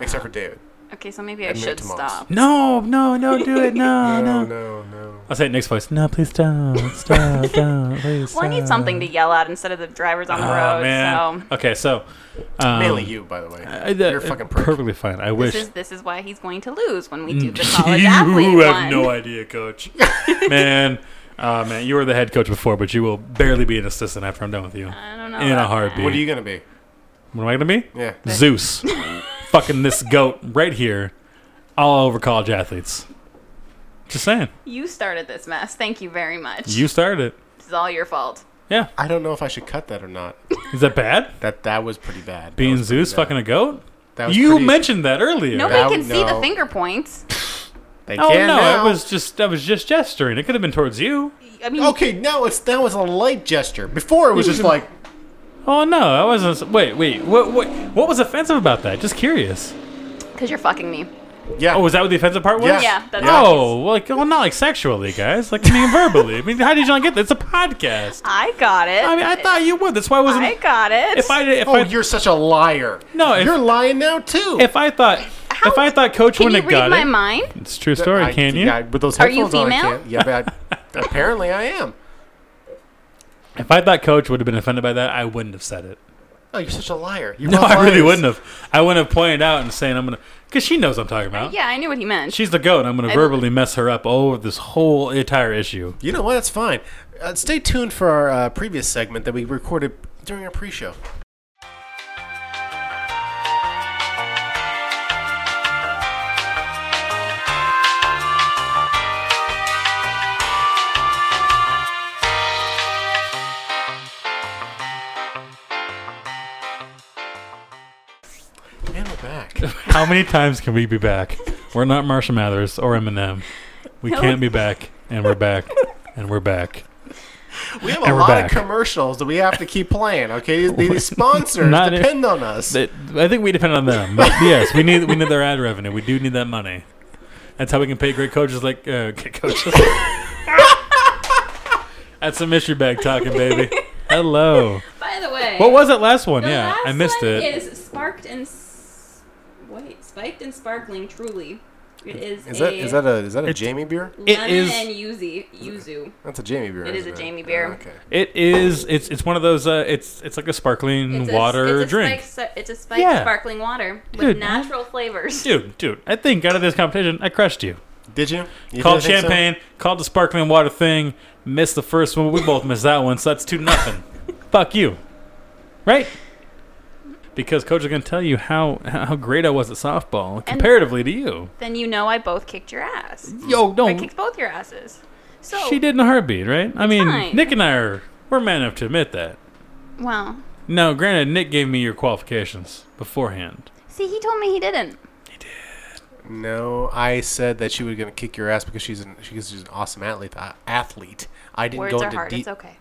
S1: except for David.
S3: Okay, so maybe I
S1: Admit
S3: should
S1: to Mars.
S3: stop.
S2: No, no, no, do it. No, no.
S1: No, no, no.
S2: I'll say it next voice. No, please don't. Stop, don't. Please
S3: Well, I need
S2: stop.
S3: something to yell at instead of the drivers on the
S2: Oh,
S3: road.
S2: man.
S3: So
S2: Okay, so. Um,
S1: Mainly you, by the way.
S2: I, that,
S1: You're a fucking prick.
S2: perfectly fine. I wish Mm.
S3: this is this is why he's going to lose when we do the college athlete
S2: you have
S3: one.
S2: no idea, coach. man, uh, man, you were the head coach before, but you will barely be an assistant after I'm done with you.
S3: I don't know.
S2: In a
S3: about
S2: heartbeat.
S1: What are you gonna be?
S2: What am I gonna be?
S1: Yeah.
S2: Zeus, fucking this goat right here, all over college athletes. Just saying,
S3: that. You started this mess. Thank you very much.
S2: you started it.
S3: This is all your fault.
S2: Yeah,
S1: I don't know if I should cut that or not.
S2: is that bad?
S1: That that was pretty bad.
S2: Being Zeus, fucking a goat.
S1: That was
S2: You
S1: pretty-
S2: mentioned that earlier.
S3: Nobody
S1: That-
S3: can see the
S1: no.
S3: finger points.
S1: They
S2: Oh
S1: can
S2: no,
S1: now.
S2: it was just I was just gesturing. It could have been towards you.
S3: I mean,
S1: okay. Now it's that was a light gesture. Before it was just like
S2: Oh no, I wasn't. Wait, wait. What? What? What was offensive about that? Just curious.
S3: because you're fucking me.
S1: yeah.
S2: Oh, was that what the offensive part was?
S1: Yeah.
S3: Yeah, that's
S1: Yeah.
S2: Oh, well, like, well, not like sexually, guys. Like, I mean, verbally. I mean, how did you not get that? It's a podcast.
S3: I got it.
S2: I mean, I thought you would. That's why I wasn't.
S3: I got it.
S2: if I, if
S1: Oh,
S2: I,
S1: you're such a liar.
S2: No, if-
S1: you're lying now too.
S2: if I thought,
S3: How-
S2: if I thought Coach
S3: can you
S2: wouldn't
S3: read
S2: have got
S3: my
S2: it,
S3: mind?
S2: it's a true story.
S1: I-
S2: can you?
S1: yeah, with those
S3: Are you
S1: headphones on, I
S3: female?
S1: can't. Yeah, but I- apparently I am.
S2: If I thought Coach would have been offended by that, I wouldn't have said it.
S1: Oh, you're such a liar. You're
S2: No,
S1: both
S2: I really
S1: liars.
S2: wouldn't have. I wouldn't have pointed out and saying I'm gonna, because she knows I'm talking about.
S3: Yeah, I knew what he meant.
S2: She's the goat. I'm gonna
S3: I-
S2: verbally mess her up over this whole entire issue.
S1: You know what? That's fine. Uh, stay tuned for our uh, previous segment that we recorded during our pre-show. And we're back.
S2: How many times can we be back? We're not Marsha Mathers or Eminem. We
S3: No.
S2: can't be back, and we're back, and we're back.
S1: We have
S2: And
S1: a
S2: we're
S1: lot
S2: back.
S1: of commercials that we have to keep playing. Okay, these sponsors
S2: Not-
S1: depend on us.
S2: That- I think we depend on them. But yes, we need we need their ad revenue. We do need that money. That's how we can pay great coaches like uh, great coaches. That's some mystery bag talking, baby. Hello.
S3: By the way,
S2: What was that last one?
S3: the
S2: yeah,
S3: last
S2: I missed
S3: one
S2: it.
S3: Is sparked and s- wait, spiked and sparkling truly. It is,
S1: Is that is that a is that a
S2: It's-
S1: Jamie beer?
S2: It
S3: lemon
S2: is-
S3: and yuzu. yuzu.
S1: That's a Jamie beer.
S3: It is
S1: isn't
S3: a Jamie beer.
S1: Oh, okay.
S2: It is. It's it's one of those. Uh, it's it's like a sparkling
S3: It's a-
S2: water
S3: it's a
S2: drink.
S3: spiked- it's a spiked
S2: Yeah.
S3: sparkling water with
S2: Dude.
S3: natural flavors.
S2: Dude, dude, I think out of this competition, I crushed you.
S1: Did you? you didn't
S2: called
S1: think so?
S2: champagne, called the sparkling water thing, missed the first one. We both missed that one, so that's two nothing. Fuck you, right? Because coach is gonna tell you how how great I was at softball comparatively to you.
S3: Then you know I both kicked your ass.
S1: Oh,
S2: Yo,
S3: I
S2: don't.
S3: kicked both your asses. So
S2: She did in a heartbeat, right? I mean,
S3: fine.
S2: Nick and I are we're man enough to admit that.
S3: Well,
S2: Now, granted, Nick gave me your qualifications beforehand.
S3: see, he told me he didn't.
S1: No, I said that she was gonna kick your ass because she's an because she's an awesome athlete. Uh, athlete. I didn't
S3: Words
S1: go
S3: are
S1: into
S3: hard.
S1: deep.
S3: It's okay.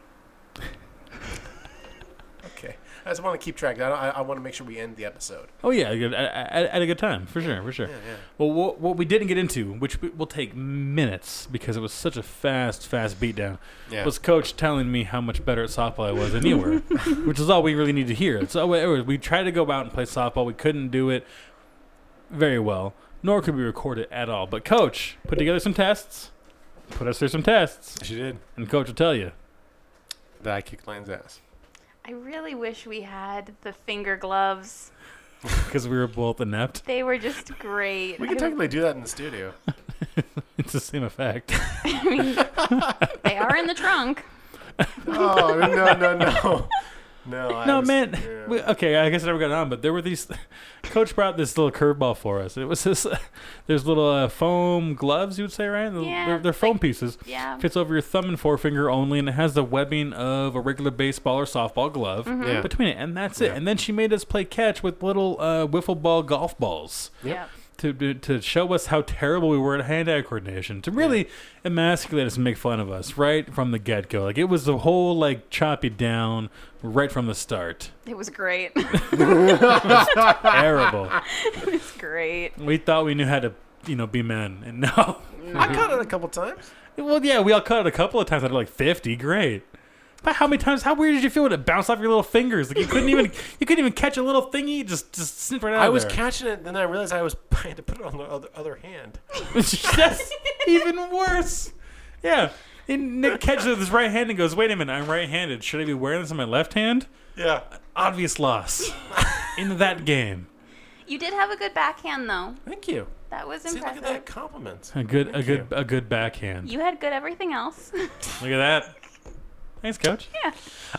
S1: Okay. I just want to keep track. I, don't- I, I want to make sure we end the episode.
S2: Oh yeah, I, I, I, I had a good time for sure, for sure. Well, what, what we didn't get into, which we- will take minutes because it was such a fast, fast beatdown,
S1: Yeah.
S2: was Coach telling me how much better at softball I was than you were, which is all we really need to hear. So we- we tried to go out and play softball, we couldn't do it very well, nor could we record it at all. But Coach put together some tests, put us through some tests,
S1: She did.
S2: and Coach will tell you.
S1: That I kicked Lane's ass.
S3: I really wish we had the finger gloves.
S2: Because we were both inept.
S3: They were just great.
S1: We can
S3: I don't-
S1: technically do that in the studio.
S2: It's the same effect.
S3: I mean, they are in the trunk.
S1: oh no no no. No, I
S2: No,
S1: was-
S2: man.
S1: yeah.
S2: We, okay, I guess I never got on, but there were these. Coach brought this little curveball for us. It was this. there's little uh, foam gloves, you would say, right?
S3: Yeah,
S2: they're, they're
S3: it's
S2: foam
S3: like-
S2: pieces.
S3: yeah.
S2: Fits over your thumb and forefinger only, and it has the webbing of a regular baseball or softball glove
S1: Yeah.
S2: between it, and that's
S1: Yeah.
S2: it. And then she made us play catch with little uh, wiffle ball golf balls
S1: Yep.
S2: to, to to show us how terrible we were at hand-eye coordination, to really emasculate us and make fun of us right from the get-go. Like it was the whole like choppy down right from the start.
S3: It was great.
S2: Terrible.
S3: it's great.
S2: We thought we knew how to you know be men, and no.
S1: I caught it a couple times.
S2: Well, yeah, we all caught it a couple of times out of like fifty. Great. But how many times? How weird did you feel when it bounced off your little fingers? Like you couldn't even you couldn't even catch a little thingy. it Just just snipped right out.
S1: I
S2: of
S1: was
S2: there.
S1: catching it, then I realized I was I had to put it on the other, other hand.
S2: That's even worse. Yeah. And Nick catches it with his right hand and goes, wait a minute, I'm right handed. Should I be wearing this on my left hand?
S1: Yeah.
S2: Obvious loss in that game.
S3: You did have a good backhand though.
S1: Thank you.
S3: That was
S1: See, look
S3: impressive.
S1: at that compliment.
S2: A good, a
S1: Thank
S2: good,
S1: you.
S2: a good backhand.
S3: You had good everything else.
S2: Look at that. Thanks, coach.
S3: yeah.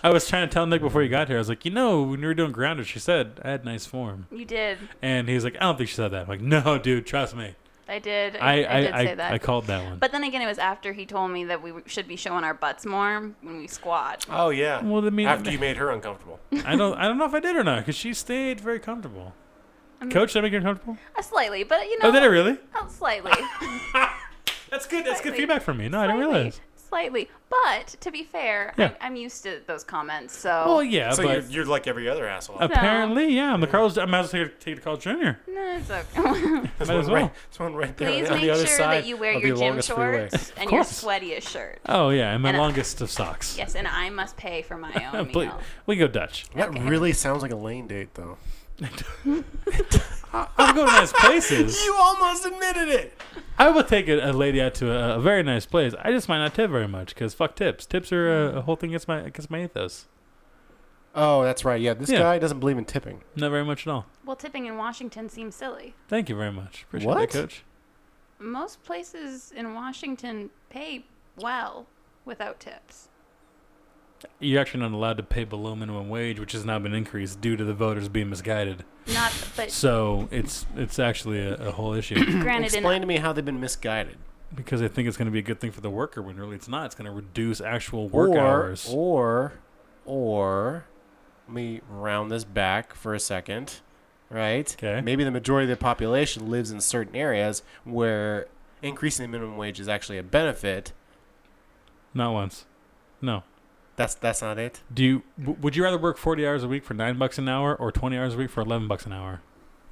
S2: I was trying to tell Nick before he got here. I was like, you know, when we were doing grounded, she said I had nice form,
S3: You did.
S2: and he's like, I don't think she said that. I'm like, no, dude, trust me.
S3: I did. I,
S2: I,
S3: I did
S2: I,
S3: say
S2: I,
S3: that.
S2: I called that one.
S3: but then again, it was after he told me that we should be showing our butts more when we squat.
S1: Oh yeah.
S2: Well, I mean-
S1: after you made her uncomfortable.
S2: I don't, I don't know if I did or not because she stayed very comfortable.
S3: I mean-
S2: Coach, did I make you uncomfortable?
S3: Uh, slightly, but you know.
S2: Oh, did I really?
S3: Not slightly.
S2: That's good. That's good
S3: Slightly.
S2: feedback from me. No, I didn't
S3: Slightly.
S2: realize.
S3: Slightly. But to be fair,
S2: Yeah.
S3: I'm, I'm used to those comments. So.
S2: Well, yeah,
S1: so you're,
S2: but
S1: you're like every other asshole.
S2: apparently, yeah, I'm the Carl's. I might as well take, take the Carl's Junior.
S3: No, it's okay.
S1: There's
S2: might
S1: one
S2: as well.
S1: Right, there's one right there
S3: Please
S1: on the
S3: make
S1: other
S3: sure
S1: side
S3: that you wear
S1: of
S3: your
S1: the
S3: gym
S1: longest freeway.
S3: shorts and your
S2: course.
S3: sweatiest shirt.
S2: Oh yeah, and my
S3: And I-
S2: longest of socks.
S3: Yes, and I must pay for my
S2: Oh,
S3: own
S2: please.
S3: meal.
S2: we can go Dutch.
S1: That really sounds like a lane date, though.
S2: I'm going to nice places.
S1: almost admitted it.
S2: I will take a, a lady out to a, a very nice place. I just might not tip very much because fuck tips. Tips are
S1: Mm.
S2: a, a whole thing against my against my ethos.
S1: Oh, that's right. Yeah, this
S2: Yeah.
S1: guy doesn't believe in tipping.
S2: Not very much at all.
S3: Well, tipping in Washington seems silly.
S2: Thank you very much. Appreciate
S1: What?
S2: that, Coach.
S3: Most places in Washington pay well without tips.
S2: You're actually not allowed to pay below minimum wage, which has now been increased due to the voters being misguided.
S3: Not, but
S2: So it's it's actually a, a whole issue.
S3: granted,
S1: Explain
S3: in,
S1: to me how they've been misguided,
S2: because I think it's going to be a good thing for the worker when really it's not. It's going to reduce actual work
S1: or
S2: hours.
S1: or or let me round this back for a second, right?
S2: 'Kay.
S1: Maybe the majority of the population lives in certain areas where increasing the minimum wage is actually a benefit.
S2: Not once. No.
S1: That's that's not it.
S2: Do you? W- would you rather work forty hours a week for nine bucks an hour or twenty hours a week for eleven bucks an hour?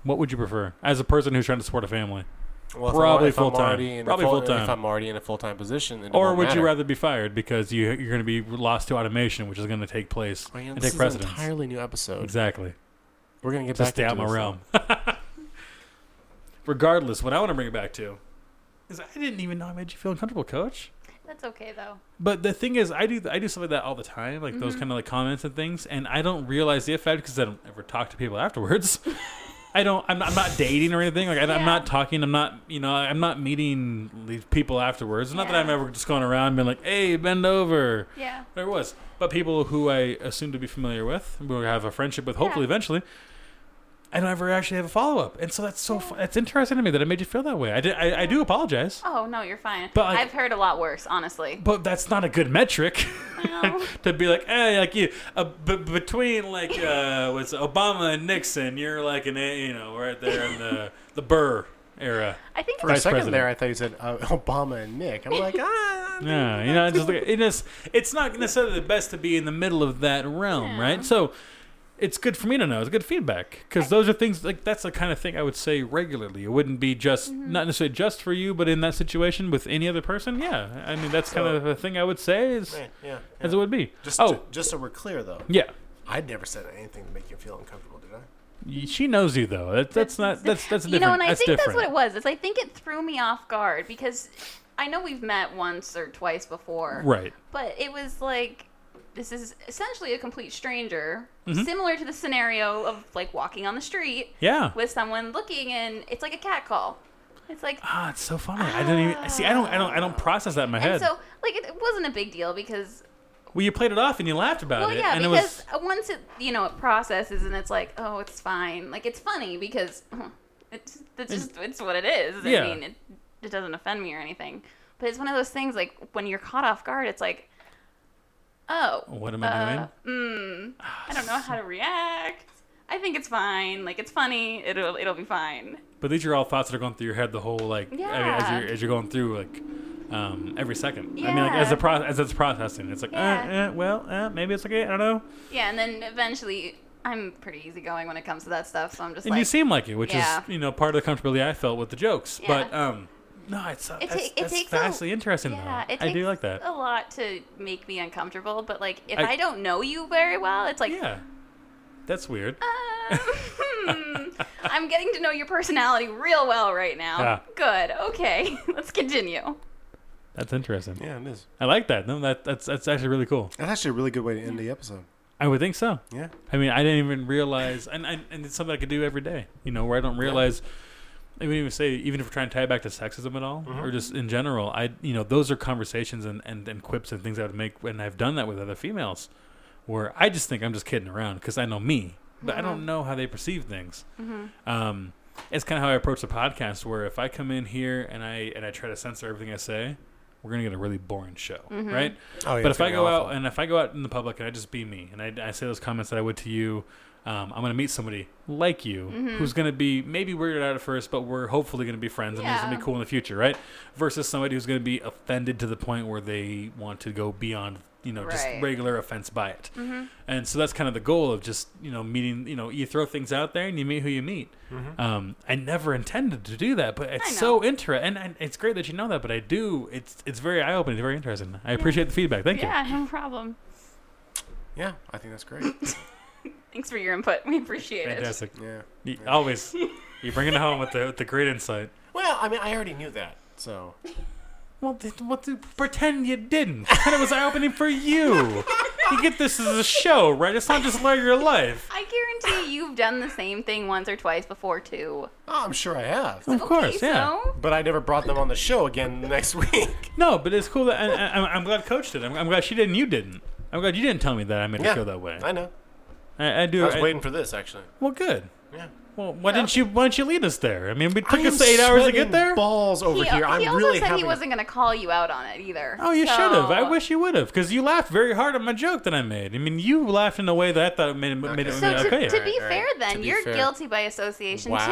S2: What would you prefer as a person who's trying to support a family?
S1: Well, if I'm-
S2: Probably
S1: if I'm
S2: full-time.
S1: already in a
S2: Probably
S1: full-
S2: full-time.
S1: If I'm already in a full time position, it
S2: Or
S1: won't
S2: would
S1: matter.
S2: you rather be fired because you you're going to be lost to automation, which is going to take place
S1: Oh, yeah,
S2: and
S1: this
S2: take
S1: is an
S2: precedence?
S1: entirely new episode.
S2: exactly.
S1: We're gonna get
S2: to
S1: back
S2: stay out
S1: into
S2: my
S1: this,
S2: realm. Regardless, what I want to bring it back to is I didn't even know I made you feel uncomfortable, Coach.
S3: that's okay though.
S2: But the thing is, I do I do stuff like that all the time, like
S3: Mm-hmm.
S2: those kind of like comments and things, and I don't realize the effect because I don't ever talk to people afterwards. I don't. I'm not, I'm not dating or anything. Like I,
S3: Yeah.
S2: I'm not talking. I'm not. You know. I'm not meeting these people afterwards. Not that
S3: Yeah.
S2: I'm ever just going around being like, "Hey, bend over."
S3: Yeah.
S2: There was, but people who I assume to be familiar with, who I have a friendship with, hopefully
S3: Yeah.
S2: eventually. I don't ever actually have a follow up, and so that's so fu- that's interesting to me that I made you feel that way. I did. I, I do apologize,
S3: Oh no, you're fine.
S2: But, like-
S3: I've heard a lot worse, honestly.
S2: but that's not a good metric.
S3: Well,
S2: to be like, hey, like you, uh, b- between like uh, what's Obama and Nixon, you're like an, a- you know, right there in the the Burr era.
S3: I think
S1: For
S2: Vice
S1: a second
S2: president.
S1: there, I thought you said uh, Obama and Nick. I'm like, ah.
S2: Yeah, you know, it's just like, it is, it's not necessarily the best to be in the middle of that realm, right? So. It's good for me to know. It's good feedback because those are things like that's the kind of thing I would say regularly. It wouldn't be just not necessarily just for you, but in that situation with any other person, yeah. I mean, that's kind of a thing I would say is
S1: Man, yeah. yeah.
S2: as it would be.
S1: Just,
S2: oh,
S1: ju- just so we're clear, though,
S2: yeah.
S1: I never said anything to make you feel uncomfortable, did I?
S2: Y- She knows you though. That, that's not. That's that's different.
S3: You know, and I
S2: that's
S3: think
S2: different.
S3: that's what it was. Is I think it threw me off guard because I know we've met once or twice before.
S2: Right.
S3: But it was like this is essentially a complete stranger,
S2: Mm-hmm.
S3: similar to the scenario of like walking on the street
S2: Yeah.
S3: with someone looking, and it's like a cat call. It's like,
S2: Ah, it's so funny. I didn't even see. I don't. I don't. I don't process that in my
S3: and
S2: head.
S3: so like it, it wasn't a big deal because
S2: Well, you played it off and you laughed about
S3: Well,
S2: it,
S3: yeah,
S2: and it
S3: because
S2: was
S3: once it you know it processes and it's like, oh, it's fine. Like it's funny because it's it's just it's what it is.
S2: Yeah.
S3: I mean, it it doesn't offend me or anything. But it's one of those things like when you're caught off guard, it's like, oh,
S2: What am I
S3: uh, Mm, I don't know how to react. I think it's fine. Like it's funny. It'll it'll be fine.
S2: But these are all thoughts that are going through your head the whole like I mean, as
S3: Yeah.
S2: you're as you're going through like um, every second. I mean like as
S3: Yeah.
S2: the pro- as it's processing, it's like
S3: Yeah.
S2: uh, uh, well uh, maybe it's okay. I don't know.
S3: Yeah, and then eventually, I'm pretty easygoing when it comes to that stuff. So I'm just
S2: And
S3: like,
S2: you seem like it, which
S3: yeah.
S2: is you know part of the comfortability I felt with the jokes.
S3: Yeah.
S2: But um, no, it's uh,
S3: It ta-
S2: that's,
S3: it
S2: that's
S3: takes a-
S2: vastly interesting
S3: Yeah,
S2: though.
S3: it takes
S2: I do like that.
S3: a lot to make me uncomfortable, but like if
S2: I-
S3: I, don't know you very well, it's like
S2: yeah, that's weird.
S3: um, hmm, I'm getting to know your personality real well right now.
S2: Yeah.
S3: Good. Okay. Let's continue.
S2: That's interesting.
S1: Yeah, it is.
S2: I like that. No, that that's that's actually really cool.
S1: That's actually a really good way to end the episode.
S2: I would think so.
S1: Yeah.
S2: I mean, I didn't even realize, and and, and it's something I could do every day. You know, where I don't realize. I wouldn't even say, even if we're trying to tie it back to sexism at
S1: Mm-hmm.
S2: all, or just in general, I you know those are conversations and, and, and quips and things I would make, and I've done that with other females, where I just think I'm just kidding around because I know me, but I don't know how they perceive things. Um, it's kind of how I approach the podcast, where if I come in here and I and I try to censor everything I say, we're gonna get a really boring show, right?
S1: Oh, yeah,
S2: but
S1: it's
S2: if
S1: gonna
S2: I
S1: be
S2: go
S1: awful.
S2: out and if I go out in the public and I just be me and I, I say those comments that I would to you, um, I'm going to meet somebody like you
S3: Mm-hmm.
S2: who's going to be maybe weirded out at first, but we're hopefully going to be friends and it's going to be
S3: Yeah.
S2: cool in the future, right? Versus somebody who's going to be offended to the point where they want to go beyond, you know, just
S3: Right. Mm-hmm.
S2: regular offense by it. And so that's kind of the goal of just, you know, meeting, you know, you throw things out there and you meet who you meet. Um, I never intended to do that, but it's
S3: know.
S2: so interesting. And, and it's great that you know that, but I do. It's it's very eye opening, very interesting. I appreciate the feedback. Thank you.
S3: Yeah, no problem.
S1: Yeah, I think that's great.
S3: Thanks for your input. We appreciate
S2: Fantastic.
S1: yeah.
S2: You- always. You're bringing it home with the, with the great insight.
S1: Well, I mean, I already knew that, so
S2: Well, th- what the, pretend you didn't. Pretend it was eye opening for you. You get this as a show, right? It's not just like your life.
S3: it. I guarantee you've done the same thing once or twice before too.
S1: oh, I'm sure I have.
S2: Of course,
S3: okay,
S2: yeah.
S3: So,
S1: But I never brought them on the show again next week.
S2: No, but it's cool that and, and I'm, I'm glad Coach did. I'm, I'm glad she didn't. You didn't. I'm glad you didn't tell me that I made a show that way.
S1: I know.
S2: I, I do.
S1: I was
S2: I-
S1: waiting for this actually.
S2: Well, good.
S1: Yeah.
S2: Well, why didn't you? Why didn't you lead us there? I mean, it
S1: I
S2: took
S1: am
S2: us eight hours to
S1: sweating
S2: get there.
S1: Balls over
S3: he,
S1: here.
S3: he
S1: I'm
S3: also
S1: really
S3: said he
S1: having.
S3: wasn't going to call you out on it either.
S2: Oh, you should have. I
S3: So-
S2: wish you would have, because you laughed very hard at my joke that I made. I mean, you laughed in a way that I thought made it made it,
S1: Okay.
S2: made
S3: So
S2: it
S3: to,
S2: okay.
S3: to
S1: Alright,
S3: be
S1: alright.
S3: fair, then
S1: To be
S3: you're
S1: fair.
S3: guilty by association
S1: wow.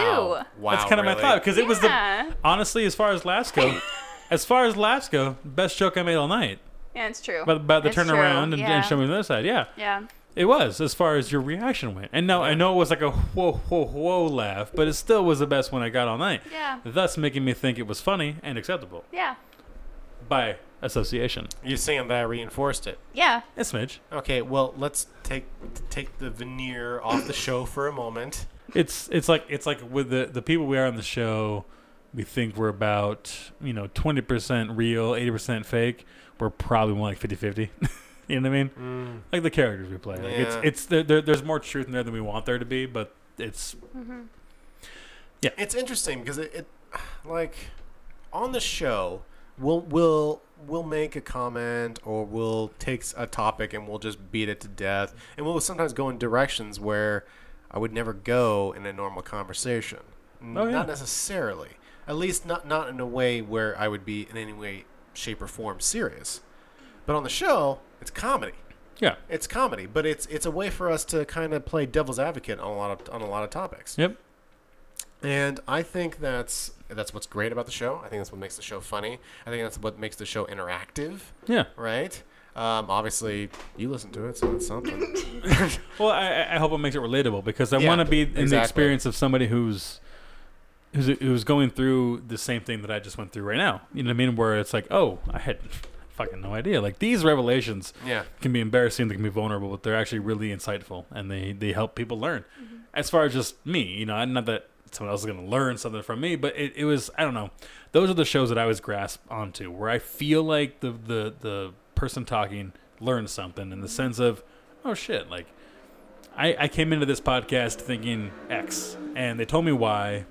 S3: too.
S1: Wow.
S2: That's kind of my
S1: really?
S2: thought because it was
S3: Yeah.
S2: the honestly, as far as laughs go, as far as laughs go, best joke I made all night.
S3: Yeah, it's true.
S2: But about the
S3: It's true,
S2: turnaround and,
S3: yeah.
S2: and showing the other side, yeah,
S3: yeah.
S2: it was as far as your reaction went. And now I know it was like a whoa, whoa, whoa laugh, but it still was the best one I got all night.
S3: Yeah.
S2: Thus making me think it was funny and acceptable
S3: Yeah.
S2: by association.
S1: You're saying that I reinforced it.
S3: Yeah.
S2: A smidge.
S1: Okay. Well, let's take take the veneer off the show for a moment.
S2: it's it's like it's like with the the people we are on the show we think we're about you know 20% real 80% fake we're probably more like 50-50 you know what i mean like the characters we play like it's
S1: Yeah.
S2: it's there, there, there's more truth in there than we want there to be but it's
S1: It's interesting because it, it, like, on the show, we'll we'll we'll make a comment or we'll take a topic and we'll just beat it to death, and we'll sometimes go in directions where I would never go in a normal conversation. N-
S2: Oh, yeah.
S1: Not necessarily, at least not not in a way where I would be in any way, shape, or form serious. But on the show, it's comedy.
S2: yeah
S1: It's comedy, but it's it's a way for us to kind of play devil's advocate on a lot of on a lot of topics.
S2: yep
S1: And I think that's that's what's great about the show. I think that's what makes the show funny. I think that's what makes the show interactive,
S2: yeah
S1: right? Um, obviously, you listen to it, so it's something.
S2: well i I- i hope it makes it relatable because i
S1: Yeah,
S2: want to be in the
S1: exactly.
S2: experience of somebody who's who's who's going through the same thing that i just went through right now you know what i mean where it's like oh i had fucking no idea like these revelations
S1: yeah,
S2: can be embarrassing, they can be vulnerable, but they're actually really insightful and they, they help people learn. As far as just me, you know, not that someone else is going to learn something from me, but it, it was, I don't know. Those are the shows that I always grasp onto where I feel like the, the, the person talking learned something in the sense of, oh shit, like I, I came into this podcast thinking X and they told me Y.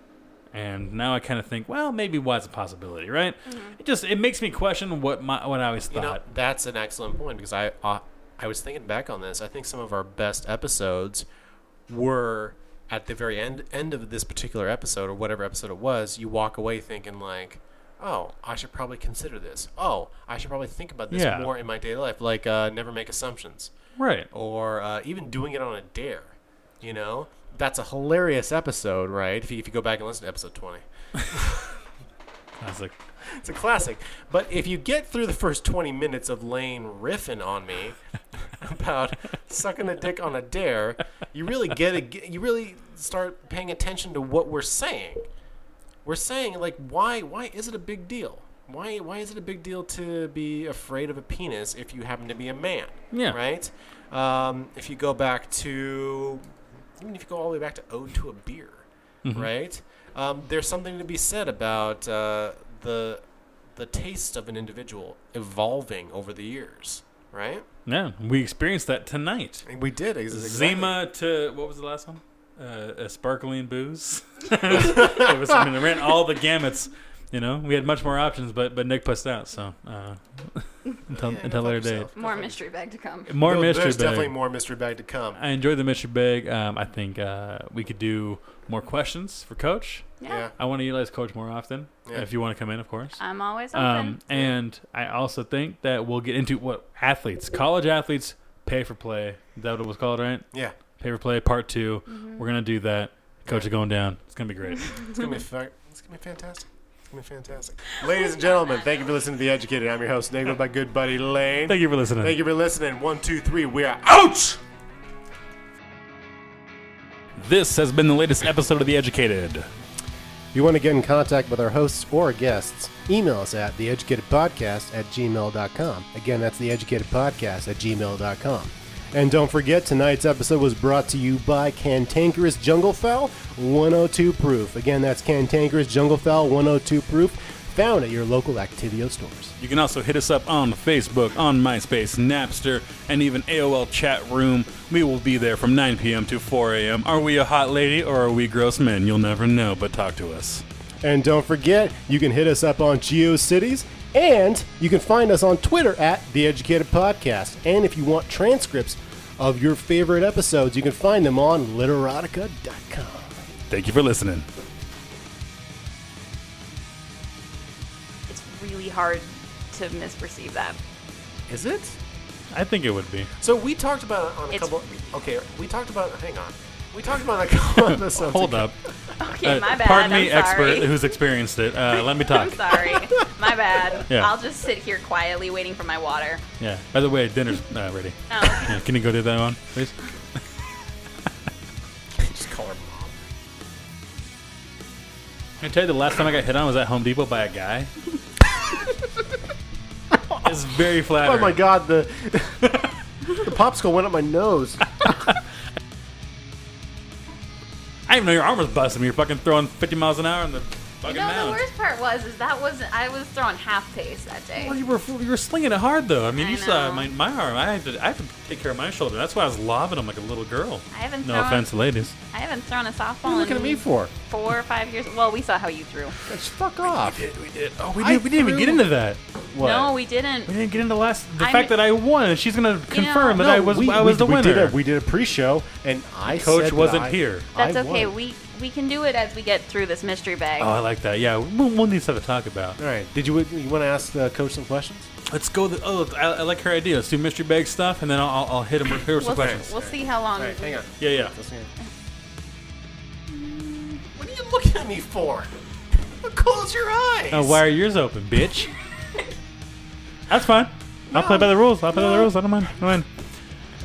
S2: And now I kind of think, well, maybe Y's a possibility, right? It just it makes me question what my what I always
S1: Mm-hmm. you know
S2: thought.
S1: that's an excellent point because I uh, I was thinking back on this. I think some of our best episodes were at the very end end of this particular episode or whatever episode it was. You walk away thinking like, "Oh, I should probably consider this. Oh, I should probably think about this
S2: Yeah.
S1: more in my daily life." Like, uh, never make assumptions
S2: Right.
S1: or uh, even doing it on a dare. You know, that's a hilarious episode, right? If you, if you go back and listen to episode 20,
S2: I was like,
S1: it's a classic. But if you get through the first 20 minutes of Lane riffing on me about sucking a dick on a dare, you really get a, you really start paying attention to what we're saying. We're saying like, why why is it a big deal? Why why is it a big deal to be afraid of a penis if you happen to be a man?
S2: Yeah.
S1: Right. Um, if you go back to, even if you go all the way back to Ode to a Beer, right? Um, there's something to be said about uh, the the taste of an individual evolving over the years, right?
S2: yeah, we experienced that tonight.
S1: And we did. ex- Exactly.
S2: Zima to what was the last one? Uh, a sparkling booze. it was. I mean, they ran all the gamuts. You know, we had much more options, but but Nick pussed out. So uh, until
S1: Yeah, go
S2: until
S1: fuck
S2: later date.
S1: yourself.
S3: More mystery bag to come.
S2: More
S1: No,
S2: mystery
S1: There's
S2: bag.
S1: definitely more mystery bag to come.
S2: I enjoyed the mystery bag. Um, I think uh, we could do more questions for Coach.
S3: Yeah.
S1: yeah.
S2: I want to utilize Coach more often.
S1: Yeah.
S2: If you want to come in, of course.
S3: I'm always open.
S2: Um, and I also think that we'll get into what athletes, college athletes, pay for play. Is that what it was called, right?
S1: Yeah.
S2: Pay for play part 2 we
S3: Mm-hmm.
S2: We're gonna do that. Coach is going down. It's gonna be great.
S1: It's gonna be fa- it's gonna be fantastic. It's gonna be fantastic. Ladies and gentlemen, thank you for listening to The Educated. I'm your host, Nick, with my good buddy Lane.
S2: Thank you for listening.
S1: Thank you for listening. One, two, three, we are out!
S2: This has been the latest episode of The Educated.
S4: If you want to get in contact with our hosts or guests, email us at theeducatedpodcast at gmail.com. Again, that's theeducatedpodcast at gmail.com. And don't forget, tonight's episode was brought to you by Cantankerous Junglefowl 102 Proof. Again, that's Cantankerous Junglefowl 102 Proof, found at your local Activio stores.
S2: You can also hit us up on Facebook, on MySpace, Napster, and even AOL chat room. We will be there from 9 p.m. to 4 a.m. Are we a hot lady or are we gross men? You'll never know, but talk to us.
S4: And don't forget, you can hit us up on GeoCities, and you can find us on Twitter at The Educated Podcast. And if you want transcripts of your favorite episodes, you can find them on literotica.com.
S2: Thank you for listening.
S3: it's really hard to misperceive that.
S1: Is it?
S2: I think it would be.
S1: So we talked about it on a
S3: It's-
S1: couple. Okay, we talked about. Hang on. We talked about it on a couple episodes.
S2: Hold up.
S3: Okay,
S2: Uh,
S3: my bad.
S2: Pardon me,
S3: I'm
S2: expert
S3: sorry.
S2: who's experienced it. Uh, let me
S3: I'm
S2: talk.
S3: sorry. My bad.
S2: Yeah.
S3: I'll just sit here quietly waiting for my water.
S2: Yeah. By the way, dinner's uh, ready.
S3: Oh,
S2: Yeah, can you go do that one, please?
S1: Just call her mom.
S2: Can I tell you the last time I got hit on was at Home Depot by a guy? it's very
S4: Oh
S2: flattering.
S4: my god, the, the popsicle went up my nose.
S2: I didn't even know your arm was busting. You're fucking throwing 50 miles an hour in the
S3: you
S2: fucking
S3: know the
S2: mound.
S3: worst part was is that was I was throwing half pace that day.
S2: Well, you were you were slinging it hard though. I mean,
S3: I
S2: you saw
S3: know.
S2: my, my arm. I have to I have to take care of my shoulder. That's why I was lobbing him like a little girl.
S3: I haven't
S2: No
S3: thrown-
S2: offense, ladies.
S3: I haven't thrown a softball.
S4: What are you looking
S3: in
S4: at me for?
S3: Four or five years. Well, we saw how you threw.
S4: Just fuck off.
S2: did. We did. Oh, we
S4: I
S2: did. We didn't even
S4: threw-
S2: get into that.
S4: What?
S3: No, we didn't.
S2: We didn't get into last. The
S3: I'm-
S2: fact that I won. She's gonna confirm that I was
S4: we-
S2: I was the
S4: we-
S2: winner.
S4: We did a, we did a pre-show, and I
S2: Coach
S4: said that
S2: wasn't
S4: I-
S2: here.
S3: That's
S4: I
S3: okay.
S4: won.
S3: We we can do it as we get through this mystery bag.
S2: oh, I like that. Yeah, we'll, we'll need stuff to talk about.
S4: All right. Did you you want to ask the coach some questions?
S2: Let's go. The, oh, I, I like her idea. Let's do mystery bag stuff, and then I'll, I'll, I'll hit him with here with some
S3: we'll,
S2: questions.
S3: we'll see how long.
S1: All right, hang on.
S2: Yeah, yeah.
S4: Let's hear. Mm,
S1: What are you looking at me for? Close your eyes.
S2: Now, why are yours open, bitch? That's fine. I'll play by the rules. I'll play by the rules. I don't mind. I don't mind.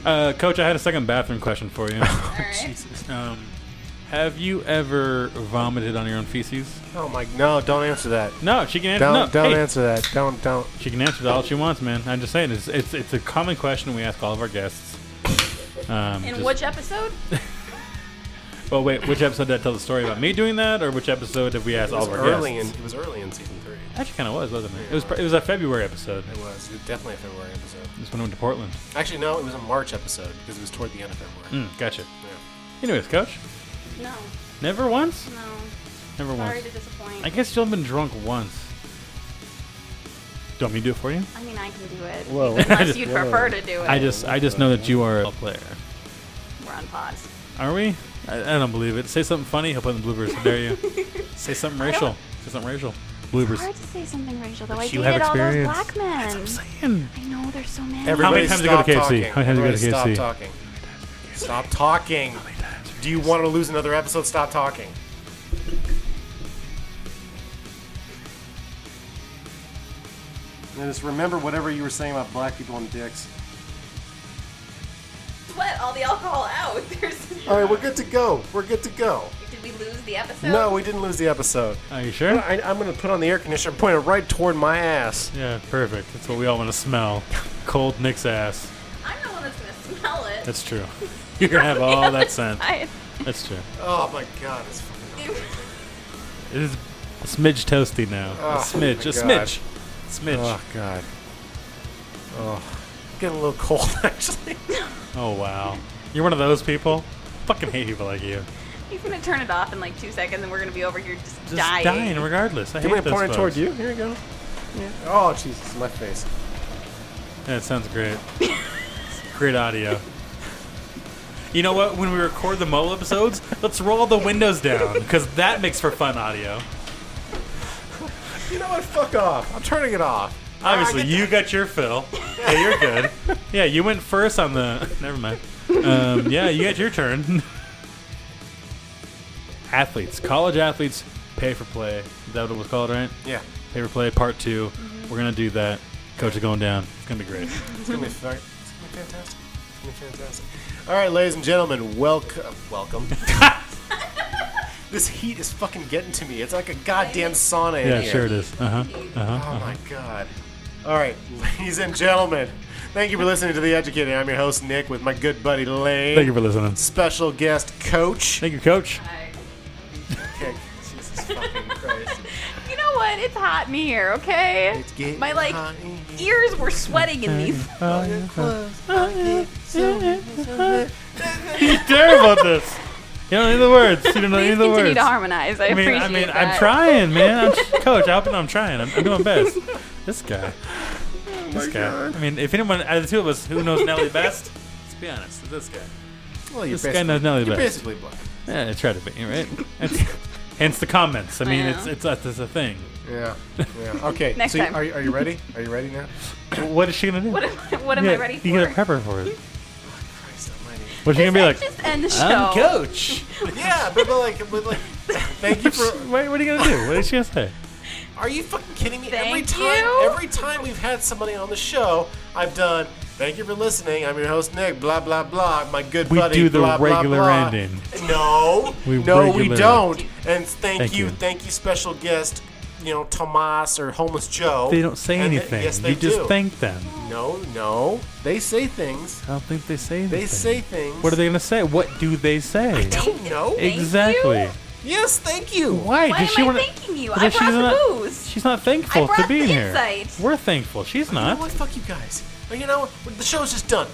S2: Uh, Coach, I had a second bathroom question for you.
S3: All right.
S2: um, have you ever vomited on your own feces?
S4: Oh my! No, don't answer that.
S2: No, she can answer.
S4: Don't
S2: no,
S4: don't
S2: hey,
S4: answer that. Don't don't.
S2: She can answer that all she wants, man. I'm just saying, it's it's, it's a common question we ask all of our guests. Um,
S3: In
S2: just-
S3: which episode?
S2: Well, wait, which episode did I tell the story about me doing that, or which episode did we ask
S1: It was
S2: all of our
S1: early in.
S2: guests?
S1: It was early in season three.
S2: Actually, kind of was, wasn't it? It was pr- it was a February episode.
S1: It was. It was definitely a February episode.
S2: This one went to Portland.
S1: Actually, no, it was a March episode because it was toward the end of February.
S2: Mm, gotcha.
S1: Yeah.
S2: Anyways, Coach,
S3: No,
S2: never once,
S3: no.
S2: never
S3: Sorry
S2: once.
S3: to disappoint.
S2: I guess you've been drunk once. you want me to do it for you?
S3: I mean, I can do it.
S1: Whoa.
S2: I
S3: Unless
S2: just-
S3: you'd
S1: whoa.
S3: prefer to do it.
S2: I just I just know that you are a player.
S3: We're on pause.
S2: Are we? I, I don't believe it. Say something funny. He'll put in the bloopers. Dare you? Say something
S3: I don't-
S2: racial. Say something racial. Bloopers.
S3: Hard to say something racial, though. I
S2: you
S3: dated
S2: have
S3: all those
S2: experience.
S3: black men.
S2: That's what I'm saying.
S3: I know, there's so many.
S2: How many times you go to KFC?
S4: stop talking.
S2: How many times you go to KFC?
S4: Everybody Stop talking. Stop talking. Do you want to lose another episode? Stop talking.
S1: And just remember whatever you were saying about black people and dicks.
S3: Sweat all the alcohol out. There's.
S1: All right, we're good to go. We're good to go.
S3: Did we lose the episode?
S1: No, we didn't lose the episode.
S2: Are you sure?
S4: I, I'm going to put on the air conditioner and point it right toward my ass.
S2: Yeah, perfect. That's what we all want to smell. Cold Nick's ass.
S3: I'm the one that's gonna smell it.
S2: That's true. You're gonna have all that scent.
S3: I,
S2: That's true.
S4: Oh my god, it's fucking
S2: It is a smidge toasty now. a
S4: Oh,
S2: smidge.
S4: my
S2: A smidge. Smidge.
S4: Oh god. Oh, getting a little cold actually.
S2: Oh wow. You're one of those people. Fucking hate people like you.
S3: he's gonna turn it off in like two seconds, and we're gonna be over here just,
S2: Just dying, regardless. I
S1: Do you
S2: hate
S1: want me to
S2: those
S1: point it
S2: folks.
S1: toward you? Here you go. Yeah. Oh, Jesus, my face.
S2: Yeah, it sounds great. It's great audio. You know what? When we record the mole episodes, let's roll the windows down because that makes for fun audio.
S4: you know what? Fuck off. I'm turning it off.
S2: Obviously, you got your fill. Yeah, you're good. Yeah, you went first on the. Never mind. Um, yeah, you got your turn. athletes, college athletes, pay for play. Is that what it was called, right?
S4: Yeah.
S2: Pay for play, part 2 we We're gonna do that. Coach is going down. It's gonna be great.
S4: It's
S3: Mm-hmm.
S4: gonna be fa- it's gonna be fantastic. It's gonna be fantastic. All right, ladies and gentlemen, welcome. Welcome. this heat is fucking getting to me. It's like a goddamn sauna in
S2: Yeah,
S4: here.
S2: sure it is. Uh huh. Uh huh.
S4: Oh my god. All right, ladies and gentlemen, thank you for listening to The Educated. I'm your host Nick with my good buddy Lane.
S2: Thank you for listening.
S4: Special guest coach.
S2: Thank you, Coach.
S4: Okay, Jesus fucking Christ.
S3: You know what? It's hot in here. Okay.
S4: It's getting
S3: My like
S4: hot in here.
S3: ears were sweating in these.
S2: He's terrible at this. You don't need the words. You don't know any
S3: Please
S2: of the
S3: continue
S2: words.
S3: to harmonize. I,
S2: I mean, I
S3: appreciate
S2: mean,
S3: that.
S2: I'm trying, man. I'm coach. I'm, I'm trying. I'm, I'm doing best. This guy.
S4: Oh
S2: This guy. I mean, if anyone out of the two of us who knows Nelly best, let's be honest, it's this guy.
S4: Well, you're
S2: This guy knows
S4: basically,
S2: Nelly
S4: you're
S2: best.
S4: basically black.
S2: Yeah, I try to be right. It's- hence the comments. I mean,
S3: Wow.
S2: it's it's it's a thing.
S4: Yeah. yeah. Okay.
S3: Next
S4: so you-
S3: time.
S4: Are, you- are you ready? Are you ready now?
S2: What is she gonna do?
S3: What am, what am I ready for?
S2: You gotta prep her for it.
S4: Christ almighty.
S2: What's she gonna be like?
S3: Just end the show.
S2: I'm coach.
S4: Yeah, but, but like, but like, thank you for.
S2: Wait, what are you gonna do? What is she gonna say?
S4: Are you fucking kidding me? every
S3: Thank
S4: time,
S3: you.
S4: every time we've had somebody on the show, I've done. Thank you for listening. I'm your host Nick. Blah blah blah. My good
S2: We
S4: buddy.
S2: do the
S4: blah, blah,
S2: regular
S4: blah.
S2: ending.
S4: No,
S2: We
S4: no, we
S2: regular.
S4: don't. And thank,
S2: Thank
S4: you,
S2: you.
S4: thank you, special guest. You know, Tomas or homeless Joe.
S2: They don't say
S4: And th-
S2: anything.
S4: yes, they
S2: you just
S4: do.
S2: thank them.
S4: No, no, they say things.
S2: I don't think they say anything.
S4: They say things.
S2: What are they gonna say? What do they say?
S4: Don't know.
S3: Thank
S2: Exactly.
S3: you?
S4: Yes, thank you.
S2: Why?
S3: Why
S2: Does
S3: am
S2: she
S3: I
S2: want
S3: thanking you? I brought the booze.
S2: She's not thankful
S3: I brought
S2: to being
S3: the
S2: here.
S3: insight.
S2: We're thankful. She's
S4: You know
S2: not.
S4: what? Fuck you guys. Or, you know, the show's just done.